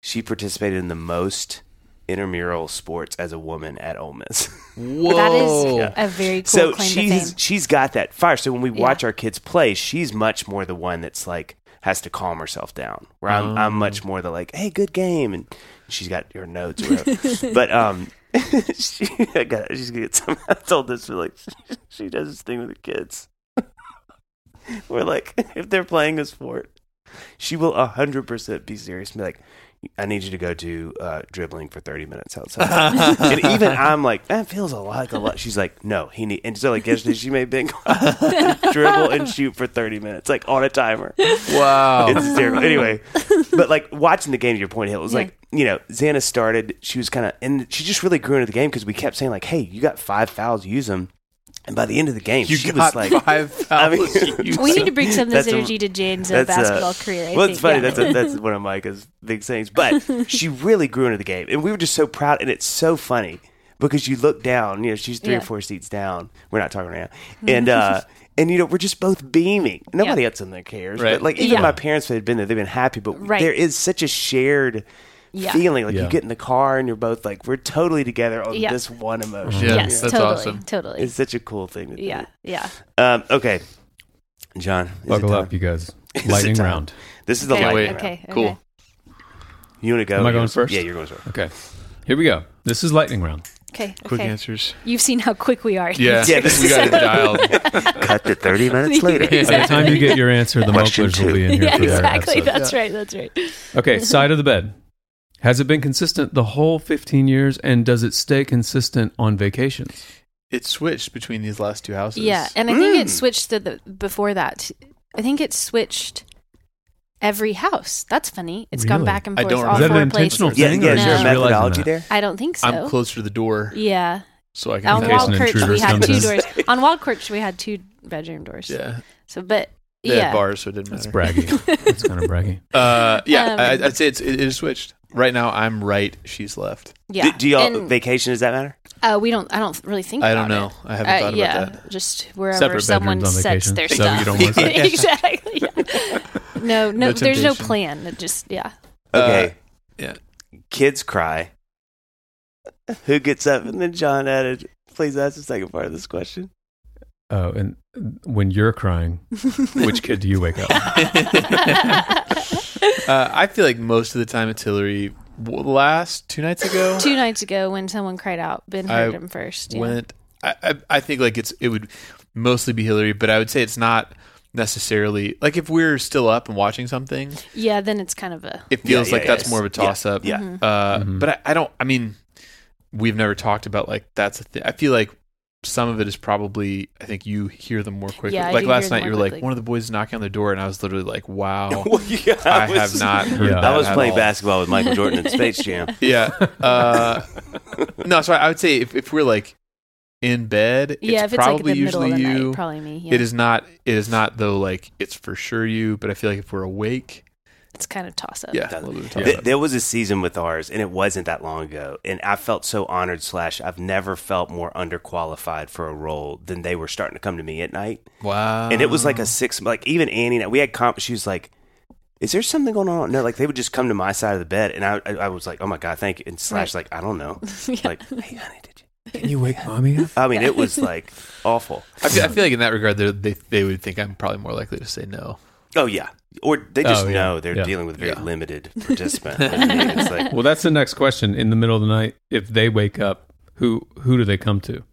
Speaker 3: She participated in the most intramural sports as a woman at Ole Miss.
Speaker 8: whoa
Speaker 7: That is a very cool
Speaker 3: so
Speaker 7: claim to
Speaker 3: she's
Speaker 7: fame.
Speaker 3: she's got that fire. So when we
Speaker 7: Yeah.
Speaker 3: watch our kids play, she's much more the one that's like has to calm herself down. Where I'm I'm much more the like, hey, good game, and she's got her notes. Or whatever. but um, she I got she's gonna get some. I told this to like she does this thing with the kids. We're like, if they're playing a sport, she will hundred percent be serious and be like. I need you to go do uh, dribbling for thirty minutes outside and even I'm like, that feels a lot like a lot. She's like, no, he need. And so like yesterday, she made Bing dribble and shoot for 30 minutes, like on a timer.
Speaker 8: wow
Speaker 3: It's hysterical. Anyway, but like watching the game, to your point, Hill, it was
Speaker 7: Yeah.
Speaker 3: like, you know, Xana started. She was kind of, and she just really grew into the game because we kept saying like, hey, you got five fouls, use them. And by the end of the game,
Speaker 8: you
Speaker 3: she
Speaker 8: got
Speaker 3: was like,
Speaker 8: five
Speaker 3: I mean-
Speaker 8: thousand
Speaker 7: we need to bring some of this
Speaker 3: That's a-
Speaker 7: energy to Jane's uh,
Speaker 3: that's, uh,
Speaker 7: basketball career. I
Speaker 3: well,
Speaker 7: think.
Speaker 3: it's funny.
Speaker 7: Yeah.
Speaker 3: That's a, that's one of Micah's big things. But she really grew into the game, and we were just so proud. And it's so funny because you look down. You know, she's three or
Speaker 7: Yeah.
Speaker 3: four seats down. We're not talking right now, and uh, and you know, we're just both beaming. Nobody else in there cares.
Speaker 8: Right.
Speaker 3: But like even
Speaker 7: Yeah.
Speaker 3: my parents had been there, they've been happy. But
Speaker 7: Right.
Speaker 3: there is such a shared.
Speaker 7: Yeah.
Speaker 3: Feeling like you
Speaker 9: Yeah.
Speaker 3: get in the car and you're both like we're totally together on
Speaker 7: Yeah.
Speaker 3: this one emotion.
Speaker 8: Yeah,
Speaker 7: yes,
Speaker 8: that's
Speaker 7: totally,
Speaker 8: awesome.
Speaker 7: totally.
Speaker 3: It's such a cool thing. To
Speaker 7: yeah, yeah.
Speaker 3: Do. Um, okay, John, is it
Speaker 9: Buckle
Speaker 3: time?
Speaker 9: up, you guys.
Speaker 3: Is it
Speaker 9: Lightning
Speaker 3: time?
Speaker 9: round.
Speaker 3: This is the
Speaker 7: okay,
Speaker 3: lightning
Speaker 8: wait.
Speaker 3: round.
Speaker 7: okay, okay.
Speaker 8: Cool.
Speaker 3: You want to go?
Speaker 9: Am I going
Speaker 3: You're-
Speaker 9: first?
Speaker 3: Yeah, you're going first.
Speaker 9: Okay. Here we go. This is lightning round.
Speaker 7: Okay,
Speaker 8: quick
Speaker 7: okay.
Speaker 8: answers
Speaker 7: You've seen how quick we are.
Speaker 8: yeah,
Speaker 3: Yeah, this
Speaker 8: we got it dialed
Speaker 3: Cut to 30 minutes later.
Speaker 9: By the time you get your answer, the
Speaker 3: Question
Speaker 9: Moklers will
Speaker 3: two.
Speaker 9: be in here
Speaker 7: Yeah,
Speaker 9: for their
Speaker 7: exactly.
Speaker 9: episode.
Speaker 7: That's right. That's right.
Speaker 9: Okay, side of the bed. Has it been consistent the whole 15 years, and does it stay consistent on vacations?
Speaker 8: it switched between these last two houses
Speaker 7: Yeah, and I think
Speaker 3: Mm.
Speaker 7: it switched to the before that. I think it switched every house. That's funny. It's gone
Speaker 9: Really?
Speaker 7: back and
Speaker 8: I
Speaker 7: forth
Speaker 8: don't
Speaker 7: all
Speaker 9: Is that
Speaker 7: four
Speaker 9: an intentional
Speaker 7: places.
Speaker 9: thing?
Speaker 3: Yeah, yeah. Is
Speaker 7: No.
Speaker 3: there a
Speaker 7: Just
Speaker 9: realizing
Speaker 3: methodology
Speaker 9: that.
Speaker 3: there?
Speaker 7: I don't think so.
Speaker 8: I'm closer to the door,
Speaker 7: yeah.
Speaker 8: so I can.
Speaker 7: On
Speaker 9: In case an
Speaker 7: Waldkirch, we
Speaker 9: intruder
Speaker 7: had
Speaker 9: comes
Speaker 7: two
Speaker 9: in.
Speaker 7: doors. On Waldkirch, we had two bedroom doors.
Speaker 8: Yeah,
Speaker 7: So, but
Speaker 8: they had
Speaker 7: yeah.
Speaker 8: bars, so it didn't
Speaker 9: That's
Speaker 8: matter.
Speaker 9: braggy. That's kind of braggy.
Speaker 8: Uh, yeah,
Speaker 7: Um,
Speaker 8: I, I'd say it's, it is switched. Right now, I'm right. She's left.
Speaker 3: Do,
Speaker 7: yeah.
Speaker 3: do y'all
Speaker 7: And,
Speaker 3: vacation? Does that matter?
Speaker 7: uh, we don't. I don't really think.
Speaker 8: I don't
Speaker 7: about
Speaker 8: know.
Speaker 7: it.
Speaker 8: I haven't
Speaker 7: Uh,
Speaker 8: thought
Speaker 7: yeah,
Speaker 8: about that.
Speaker 7: just wherever
Speaker 9: Separate
Speaker 7: someone
Speaker 9: bedrooms on
Speaker 7: sets
Speaker 9: vacation,
Speaker 7: their
Speaker 9: so you
Speaker 7: stuff.
Speaker 9: don't want
Speaker 8: that.
Speaker 7: exactly. yeah. No, no.
Speaker 8: No
Speaker 7: there's no
Speaker 8: temptation.
Speaker 7: plan. It just yeah.
Speaker 3: Okay.
Speaker 8: yeah.
Speaker 3: Kids cry. Who gets up? And then John added, "Please ask the second part of this question."
Speaker 9: Oh, and when you're crying, which kid do you wake up?
Speaker 8: Uh, I feel like most of the time it's Hillary. W- Last two nights ago,
Speaker 7: Two nights ago, when someone cried out, Ben
Speaker 8: I
Speaker 7: heard him first. Yeah.
Speaker 8: went. I, I I think like it's it would mostly be Hillary, but I would say it's not necessarily like if we're still up and watching something,
Speaker 7: yeah, then it's kind of a mm-hmm.
Speaker 8: it feels
Speaker 3: yeah,
Speaker 8: like
Speaker 3: yeah,
Speaker 8: that's
Speaker 3: yes.
Speaker 8: more of a
Speaker 3: Yeah,
Speaker 8: toss up.
Speaker 3: yeah.
Speaker 8: Uh,
Speaker 9: Mhm.
Speaker 8: But I, I don't. I mean, we've never talked about like that's a thing. I feel like some of it is probably. I think you hear them more quickly.
Speaker 7: Yeah, I
Speaker 8: like
Speaker 7: do
Speaker 8: last
Speaker 7: hear them
Speaker 8: night, you were
Speaker 7: more
Speaker 8: like,
Speaker 7: quickly.
Speaker 8: one of the boys is knocking on the door, and I was literally like, wow.
Speaker 3: Well, yeah,
Speaker 8: I
Speaker 3: was-
Speaker 8: have not heard.
Speaker 9: Yeah.
Speaker 8: that
Speaker 3: I was
Speaker 8: at
Speaker 3: playing
Speaker 8: all.
Speaker 3: basketball with Michael Jordan at Space Jam.
Speaker 8: Yeah. Uh, no, so I I would say if, if we're like in bed,
Speaker 7: yeah.
Speaker 8: it's
Speaker 7: if it's like in
Speaker 8: probably
Speaker 7: the middle
Speaker 8: usually
Speaker 7: of the
Speaker 8: you.
Speaker 7: night, probably me. Yeah.
Speaker 8: It is not. It is not though. Like it's for sure you. But I feel like if we're awake,
Speaker 7: It's kind of toss up.
Speaker 8: yeah, a little bit of
Speaker 3: Th-
Speaker 8: toss-up.
Speaker 3: there was a season with ours, and it wasn't that long ago, and I felt so honored. Slash, I've never felt more underqualified for a role than they were starting to come to me at night,
Speaker 8: Wow.
Speaker 3: and it was
Speaker 8: Um,
Speaker 3: like a six. Like even Annie, and I- we had comp. She was like, "Is there something going on?" No, like they would just come to my side of the bed, and I, I, I was like, "Oh my god, thank you." And Slash, like, I don't know, like, "Hey honey, did you?"
Speaker 9: Can you wake mommy up?
Speaker 3: I mean, it was like awful.
Speaker 8: I feel, I feel like in that regard, they're- they they would think I'm probably more likely to say no.
Speaker 3: Oh yeah, or they just
Speaker 9: Oh, yeah.
Speaker 3: know they're
Speaker 9: Yeah.
Speaker 3: dealing with very
Speaker 8: Yeah.
Speaker 3: limited participant. it's like
Speaker 9: Well, that's the next question. In the middle of the night, if they wake up, who who do they come to?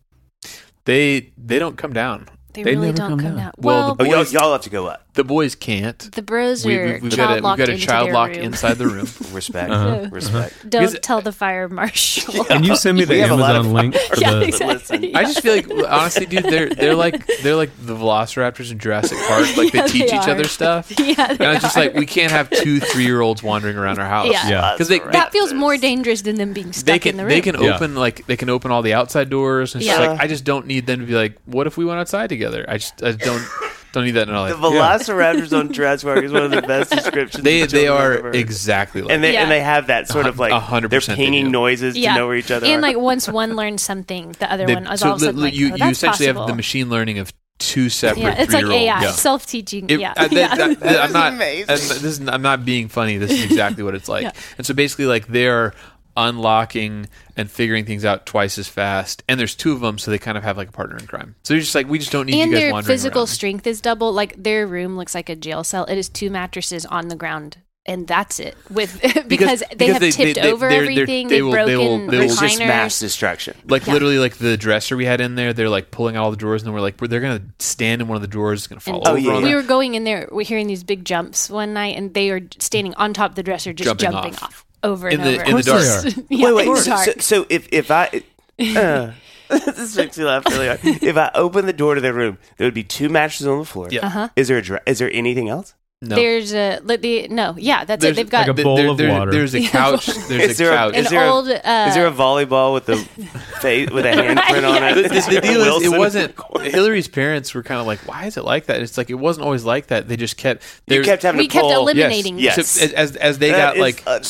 Speaker 8: They they don't come down.
Speaker 7: They,
Speaker 9: They
Speaker 7: really
Speaker 9: never
Speaker 7: don't
Speaker 9: come
Speaker 7: come
Speaker 9: down.
Speaker 7: out. Well,
Speaker 8: Well,
Speaker 3: oh,
Speaker 7: the,
Speaker 3: y'all, y'all have to go up.
Speaker 8: The boys can't.
Speaker 7: bros are
Speaker 8: We, have
Speaker 7: child
Speaker 8: got a, we've
Speaker 7: locked
Speaker 8: got a
Speaker 7: into
Speaker 8: child
Speaker 7: their
Speaker 8: lock
Speaker 7: room.
Speaker 8: inside the room.
Speaker 3: Respect,
Speaker 9: Uh-huh.
Speaker 3: respect.
Speaker 7: Don't
Speaker 8: Because-
Speaker 7: tell the fire marshal.
Speaker 9: Can you send me the
Speaker 3: We have a lot
Speaker 9: Amazon
Speaker 3: of-
Speaker 9: link for
Speaker 7: yeah,
Speaker 9: the?
Speaker 7: exactly.
Speaker 8: I just feel like honestly, dude, they're they're like they're like the Velociraptors in Jurassic Park. Like
Speaker 7: Yeah,
Speaker 8: they teach
Speaker 7: they
Speaker 8: each
Speaker 7: are.
Speaker 8: other stuff.
Speaker 7: yeah,
Speaker 8: And I was just
Speaker 7: they
Speaker 8: like,
Speaker 7: are.
Speaker 8: we can't have two three year olds wandering around our house.
Speaker 7: Yeah.
Speaker 9: Yeah.
Speaker 8: Because they,
Speaker 7: that feels more dangerous than them being stuck
Speaker 8: they
Speaker 7: in
Speaker 8: can
Speaker 7: the room.
Speaker 8: they can
Speaker 9: Yeah.
Speaker 8: open like they can open all the outside doors and it's
Speaker 7: Yeah.
Speaker 8: like I just don't need them to be like, what if we went outside together? I just I don't don't need that in our
Speaker 3: The
Speaker 8: life.
Speaker 3: Velociraptors on Jurassic Park is one of the best descriptions.
Speaker 8: They
Speaker 3: that
Speaker 8: they
Speaker 3: you'll
Speaker 8: are
Speaker 3: ever-
Speaker 8: exactly like
Speaker 3: and they and
Speaker 7: Yeah.
Speaker 3: they have that sort of like
Speaker 8: A hundred
Speaker 3: they're
Speaker 8: percent they
Speaker 3: pinging
Speaker 8: do.
Speaker 3: noises
Speaker 7: yeah.
Speaker 3: to know where each other
Speaker 7: and
Speaker 3: are.
Speaker 7: like once one learns something, the other
Speaker 8: They-
Speaker 7: one is
Speaker 8: so
Speaker 7: all of a
Speaker 8: li-
Speaker 7: sudden
Speaker 8: li-
Speaker 7: like,
Speaker 8: you
Speaker 7: oh,
Speaker 8: you
Speaker 7: that's
Speaker 8: essentially
Speaker 7: possible.
Speaker 8: have the machine learning of two separate
Speaker 7: yeah, it's
Speaker 8: three
Speaker 7: like
Speaker 8: year olds.
Speaker 7: AI, self teaching.
Speaker 8: It-
Speaker 7: Yeah,
Speaker 8: I- that- that- that- I'm not.
Speaker 5: amazing.
Speaker 8: that's- this is, I'm not being funny. This is exactly what it's like. And so basically, like they're unlocking and figuring things out twice as fast. And there's two of them, so they kind of have like a partner in crime. So you're just like, we just don't need
Speaker 7: and
Speaker 8: you guys
Speaker 7: their
Speaker 8: wandering
Speaker 7: physical
Speaker 8: around.
Speaker 7: strength is double. Like their room looks like a jail cell. It is two mattresses on the ground, and that's it. With because, they have tipped over
Speaker 8: they're- they're-
Speaker 7: everything,
Speaker 8: they
Speaker 7: they've
Speaker 8: will- they will-
Speaker 7: broken
Speaker 8: they will-
Speaker 3: it's just mass
Speaker 7: recliners.
Speaker 3: destruction.
Speaker 8: Like
Speaker 7: Yeah.
Speaker 8: literally, like the dresser we had in there, they're like pulling out all the drawers, and we're like, they're gonna stand in one of the drawers, it's gonna fall
Speaker 7: And
Speaker 8: Oh,
Speaker 7: Oh,
Speaker 8: over.
Speaker 3: yeah,
Speaker 8: on
Speaker 3: yeah.
Speaker 7: We
Speaker 8: them.
Speaker 7: were going in there, we're hearing these big jumps one night, and they are standing on top of the dresser, just
Speaker 8: Jumping
Speaker 7: jumping,
Speaker 8: off.
Speaker 7: off. over
Speaker 8: in
Speaker 7: and
Speaker 8: the
Speaker 7: over.
Speaker 8: in the dark.
Speaker 9: Of course
Speaker 7: yeah,
Speaker 3: wait, wait.
Speaker 7: it's
Speaker 3: So,
Speaker 7: dark.
Speaker 3: so, so if if I uh, this makes me laugh really hard. If I open the door to their room, there would be two mattresses on the floor.
Speaker 8: Yeah.
Speaker 7: Uh-huh.
Speaker 3: Is there a dra- is there anything else?
Speaker 8: No.
Speaker 7: There's a li- the, no, yeah, that's it. They've got
Speaker 9: like a bowl of water.
Speaker 8: There's a
Speaker 7: Yeah.
Speaker 8: couch. There's
Speaker 3: Is
Speaker 8: a
Speaker 3: there a-
Speaker 8: couch.
Speaker 3: is
Speaker 7: an
Speaker 3: there a-
Speaker 7: old. uh,
Speaker 3: is there a volleyball with a face with a handprint on
Speaker 7: Right,
Speaker 3: it?
Speaker 8: the, the- the deal is,
Speaker 3: Wilson?
Speaker 8: it wasn't. Hillary's parents were kind of like, "Why is it like that?" It's like it wasn't always like that. They just kept.
Speaker 3: You
Speaker 8: there's-
Speaker 3: kept having
Speaker 7: we
Speaker 3: to
Speaker 7: kept
Speaker 3: pull-
Speaker 7: eliminating
Speaker 3: yes,
Speaker 7: this.
Speaker 8: so as, as as they
Speaker 3: That
Speaker 8: got
Speaker 3: is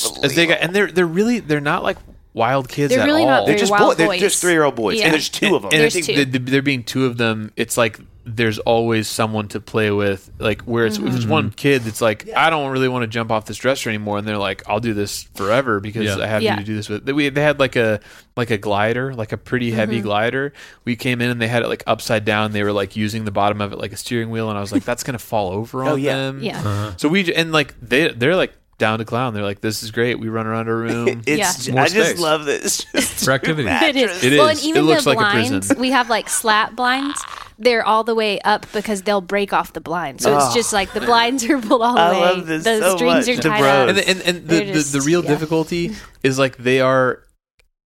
Speaker 8: like as they got, and they're they're really they're not like wild kids.
Speaker 7: They're
Speaker 8: at
Speaker 7: really
Speaker 8: all.
Speaker 7: not
Speaker 3: They're
Speaker 7: They're
Speaker 3: just
Speaker 7: wild
Speaker 3: boy- they're
Speaker 7: boys.
Speaker 3: just three year old boys,
Speaker 7: Yeah.
Speaker 3: and there's two of them.
Speaker 8: And
Speaker 7: There's
Speaker 8: I think
Speaker 7: two.
Speaker 8: that the, there being two of them, it's like there's always someone to play with. Like where it's if there's one
Speaker 3: Mm-hmm.
Speaker 8: kid that's like, I don't really want to jump off this dresser anymore, and they're like, I'll do this forever because
Speaker 9: Yeah.
Speaker 8: I have
Speaker 7: Yeah.
Speaker 8: you to do this with. They, we, they had like a like a glider, like a pretty heavy
Speaker 7: Mm-hmm.
Speaker 8: glider. We came in and they had it like upside down. They were like using the bottom of it like a steering wheel, and I was like, that's gonna fall over on
Speaker 3: Oh, yeah. Uh-huh.
Speaker 8: them.
Speaker 7: Yeah.
Speaker 8: So we j- and like they they're like down to clown. They're like, this is great. We run around our room.
Speaker 3: It's
Speaker 9: More
Speaker 3: I just
Speaker 9: space.
Speaker 3: love this.
Speaker 9: For activity.
Speaker 7: It is.
Speaker 8: It
Speaker 7: well,
Speaker 8: is.
Speaker 7: and even
Speaker 8: It looks
Speaker 7: the
Speaker 8: like a
Speaker 7: blinds,
Speaker 8: prison.
Speaker 7: we have like slat blinds. They're all the way up because they'll break off the blinds. So it's just like the blinds are pulled all the
Speaker 3: Ah. I
Speaker 7: way.
Speaker 3: love this
Speaker 7: the
Speaker 3: so
Speaker 7: strings
Speaker 3: much.
Speaker 7: are
Speaker 3: The
Speaker 7: tied
Speaker 3: bros.
Speaker 7: up.
Speaker 8: and the, and, and the,
Speaker 7: They're just-
Speaker 8: the, the real
Speaker 7: yeah.
Speaker 8: difficulty is like they are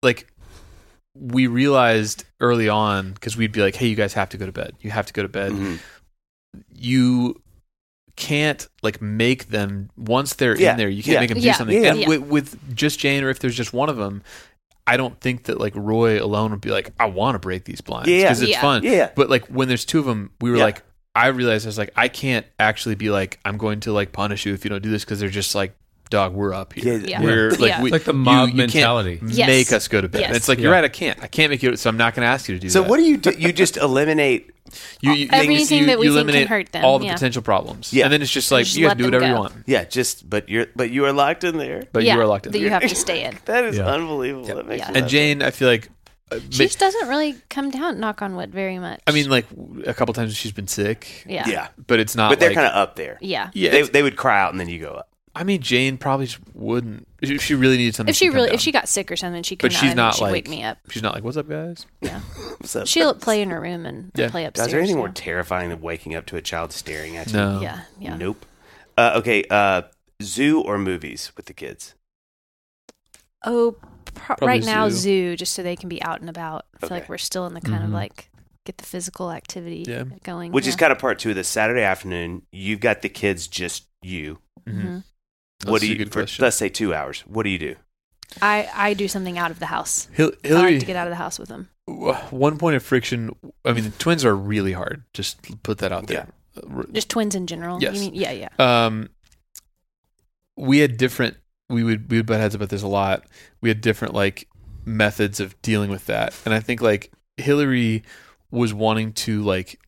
Speaker 8: like we realized early
Speaker 3: Mm-hmm.
Speaker 8: Mm-hmm. on because we'd be like hey you guys have to go to bed you have to go to bed you can't like make them once they're
Speaker 3: Yeah.
Speaker 8: in there. You can't
Speaker 3: Yeah.
Speaker 8: make them
Speaker 7: Yeah.
Speaker 8: do something.
Speaker 7: Yeah.
Speaker 8: And
Speaker 7: Yeah.
Speaker 8: With, with just Jane, or if there's just one of them, I don't think that like Roy alone would be like, I want to break these blinds
Speaker 3: Yeah.
Speaker 8: because it's
Speaker 7: Yeah.
Speaker 8: fun.
Speaker 3: Yeah.
Speaker 8: But like when there's two of them, we were
Speaker 3: Yeah.
Speaker 8: like, I realized I was like, I can't actually be like, I'm going to like punish you if you don't do this because they're just like, dog, we're up here.
Speaker 3: Yeah.
Speaker 7: Yeah.
Speaker 8: We're like,
Speaker 7: Yeah.
Speaker 8: we,
Speaker 9: Like the
Speaker 8: you-
Speaker 9: mob
Speaker 8: you can't
Speaker 9: mentality.
Speaker 7: Yes.
Speaker 8: Make us go to bed.
Speaker 7: Yes.
Speaker 8: And it's like you're
Speaker 9: Yeah.
Speaker 8: right. I can't. I can't make you. So I'm not going to ask you to do
Speaker 3: So
Speaker 8: that.
Speaker 3: what do you do? You just eliminate.
Speaker 8: You, you,
Speaker 7: Everything
Speaker 8: you,
Speaker 7: that we
Speaker 8: you
Speaker 7: think can
Speaker 8: eliminate
Speaker 7: hurt them,
Speaker 8: all the
Speaker 7: yeah.
Speaker 8: potential problems.
Speaker 3: Yeah.
Speaker 8: And then it's just like
Speaker 7: Just
Speaker 8: you guys
Speaker 7: let
Speaker 8: do
Speaker 7: them
Speaker 8: whatever you
Speaker 7: go.
Speaker 8: want.
Speaker 3: Yeah, just but you're but you are locked in there.
Speaker 8: But
Speaker 7: yeah,
Speaker 8: you are locked in.
Speaker 7: That you have to stay in.
Speaker 3: That is
Speaker 9: Yeah.
Speaker 3: unbelievable. That makes
Speaker 7: Yeah.
Speaker 3: me
Speaker 8: and
Speaker 3: laugh.
Speaker 8: Jane, I feel like uh,
Speaker 7: She
Speaker 8: ma-
Speaker 7: just doesn't really come down, knock on wood, very much.
Speaker 8: I mean like w- a couple times she's been sick.
Speaker 7: yeah.
Speaker 3: yeah,
Speaker 8: But it's not
Speaker 3: but they're
Speaker 8: like
Speaker 3: kind of up there.
Speaker 7: Yeah.
Speaker 8: yeah,
Speaker 3: they
Speaker 8: it's-
Speaker 3: they would cry out and then you go up.
Speaker 8: I mean Jane probably just wouldn't if she really needed something.
Speaker 7: If she
Speaker 8: she'd come
Speaker 7: really,
Speaker 8: down.
Speaker 7: if she got sick or something, she
Speaker 8: But
Speaker 7: could
Speaker 8: she's not
Speaker 7: she'd
Speaker 8: like
Speaker 7: wake me up.
Speaker 8: She's not like what's up guys?
Speaker 3: So,
Speaker 7: She'll play in her room and
Speaker 8: Yeah.
Speaker 7: play
Speaker 3: God,
Speaker 7: upstairs.
Speaker 3: is there anything
Speaker 7: you
Speaker 3: more
Speaker 7: know?
Speaker 3: terrifying than waking up to a child staring at you?
Speaker 8: No.
Speaker 7: Yeah, yeah.
Speaker 3: Nope. Uh, okay. Uh, zoo or movies with the kids?
Speaker 7: Oh, pro-
Speaker 8: Probably
Speaker 7: right now
Speaker 8: zoo. Mm-hmm.
Speaker 7: zoo, just so they can be out and about. I feel like
Speaker 3: Okay.
Speaker 7: we're still in the kind of
Speaker 9: Mhm.
Speaker 7: like get the physical activity
Speaker 8: Yeah.
Speaker 7: going,
Speaker 3: Which is kind of part two of this Saturday afternoon. You've got the kids, just you.
Speaker 7: hmm
Speaker 3: what
Speaker 8: Mm-hmm. That's
Speaker 3: do
Speaker 8: a
Speaker 3: you?
Speaker 8: good
Speaker 3: for,
Speaker 8: question.
Speaker 3: let's say two hours. What do you do?
Speaker 7: I I do something out of the house.
Speaker 8: Hil-
Speaker 7: I
Speaker 8: Hillary
Speaker 7: like to get out of the house with them.
Speaker 8: w- one point of friction I mean the twins are really hard. Just put that out there. R-
Speaker 7: Just twins in general.
Speaker 8: Yes.
Speaker 7: You mean, yeah, yeah.
Speaker 8: um we had different we would we would butt heads about this a lot we had different like methods of dealing with that and i think like hillary was wanting to like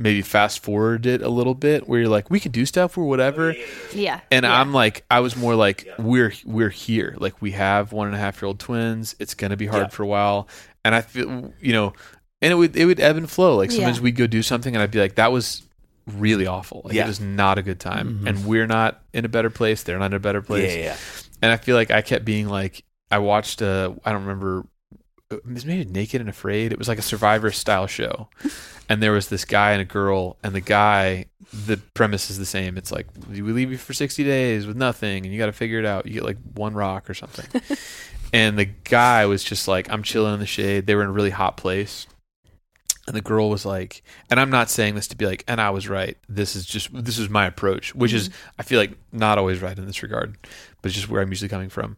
Speaker 8: maybe fast forward it a little bit where you're like we can do stuff or whatever
Speaker 7: Yeah.
Speaker 8: and
Speaker 7: yeah.
Speaker 8: i'm like i was more like we're we're here like we have one and a half year old twins it's gonna be hard
Speaker 3: Yeah.
Speaker 8: for a while and i feel you know and it would it would ebb and flow like sometimes
Speaker 7: Yeah.
Speaker 8: we'd go do something and i'd be like that was really awful like
Speaker 3: Yeah. Mm-hmm.
Speaker 8: it was not a good time
Speaker 9: Mhm.
Speaker 8: and we're not in a better place they're not in a better place
Speaker 3: yeah.
Speaker 8: and i feel like i kept being like i watched uh i don't remember uh, it was maybe naked and afraid it was like a survivor style show and there was this guy and a girl and the guy the premise is the same it's like we leave you for 60 days with nothing and you got to figure it out you get like one rock or something and the guy was just like i'm chilling in the shade they were in a really hot place and the girl was like and i'm not saying this to be like and i was right this is just this is my approach which is i feel like not always right in this regard but it's just where i'm usually coming from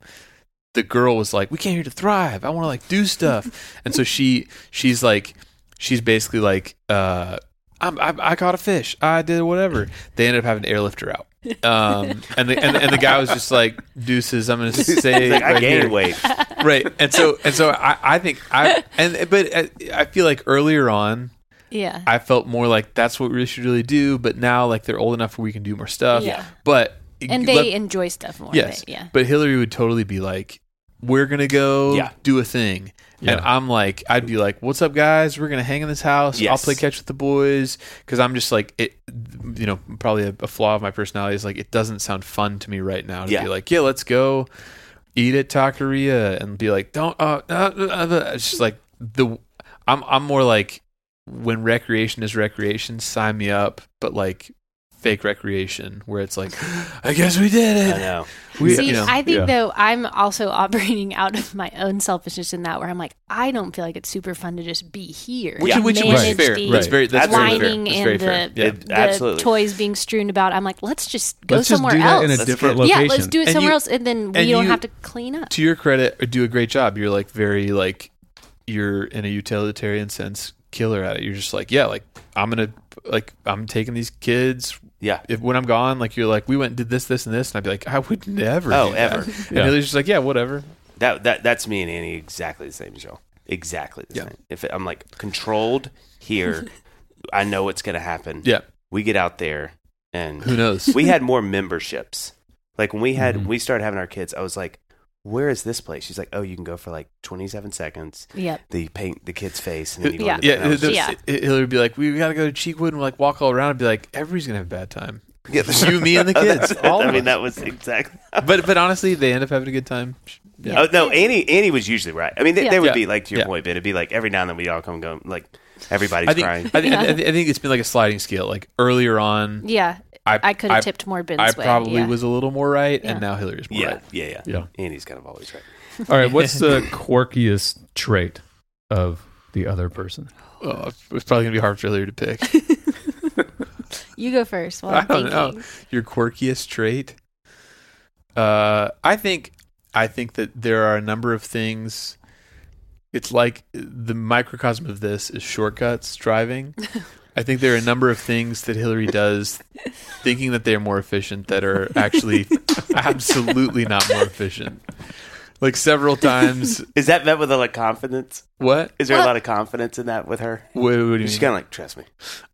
Speaker 8: the girl was like we came here to thrive i want to like do stuff and so she she's like she's basically like uh I'm, I, I caught a fish. I did whatever. They ended up having to airlift her out, um, and the and, and the guy was just like, "Deuces, I'm going to stay."
Speaker 3: Like, I
Speaker 8: right
Speaker 3: gained
Speaker 8: here."
Speaker 3: weight.
Speaker 8: right and so and so i, I think i and but I, I feel like earlier on
Speaker 7: yeah.
Speaker 8: i felt more like that's what we should really do but now like they're old enough where we can do more stuff
Speaker 7: Yeah.
Speaker 8: but
Speaker 7: and
Speaker 8: let-
Speaker 7: they enjoy stuff more.
Speaker 8: yes
Speaker 7: But, yeah.
Speaker 8: but hillary would totally be like we're gonna go
Speaker 3: Yeah.
Speaker 8: do a thing and
Speaker 9: Yeah.
Speaker 8: i'm like i'd be like what's up guys we're gonna hang in this house i'll
Speaker 3: Yes.
Speaker 8: play catch with the boys because i'm just like it you know probably a, a flaw of my personality is like it doesn't sound fun to me right now to
Speaker 3: Yeah.
Speaker 8: be like yeah let's go eat at taqueria and be like don't uh, uh, uh, uh," it's just like the i'm i'm more like when recreation is recreation sign me up but like fake recreation where it's like i guess we did
Speaker 3: I
Speaker 8: it
Speaker 3: know.
Speaker 8: we,
Speaker 7: See,
Speaker 8: you know,
Speaker 7: I think
Speaker 9: yeah.
Speaker 7: though I'm also operating out of my own selfishness in that, where I'm like, I don't feel like it's super fun to just be here.
Speaker 8: which,
Speaker 3: Yeah.
Speaker 8: which, which
Speaker 7: Manage
Speaker 8: is fair.
Speaker 7: the
Speaker 8: That's very that's very fair.
Speaker 7: whining
Speaker 8: That's
Speaker 7: and
Speaker 8: very
Speaker 7: the,
Speaker 8: fair. Yeah.
Speaker 3: It-
Speaker 7: the
Speaker 3: absolutely.
Speaker 7: toys being strewn about. I'm like, let's just go
Speaker 9: Let's just
Speaker 7: somewhere
Speaker 9: do that
Speaker 7: else.
Speaker 9: in a
Speaker 3: That's
Speaker 9: different
Speaker 3: good.
Speaker 7: yeah,
Speaker 9: location.
Speaker 7: let's do it
Speaker 8: And
Speaker 7: somewhere
Speaker 8: you-
Speaker 7: else, and then we
Speaker 8: and
Speaker 7: don't
Speaker 8: you-
Speaker 7: have to clean up.
Speaker 8: To your credit, uh, do a great job. You're like very like you're in a utilitarian sense killer at it. You're just like, yeah, like I'm gonna like I'm taking these kids.
Speaker 3: Yeah.
Speaker 8: If when I'm gone, like you're like, we went and did this, this, and this, and I'd be like, I would never.
Speaker 3: Oh,
Speaker 8: do that.
Speaker 3: ever.
Speaker 8: And
Speaker 9: Yeah.
Speaker 8: Lily's just like, yeah, whatever.
Speaker 3: That that that's me and Annie exactly the same as y'all. Exactly the
Speaker 8: Yeah.
Speaker 3: same. If I'm like controlled here, I know what's gonna happen.
Speaker 8: Yeah.
Speaker 3: We get out there and
Speaker 8: Who knows? Mm-hmm.
Speaker 3: we had more memberships. Like when we had
Speaker 9: Mhm.
Speaker 3: we started having our kids, I was like, "Where is this place?" She's like, "Oh, you can go for like 27 seconds.
Speaker 7: Yep.
Speaker 3: They paint the kid's face, and then you go
Speaker 7: Yeah.
Speaker 3: into the
Speaker 8: yeah,
Speaker 3: mountains."
Speaker 8: the-
Speaker 7: Yeah.
Speaker 8: Hillary would be like, "We gotta go to Cheekwood and like walk all around and be like, everybody's gonna have a bad time."
Speaker 3: Yeah,
Speaker 8: It's you, me, and the kids.
Speaker 3: That's-
Speaker 8: all
Speaker 3: I
Speaker 8: of
Speaker 3: mean,
Speaker 8: us.
Speaker 3: that was exactly.
Speaker 8: But but honestly, they end up having a good time. Yeah.
Speaker 3: Oh no, Annie Annie was usually right. I mean, they,
Speaker 7: Yeah.
Speaker 3: they would
Speaker 8: Yeah.
Speaker 3: be like to your
Speaker 8: Yeah.
Speaker 3: point, but it'd be like every now and then we'd all come and go, like everybody's
Speaker 8: I think, I,
Speaker 3: crying.
Speaker 8: think I, think- I think it's been like a sliding scale. Like earlier on,
Speaker 7: Yeah,
Speaker 8: I
Speaker 7: I could have
Speaker 8: I-
Speaker 7: tipped more Ben's
Speaker 8: I
Speaker 7: way.
Speaker 8: probably
Speaker 7: yeah.
Speaker 8: was a little more right,
Speaker 7: Yeah.
Speaker 8: and now Hillary's more
Speaker 3: Yeah,
Speaker 8: right.
Speaker 3: yeah, yeah,
Speaker 9: Yeah.
Speaker 3: Annie's kind of always right.
Speaker 9: All right, what's the quirkiest trait of the other person?
Speaker 8: Oh, it's probably gonna be hard for Hillary to pick.
Speaker 7: You go first. While
Speaker 8: I
Speaker 7: I'm
Speaker 8: don't know.
Speaker 7: thinking.
Speaker 8: Your quirkiest trait? Uh, I think I think that there are a number of things. It's like the microcosm of this is shortcuts driving. I think there are a number of things that Hillary does, thinking that they are more efficient, that are actually absolutely not more efficient. Like several times,
Speaker 3: Is that met with a lot of confidence?
Speaker 8: what?
Speaker 3: Is there a lot of confidence in that with her?
Speaker 8: What, what do you mean?
Speaker 3: She's kind of like, trust me.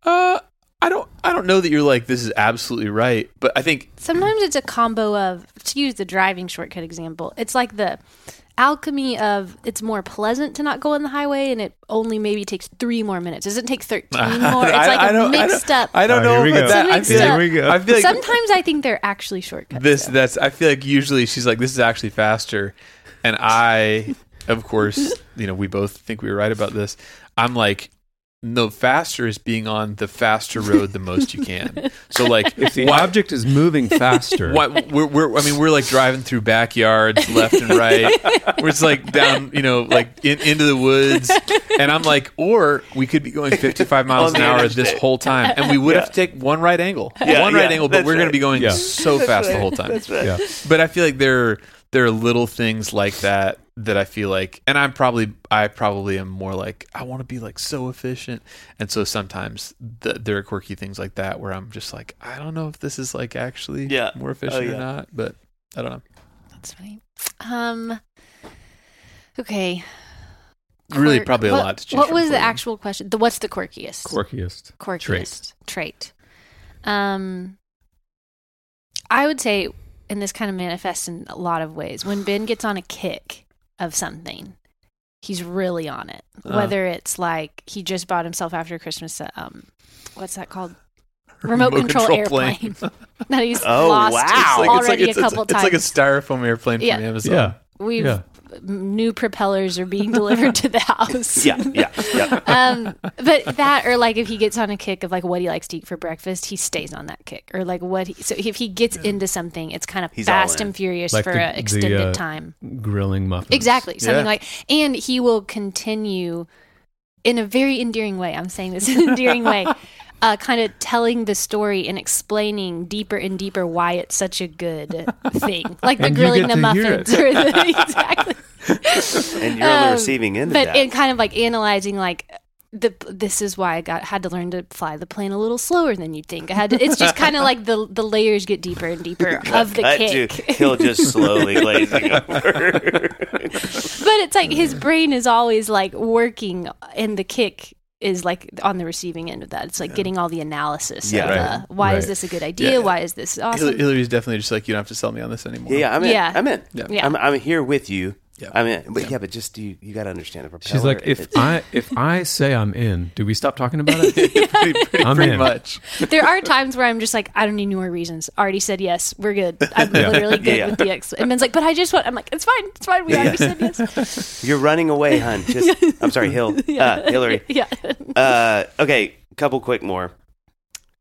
Speaker 8: Uh, I don't. I don't know that you're like this is absolutely right, but I think
Speaker 7: Sometimes it's a combo of, to use the driving shortcut example, it's like the alchemy of it's more pleasant to not go on the highway and it only maybe takes three more minutes. It doesn't take 13 more. It's like
Speaker 8: I,
Speaker 7: a
Speaker 8: I don't,
Speaker 7: mixed
Speaker 8: I
Speaker 7: up.
Speaker 8: don't, I don't
Speaker 9: Oh,
Speaker 8: know
Speaker 9: here we
Speaker 8: about
Speaker 9: go.
Speaker 8: that.
Speaker 7: It's a
Speaker 8: I feel,
Speaker 7: mixed up.
Speaker 8: like, I feel like
Speaker 7: Sometimes I think they're actually shortcuts.
Speaker 8: this.
Speaker 7: though.
Speaker 8: That's. I feel like usually she's like this is actually faster, and I, of course, you know, we both think we were right about this. I'm like. No, faster is being on the faster road the most you can. So, like,
Speaker 9: If the
Speaker 8: why-
Speaker 9: object is moving faster,
Speaker 8: Why, we're, we're, I mean, we're like driving through backyards left and right. we're just like down, you know, like in, into the woods. And I'm like, or we could be going 55 miles
Speaker 3: On
Speaker 8: an
Speaker 3: the
Speaker 8: hour
Speaker 3: interstate.
Speaker 8: this whole time. And we would have to take one right angle.
Speaker 3: Yeah,
Speaker 8: one right
Speaker 3: yeah,
Speaker 8: angle, but
Speaker 3: that's
Speaker 8: we're going to
Speaker 3: right.
Speaker 8: be going
Speaker 9: Yeah.
Speaker 8: so fast the whole time.
Speaker 9: yeah.
Speaker 8: But I feel like there are, there are little things like that that I feel like, and I'm probably, I probably am more like, I want to be like so efficient. And so sometimes th- there are quirky things like that where I'm just like, I don't know if this is like actually
Speaker 3: Yeah.
Speaker 8: more efficient
Speaker 3: yeah.
Speaker 8: or not, but I don't know.
Speaker 7: That's funny. Um, okay.
Speaker 8: Really,
Speaker 7: Quirk-
Speaker 8: probably a
Speaker 7: what-
Speaker 8: lot to choose
Speaker 7: What
Speaker 8: from
Speaker 7: was
Speaker 8: for
Speaker 7: the
Speaker 8: you.
Speaker 7: actual question? The what's the quirkiest?
Speaker 9: quirkiest.
Speaker 7: quirkiest trait. Um, I would say, and this kind of manifests in a lot of ways. When Ben gets on a kick of something, he's really on it.
Speaker 8: Uh.
Speaker 7: Whether it's like he just bought himself after Christmas, a, um, what's that called? Remote, control, airplane that he's
Speaker 3: Oh,
Speaker 7: lost
Speaker 3: wow.
Speaker 8: It's like- it's like-
Speaker 7: already
Speaker 8: it's-
Speaker 7: a
Speaker 8: it's-
Speaker 7: couple
Speaker 8: it's
Speaker 7: times.
Speaker 8: like a styrofoam airplane
Speaker 7: Yeah.
Speaker 8: from Amazon.
Speaker 9: Yeah,
Speaker 7: We've
Speaker 9: yeah.
Speaker 7: new propellers are being delivered to the house.
Speaker 3: Yeah, yeah, yeah.
Speaker 7: um, but that, or like if he gets on a kick of like what he likes to eat for breakfast, he stays on that kick, or like what. He, so if he gets into something, it's kind of
Speaker 3: He's all
Speaker 7: fast
Speaker 3: in.
Speaker 7: and furious
Speaker 9: Like
Speaker 7: for
Speaker 9: the-
Speaker 7: an
Speaker 9: the,
Speaker 7: extended
Speaker 9: uh,
Speaker 7: time.
Speaker 9: Grilling muffins.
Speaker 7: Exactly, something
Speaker 8: Yeah.
Speaker 7: like, and he will continue in a very endearing way. I'm saying this in an endearing way. Uh, kind of telling the story and explaining deeper and deeper why it's such a good thing, like the
Speaker 9: And you
Speaker 7: grilling
Speaker 9: get
Speaker 7: the
Speaker 9: to hear
Speaker 7: muffins, or the, exactly
Speaker 3: And you're on
Speaker 7: Um,
Speaker 3: the receiving end of
Speaker 7: but
Speaker 3: that.
Speaker 7: and kind of like analyzing like the this is why I got had to learn to fly the plane a little slower than you think. I had to, it's just kind of like the the layers get deeper and deeper of the
Speaker 3: Cut
Speaker 7: kick.
Speaker 3: to- he'll just slowly glazing over.
Speaker 7: but it's like his
Speaker 3: Mm.
Speaker 7: brain is always like working and the kick is like on the receiving end of that. It's like getting all the analysis.
Speaker 3: Yeah,
Speaker 7: of
Speaker 8: right.
Speaker 7: the, why is
Speaker 9: Right.
Speaker 7: this a good idea?
Speaker 8: Yeah.
Speaker 7: Why is this awesome?
Speaker 8: Hillary, Hillary's definitely just like, you don't have to sell me on this anymore.
Speaker 3: yeah, yeah, I'm in.
Speaker 7: Yeah.
Speaker 3: I'm in.
Speaker 7: Yeah.
Speaker 3: I'm, I'm here with you.
Speaker 8: Yeah.
Speaker 3: I'm in. But yeah, but just do you, you got to understand the propeller.
Speaker 9: She's like, if
Speaker 3: it's-
Speaker 9: I if I say I'm in, do we stop talking about it?
Speaker 8: pretty, pretty,
Speaker 9: I'm
Speaker 8: pretty
Speaker 9: in.
Speaker 8: much.
Speaker 7: there are times where I'm just like, I don't need any more reasons. I already said yes. We're good. I'm
Speaker 9: Yeah.
Speaker 7: literally good
Speaker 3: Yeah.
Speaker 7: with the ex. And Ben's like, but I just want. I'm like, it's fine. It's fine. We already said yes.
Speaker 3: you're running away, hun. Just, I'm sorry, Hill, uh, Hillary.
Speaker 7: yeah.
Speaker 3: Uh, okay, couple quick more.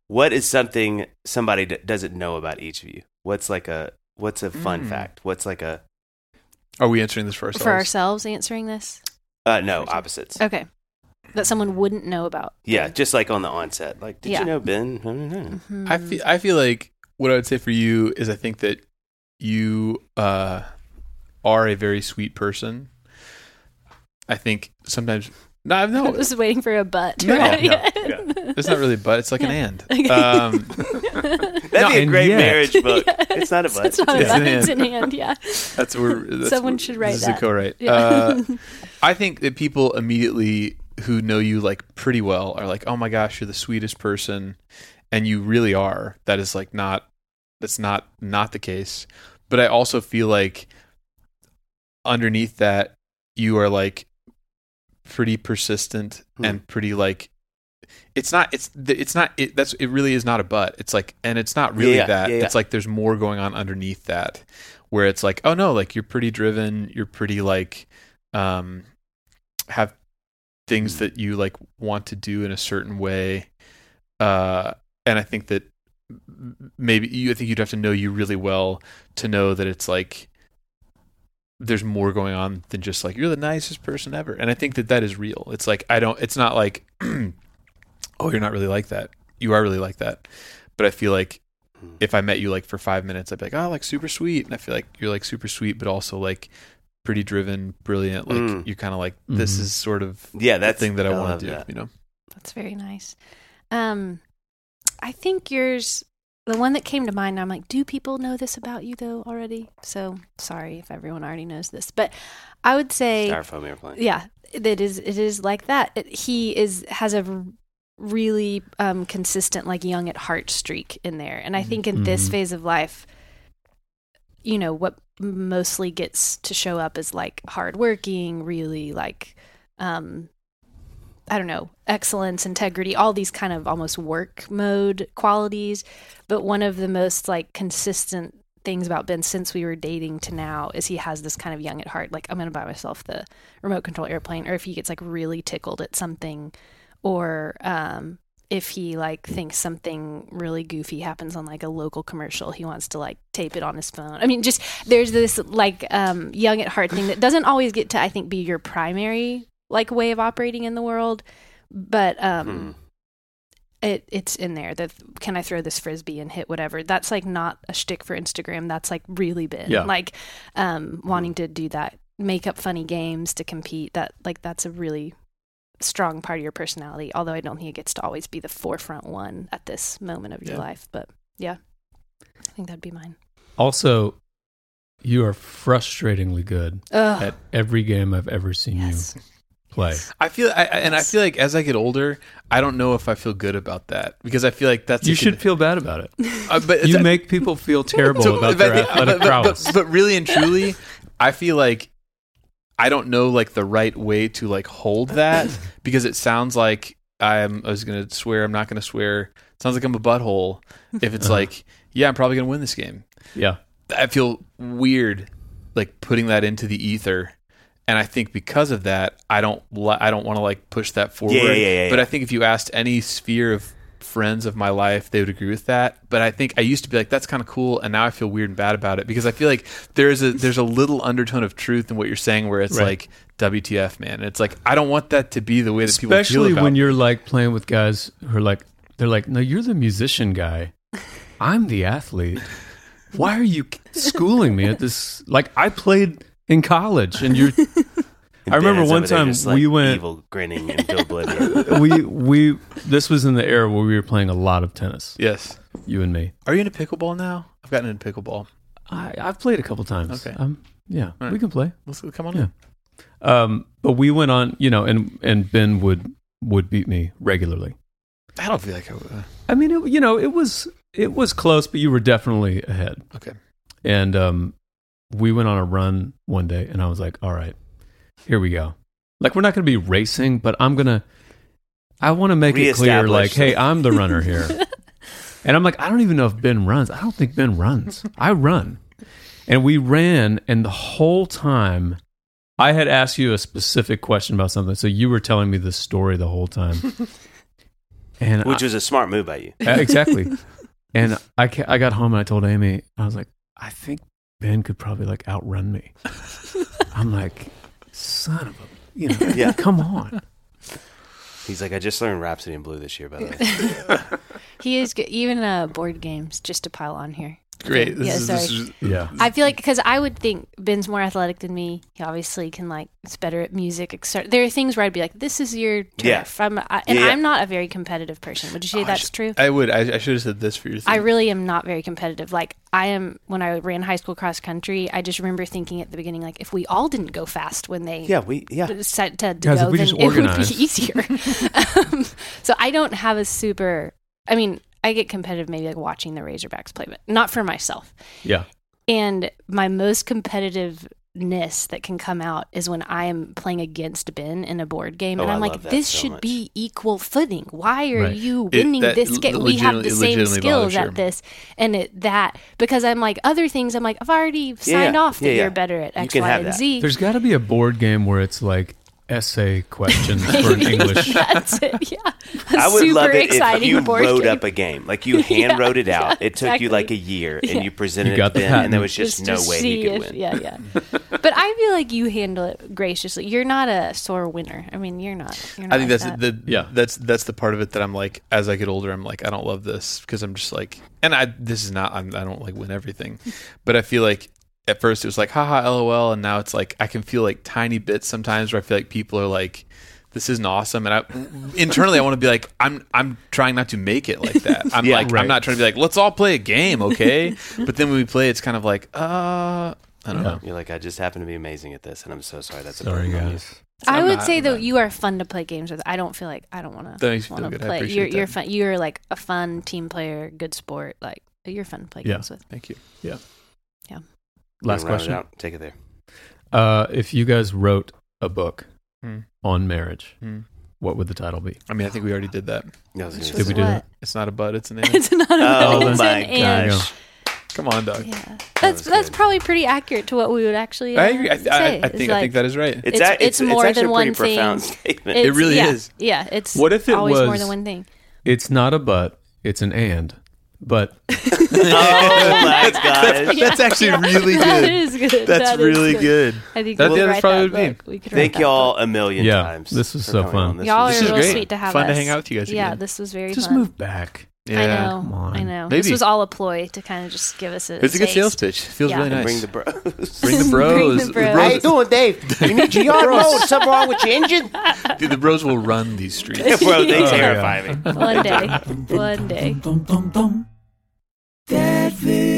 Speaker 3: What is something somebody d- doesn't know about each of you? What's like a what's a fun
Speaker 8: Mm.
Speaker 3: fact? What's like a
Speaker 8: Are we answering this for ourselves?
Speaker 7: for ourselves answering this.
Speaker 3: uh, no opposites?
Speaker 7: Okay. That someone wouldn't know about.
Speaker 3: Yeah, just like on the onset. Like, did
Speaker 7: Yeah.
Speaker 3: you know Ben? I don't know.
Speaker 7: Mhm.
Speaker 8: I feel I feel like what I would say for you is I think that you uh, are a very sweet person. I think sometimes no, I
Speaker 7: I
Speaker 8: no,
Speaker 7: was waiting for a butt.
Speaker 8: No,
Speaker 7: right?
Speaker 3: no,
Speaker 8: it's not really, but it's like an and.
Speaker 7: Okay.
Speaker 8: Um,
Speaker 3: That'd be a
Speaker 9: and
Speaker 3: great
Speaker 9: yet-
Speaker 3: marriage book. It's not a
Speaker 7: It's-
Speaker 3: butt.
Speaker 7: It's, not
Speaker 8: It's
Speaker 7: a
Speaker 8: an
Speaker 7: butt. It's
Speaker 8: and.
Speaker 7: an and. Yeah.
Speaker 8: that's where that's
Speaker 7: Someone
Speaker 8: where-
Speaker 7: should write
Speaker 8: this is
Speaker 7: that.
Speaker 8: a co-write.
Speaker 7: Yeah.
Speaker 8: Uh, I think that people immediately who know you like pretty well are like, "Oh my gosh, you're the sweetest person," and you really are. That is like not that's not not the case. But I also feel like underneath that you are like pretty persistent
Speaker 3: Hmm.
Speaker 8: and pretty like it's not it's it's not it, that's it really is not a but it's like and it's not really
Speaker 3: Yeah,
Speaker 8: that
Speaker 3: yeah, yeah.
Speaker 8: it's like there's more going on underneath that where it's like oh no like you're pretty driven you're pretty like um have
Speaker 3: Hmm.
Speaker 8: things that you like want to do in a certain way uh and i think that m- maybe you i think you'd have to know you really well to know that it's like there's more going on than just like you're the nicest person ever and i think that that is real it's like i don't it's not like oh you're not really like that you are really like that. But I feel like
Speaker 3: Mm.
Speaker 8: if I met you like for five minutes, I'd be like, oh, like super sweet, and I feel like you're like super sweet, but also like pretty driven, brilliant. Like
Speaker 3: Mm.
Speaker 8: you're kind of like this
Speaker 9: Mhm.
Speaker 8: is sort of
Speaker 3: Yeah,
Speaker 8: that
Speaker 3: that's
Speaker 8: thing that I, want
Speaker 3: love
Speaker 8: to do.
Speaker 3: that.
Speaker 8: You know,
Speaker 7: That's very nice. Um, I think yours, the one that came to mind. I'm like, do people know this about you though already? So sorry if everyone already knows this, but I would say,
Speaker 3: Styrofoam airplane.
Speaker 7: yeah, that is it is like that. It, he is has a r- really um, consistent, like young at heart streak in there, and I think in this
Speaker 9: Mhm.
Speaker 7: phase of life, you know what mostly gets to show up is like hardworking, really like um I don't know, excellence, integrity, all these kind of almost work mode qualities. But one of the most like consistent things about Ben since we were dating to now is he has this kind of young at heart, like I'm gonna buy myself the remote control airplane, or if he gets like really tickled at something or um if he like thinks something really goofy happens on like a local commercial, he wants to like tape it on his phone. I mean, just there's this like um, young at heart thing that doesn't always get to I think be your primary like way of operating in the world, but
Speaker 3: Hmm.
Speaker 7: um, it it's in there. The can I throw this frisbee and hit whatever? That's like not a shtick for Instagram. That's like really been
Speaker 9: Yeah.
Speaker 7: like um, wanting to do that, make up funny games to compete. That like that's a really strong part of your personality. Although I don't think it gets to always be the forefront one at this moment of your
Speaker 8: Yeah.
Speaker 7: life, but yeah, I think that'd be mine.
Speaker 9: Also, you are frustratingly good
Speaker 7: Ugh.
Speaker 9: at every game I've ever seen
Speaker 7: Yes.
Speaker 9: you play.
Speaker 8: I feel, I, I- and I feel like as I get older, I don't know if I feel good about that because I feel like that's
Speaker 9: You
Speaker 8: a
Speaker 9: should
Speaker 8: con-
Speaker 9: feel bad about it.
Speaker 8: uh, but it's-
Speaker 9: You make people feel terrible
Speaker 8: So, but-
Speaker 9: about their
Speaker 8: but-
Speaker 9: athletic
Speaker 8: but, but-
Speaker 9: prowess.
Speaker 8: But, but really and truly, I feel like I don't know like the right way to like hold that because it sounds like I'm. I was gonna swear. I'm not gonna swear. It sounds like I'm a butthole. If
Speaker 9: Uh-huh.
Speaker 8: it's like, yeah, I'm probably gonna win this game.
Speaker 9: yeah.
Speaker 8: I feel weird like putting that into the ether. And I think because of that, I don't li- I don't want to like push that forward.
Speaker 3: yeah, yeah,
Speaker 8: But
Speaker 3: yeah.
Speaker 8: I think if you asked any sphere of friends of my life, they would agree with that. But I think I used to be like that's kind of cool, and now I feel weird and bad about it because I feel like there's a there's a little undertone of truth in what you're saying where it's
Speaker 9: Right.
Speaker 8: like WTF, man. It's like I don't want that to be the way that people
Speaker 9: Especially
Speaker 8: feel about
Speaker 9: when
Speaker 8: it.
Speaker 9: you're like playing with guys who are like, they're like, no, you're the musician guy. I'm the athlete. Why are you schooling me at this? Like, I played in college and you're. I remember
Speaker 3: Dan's
Speaker 9: one
Speaker 3: over there
Speaker 9: time
Speaker 3: just, like,
Speaker 9: we went.
Speaker 3: evil grinning into oblivion.
Speaker 9: we we this was in the era where we were playing a lot of tennis,
Speaker 8: yes.
Speaker 9: you and me.
Speaker 8: Are you into pickleball now? I've gotten into pickleball.
Speaker 9: I, I've played a couple times.
Speaker 8: Okay.
Speaker 9: Um, yeah,
Speaker 8: All right.
Speaker 9: we can play.
Speaker 8: Let's come on
Speaker 9: Yeah.
Speaker 8: in.
Speaker 9: Um, but we went on, you know, and and Ben would would beat me regularly.
Speaker 8: I don't feel like I, uh,
Speaker 9: I mean, it, you know, it was it was close, but you were definitely ahead.
Speaker 8: okay.
Speaker 9: And um, we went on a run one day, and I was like, "All right, here we go." Like we're not going to be racing, but I'm gonna. I want to make it clear,
Speaker 3: Reestablish.
Speaker 9: like, hey, I'm the runner here. and I'm like, I don't even know if Ben runs. I don't think Ben runs. I run. And we ran, and the whole time, I had asked you a specific question about something. So you were telling me this story the whole time. and I-
Speaker 3: Which was a smart move by you.
Speaker 9: uh, exactly. and I, ca- I got home and I told Amy, I was like, I think Ben could probably like outrun me. I'm like, son of a, you know,
Speaker 3: Yeah.
Speaker 9: come on.
Speaker 3: He's like, I just learned Rhapsody in Blue this year, by the way.
Speaker 7: He is good. Even uh, board games, just to pile on here.
Speaker 8: Great. This
Speaker 7: Yeah,
Speaker 8: is, this
Speaker 7: sorry.
Speaker 8: is
Speaker 9: Yeah.
Speaker 7: I feel like because I would think Ben's more athletic than me. He obviously can like is better at music. Etc. There are things where I'd be like, "This is your
Speaker 3: Yeah.
Speaker 7: turf." I'm, I, and
Speaker 3: Yeah, yeah.
Speaker 7: I'm not a very competitive person. Would you say
Speaker 8: Oh, I
Speaker 7: that's
Speaker 8: should-
Speaker 7: true?
Speaker 8: I would. I, I should have said this for your. Thing.
Speaker 7: I really am not very competitive. Like I am when I ran high school cross country. I just remember thinking at the beginning, like if we all didn't go fast when they
Speaker 3: Yeah, we, yeah.
Speaker 7: set to, to
Speaker 9: Guys,
Speaker 7: go,
Speaker 9: if we
Speaker 7: then
Speaker 9: just
Speaker 7: it would
Speaker 9: organize.
Speaker 7: be easier. um, so I don't have a super. I mean, I get competitive maybe like watching the Razorbacks play, but not for myself.
Speaker 9: Yeah.
Speaker 7: And my most competitiveness that can come out is when I am playing against Ben in a board game,
Speaker 3: Oh,
Speaker 7: and
Speaker 3: I
Speaker 7: I'm
Speaker 3: love
Speaker 7: like,
Speaker 3: that
Speaker 7: "This
Speaker 3: so
Speaker 7: should
Speaker 3: much.
Speaker 7: be equal footing. Why are
Speaker 9: Right.
Speaker 7: you
Speaker 8: It-
Speaker 7: winning
Speaker 8: that
Speaker 7: this
Speaker 8: l-
Speaker 7: game? We have the
Speaker 8: legitimately-
Speaker 7: same
Speaker 8: legitimately bothers
Speaker 7: skills
Speaker 8: you.
Speaker 7: at this and it that because I'm like other things. I'm like, I've already signed
Speaker 3: yeah.
Speaker 7: off that
Speaker 3: Yeah, yeah.
Speaker 7: you're better at
Speaker 3: You
Speaker 7: X,
Speaker 3: can
Speaker 7: Y,
Speaker 3: have
Speaker 7: and
Speaker 3: that.
Speaker 7: Z.
Speaker 9: There's got to be a board game where it's like, essay questions for an English.
Speaker 7: That's it. Yeah. A
Speaker 3: I would
Speaker 7: super
Speaker 3: love it if
Speaker 7: exciting
Speaker 3: you
Speaker 7: board
Speaker 3: wrote
Speaker 7: game.
Speaker 3: up a game. Like you hand wrote it out. it took you like a year and
Speaker 7: Yeah.
Speaker 3: you presented
Speaker 9: You got
Speaker 3: it
Speaker 9: the
Speaker 3: then
Speaker 9: patent.
Speaker 3: and there was just,
Speaker 7: Just
Speaker 3: no
Speaker 7: to
Speaker 3: way
Speaker 7: see
Speaker 3: he could
Speaker 7: if-
Speaker 3: win.
Speaker 7: Yeah, yeah. but I feel like you handle it graciously. You're not a sore winner. I mean, you're not. You're not
Speaker 8: I think
Speaker 7: like
Speaker 8: that's
Speaker 7: that.
Speaker 8: the
Speaker 9: Yeah.
Speaker 8: yeah. That's that's the part of it that I'm like, as I get older, I'm like, I don't love this because I'm just like, and I this is not I'm, I don't like win everything, but I feel like at first it was like, haha, lol, and now it's like I can feel like tiny bits sometimes where I feel like people are like, this isn't awesome, and I internally I want to be like, I'm I'm trying not to make it like that. I'm like
Speaker 9: right.
Speaker 8: I'm not trying to be like, let's all play a game, okay? but then when we play, it's kind of like, uh, I don't know.
Speaker 3: You're like, I just happen to be amazing at this and I'm so sorry that's a
Speaker 9: Sorry,
Speaker 3: burden on you.
Speaker 9: guys.
Speaker 7: I
Speaker 8: I'm
Speaker 7: would
Speaker 8: not-
Speaker 7: say
Speaker 8: I'm
Speaker 7: though
Speaker 8: not-
Speaker 7: you are fun to play games with. I don't feel like I don't want
Speaker 8: That makes
Speaker 7: to
Speaker 8: me
Speaker 7: want
Speaker 8: feel
Speaker 7: to
Speaker 8: good. I
Speaker 7: play. You're
Speaker 8: appreciate
Speaker 7: you're
Speaker 8: that.
Speaker 7: fun. You're like a fun team player, good sport. Like you're fun to play
Speaker 9: Yeah.
Speaker 7: games with.
Speaker 8: Thank you.
Speaker 3: You
Speaker 9: Last
Speaker 3: round it
Speaker 9: question.
Speaker 3: out, Take it there.
Speaker 9: Uh, if you guys wrote a book
Speaker 8: Hmm.
Speaker 9: on marriage,
Speaker 8: Hmm.
Speaker 9: what would the title be?
Speaker 8: I mean, I think we already did that.
Speaker 3: No, I was
Speaker 7: Which
Speaker 3: gonna
Speaker 9: Did
Speaker 7: was
Speaker 3: say-
Speaker 9: we do
Speaker 7: what?
Speaker 9: that?
Speaker 8: It's not a but, it's an and.
Speaker 7: it's not.
Speaker 3: Oh
Speaker 7: it's
Speaker 3: my
Speaker 7: an and.
Speaker 3: gosh.
Speaker 8: Come on, dog.
Speaker 7: Yeah, that's
Speaker 3: was
Speaker 7: that's
Speaker 3: good.
Speaker 7: probably pretty accurate to what we would actually. Uh,
Speaker 8: I agree. I, th- I,
Speaker 7: say.
Speaker 8: I think
Speaker 7: It's
Speaker 8: I think
Speaker 7: like-
Speaker 8: that is right.
Speaker 3: It's,
Speaker 7: It's-
Speaker 3: a-
Speaker 7: it's more
Speaker 3: actually
Speaker 7: than
Speaker 3: a pretty
Speaker 7: one thing.
Speaker 3: profound statement.
Speaker 7: it's-
Speaker 8: really
Speaker 7: yeah,
Speaker 8: is.
Speaker 7: Yeah, it's
Speaker 9: What if it
Speaker 7: always more
Speaker 9: was-
Speaker 7: than one thing.
Speaker 9: It's not a but, it's an and. But
Speaker 3: oh my gosh.
Speaker 8: That's actually really
Speaker 7: That
Speaker 8: good.
Speaker 7: is good.
Speaker 8: That's
Speaker 7: That is
Speaker 8: really good.
Speaker 7: I think
Speaker 8: That-
Speaker 7: we could
Speaker 8: yeah, that's
Speaker 7: write
Speaker 8: probably
Speaker 7: that
Speaker 8: what it would
Speaker 7: book. We could write
Speaker 3: Thank
Speaker 7: that
Speaker 3: y'all
Speaker 7: book.
Speaker 3: a million
Speaker 9: Yeah,
Speaker 3: times.
Speaker 9: this was
Speaker 3: for
Speaker 9: so
Speaker 3: coming on.
Speaker 9: fun.
Speaker 3: This
Speaker 7: Y'all
Speaker 3: was-
Speaker 8: this
Speaker 7: are
Speaker 8: is
Speaker 7: real
Speaker 8: great.
Speaker 7: sweet to have
Speaker 8: Fun to
Speaker 7: us.
Speaker 8: hang out with you guys
Speaker 7: Yeah,
Speaker 8: again.
Speaker 7: this was very
Speaker 9: just
Speaker 7: fun.
Speaker 9: move back.
Speaker 8: Yeah.
Speaker 7: I know.
Speaker 9: Come on.
Speaker 7: I know. This
Speaker 8: Maybe.
Speaker 7: was all a ploy to kind of just give us a.
Speaker 8: It's a good
Speaker 7: taste.
Speaker 8: sales pitch. Feels
Speaker 7: Yeah.
Speaker 8: really
Speaker 7: And
Speaker 8: nice.
Speaker 3: Bring the bros.
Speaker 8: Bring the
Speaker 7: Bring
Speaker 8: bros.
Speaker 7: the bros.
Speaker 5: How you doing, Dave? You need your yard mode. Something wrong with your engine?
Speaker 8: Dude, the bros will run these streets.
Speaker 3: Bro,
Speaker 7: Oh,
Speaker 3: they
Speaker 9: yeah.
Speaker 3: terrify me.
Speaker 7: One day. One day.
Speaker 1: Dadville.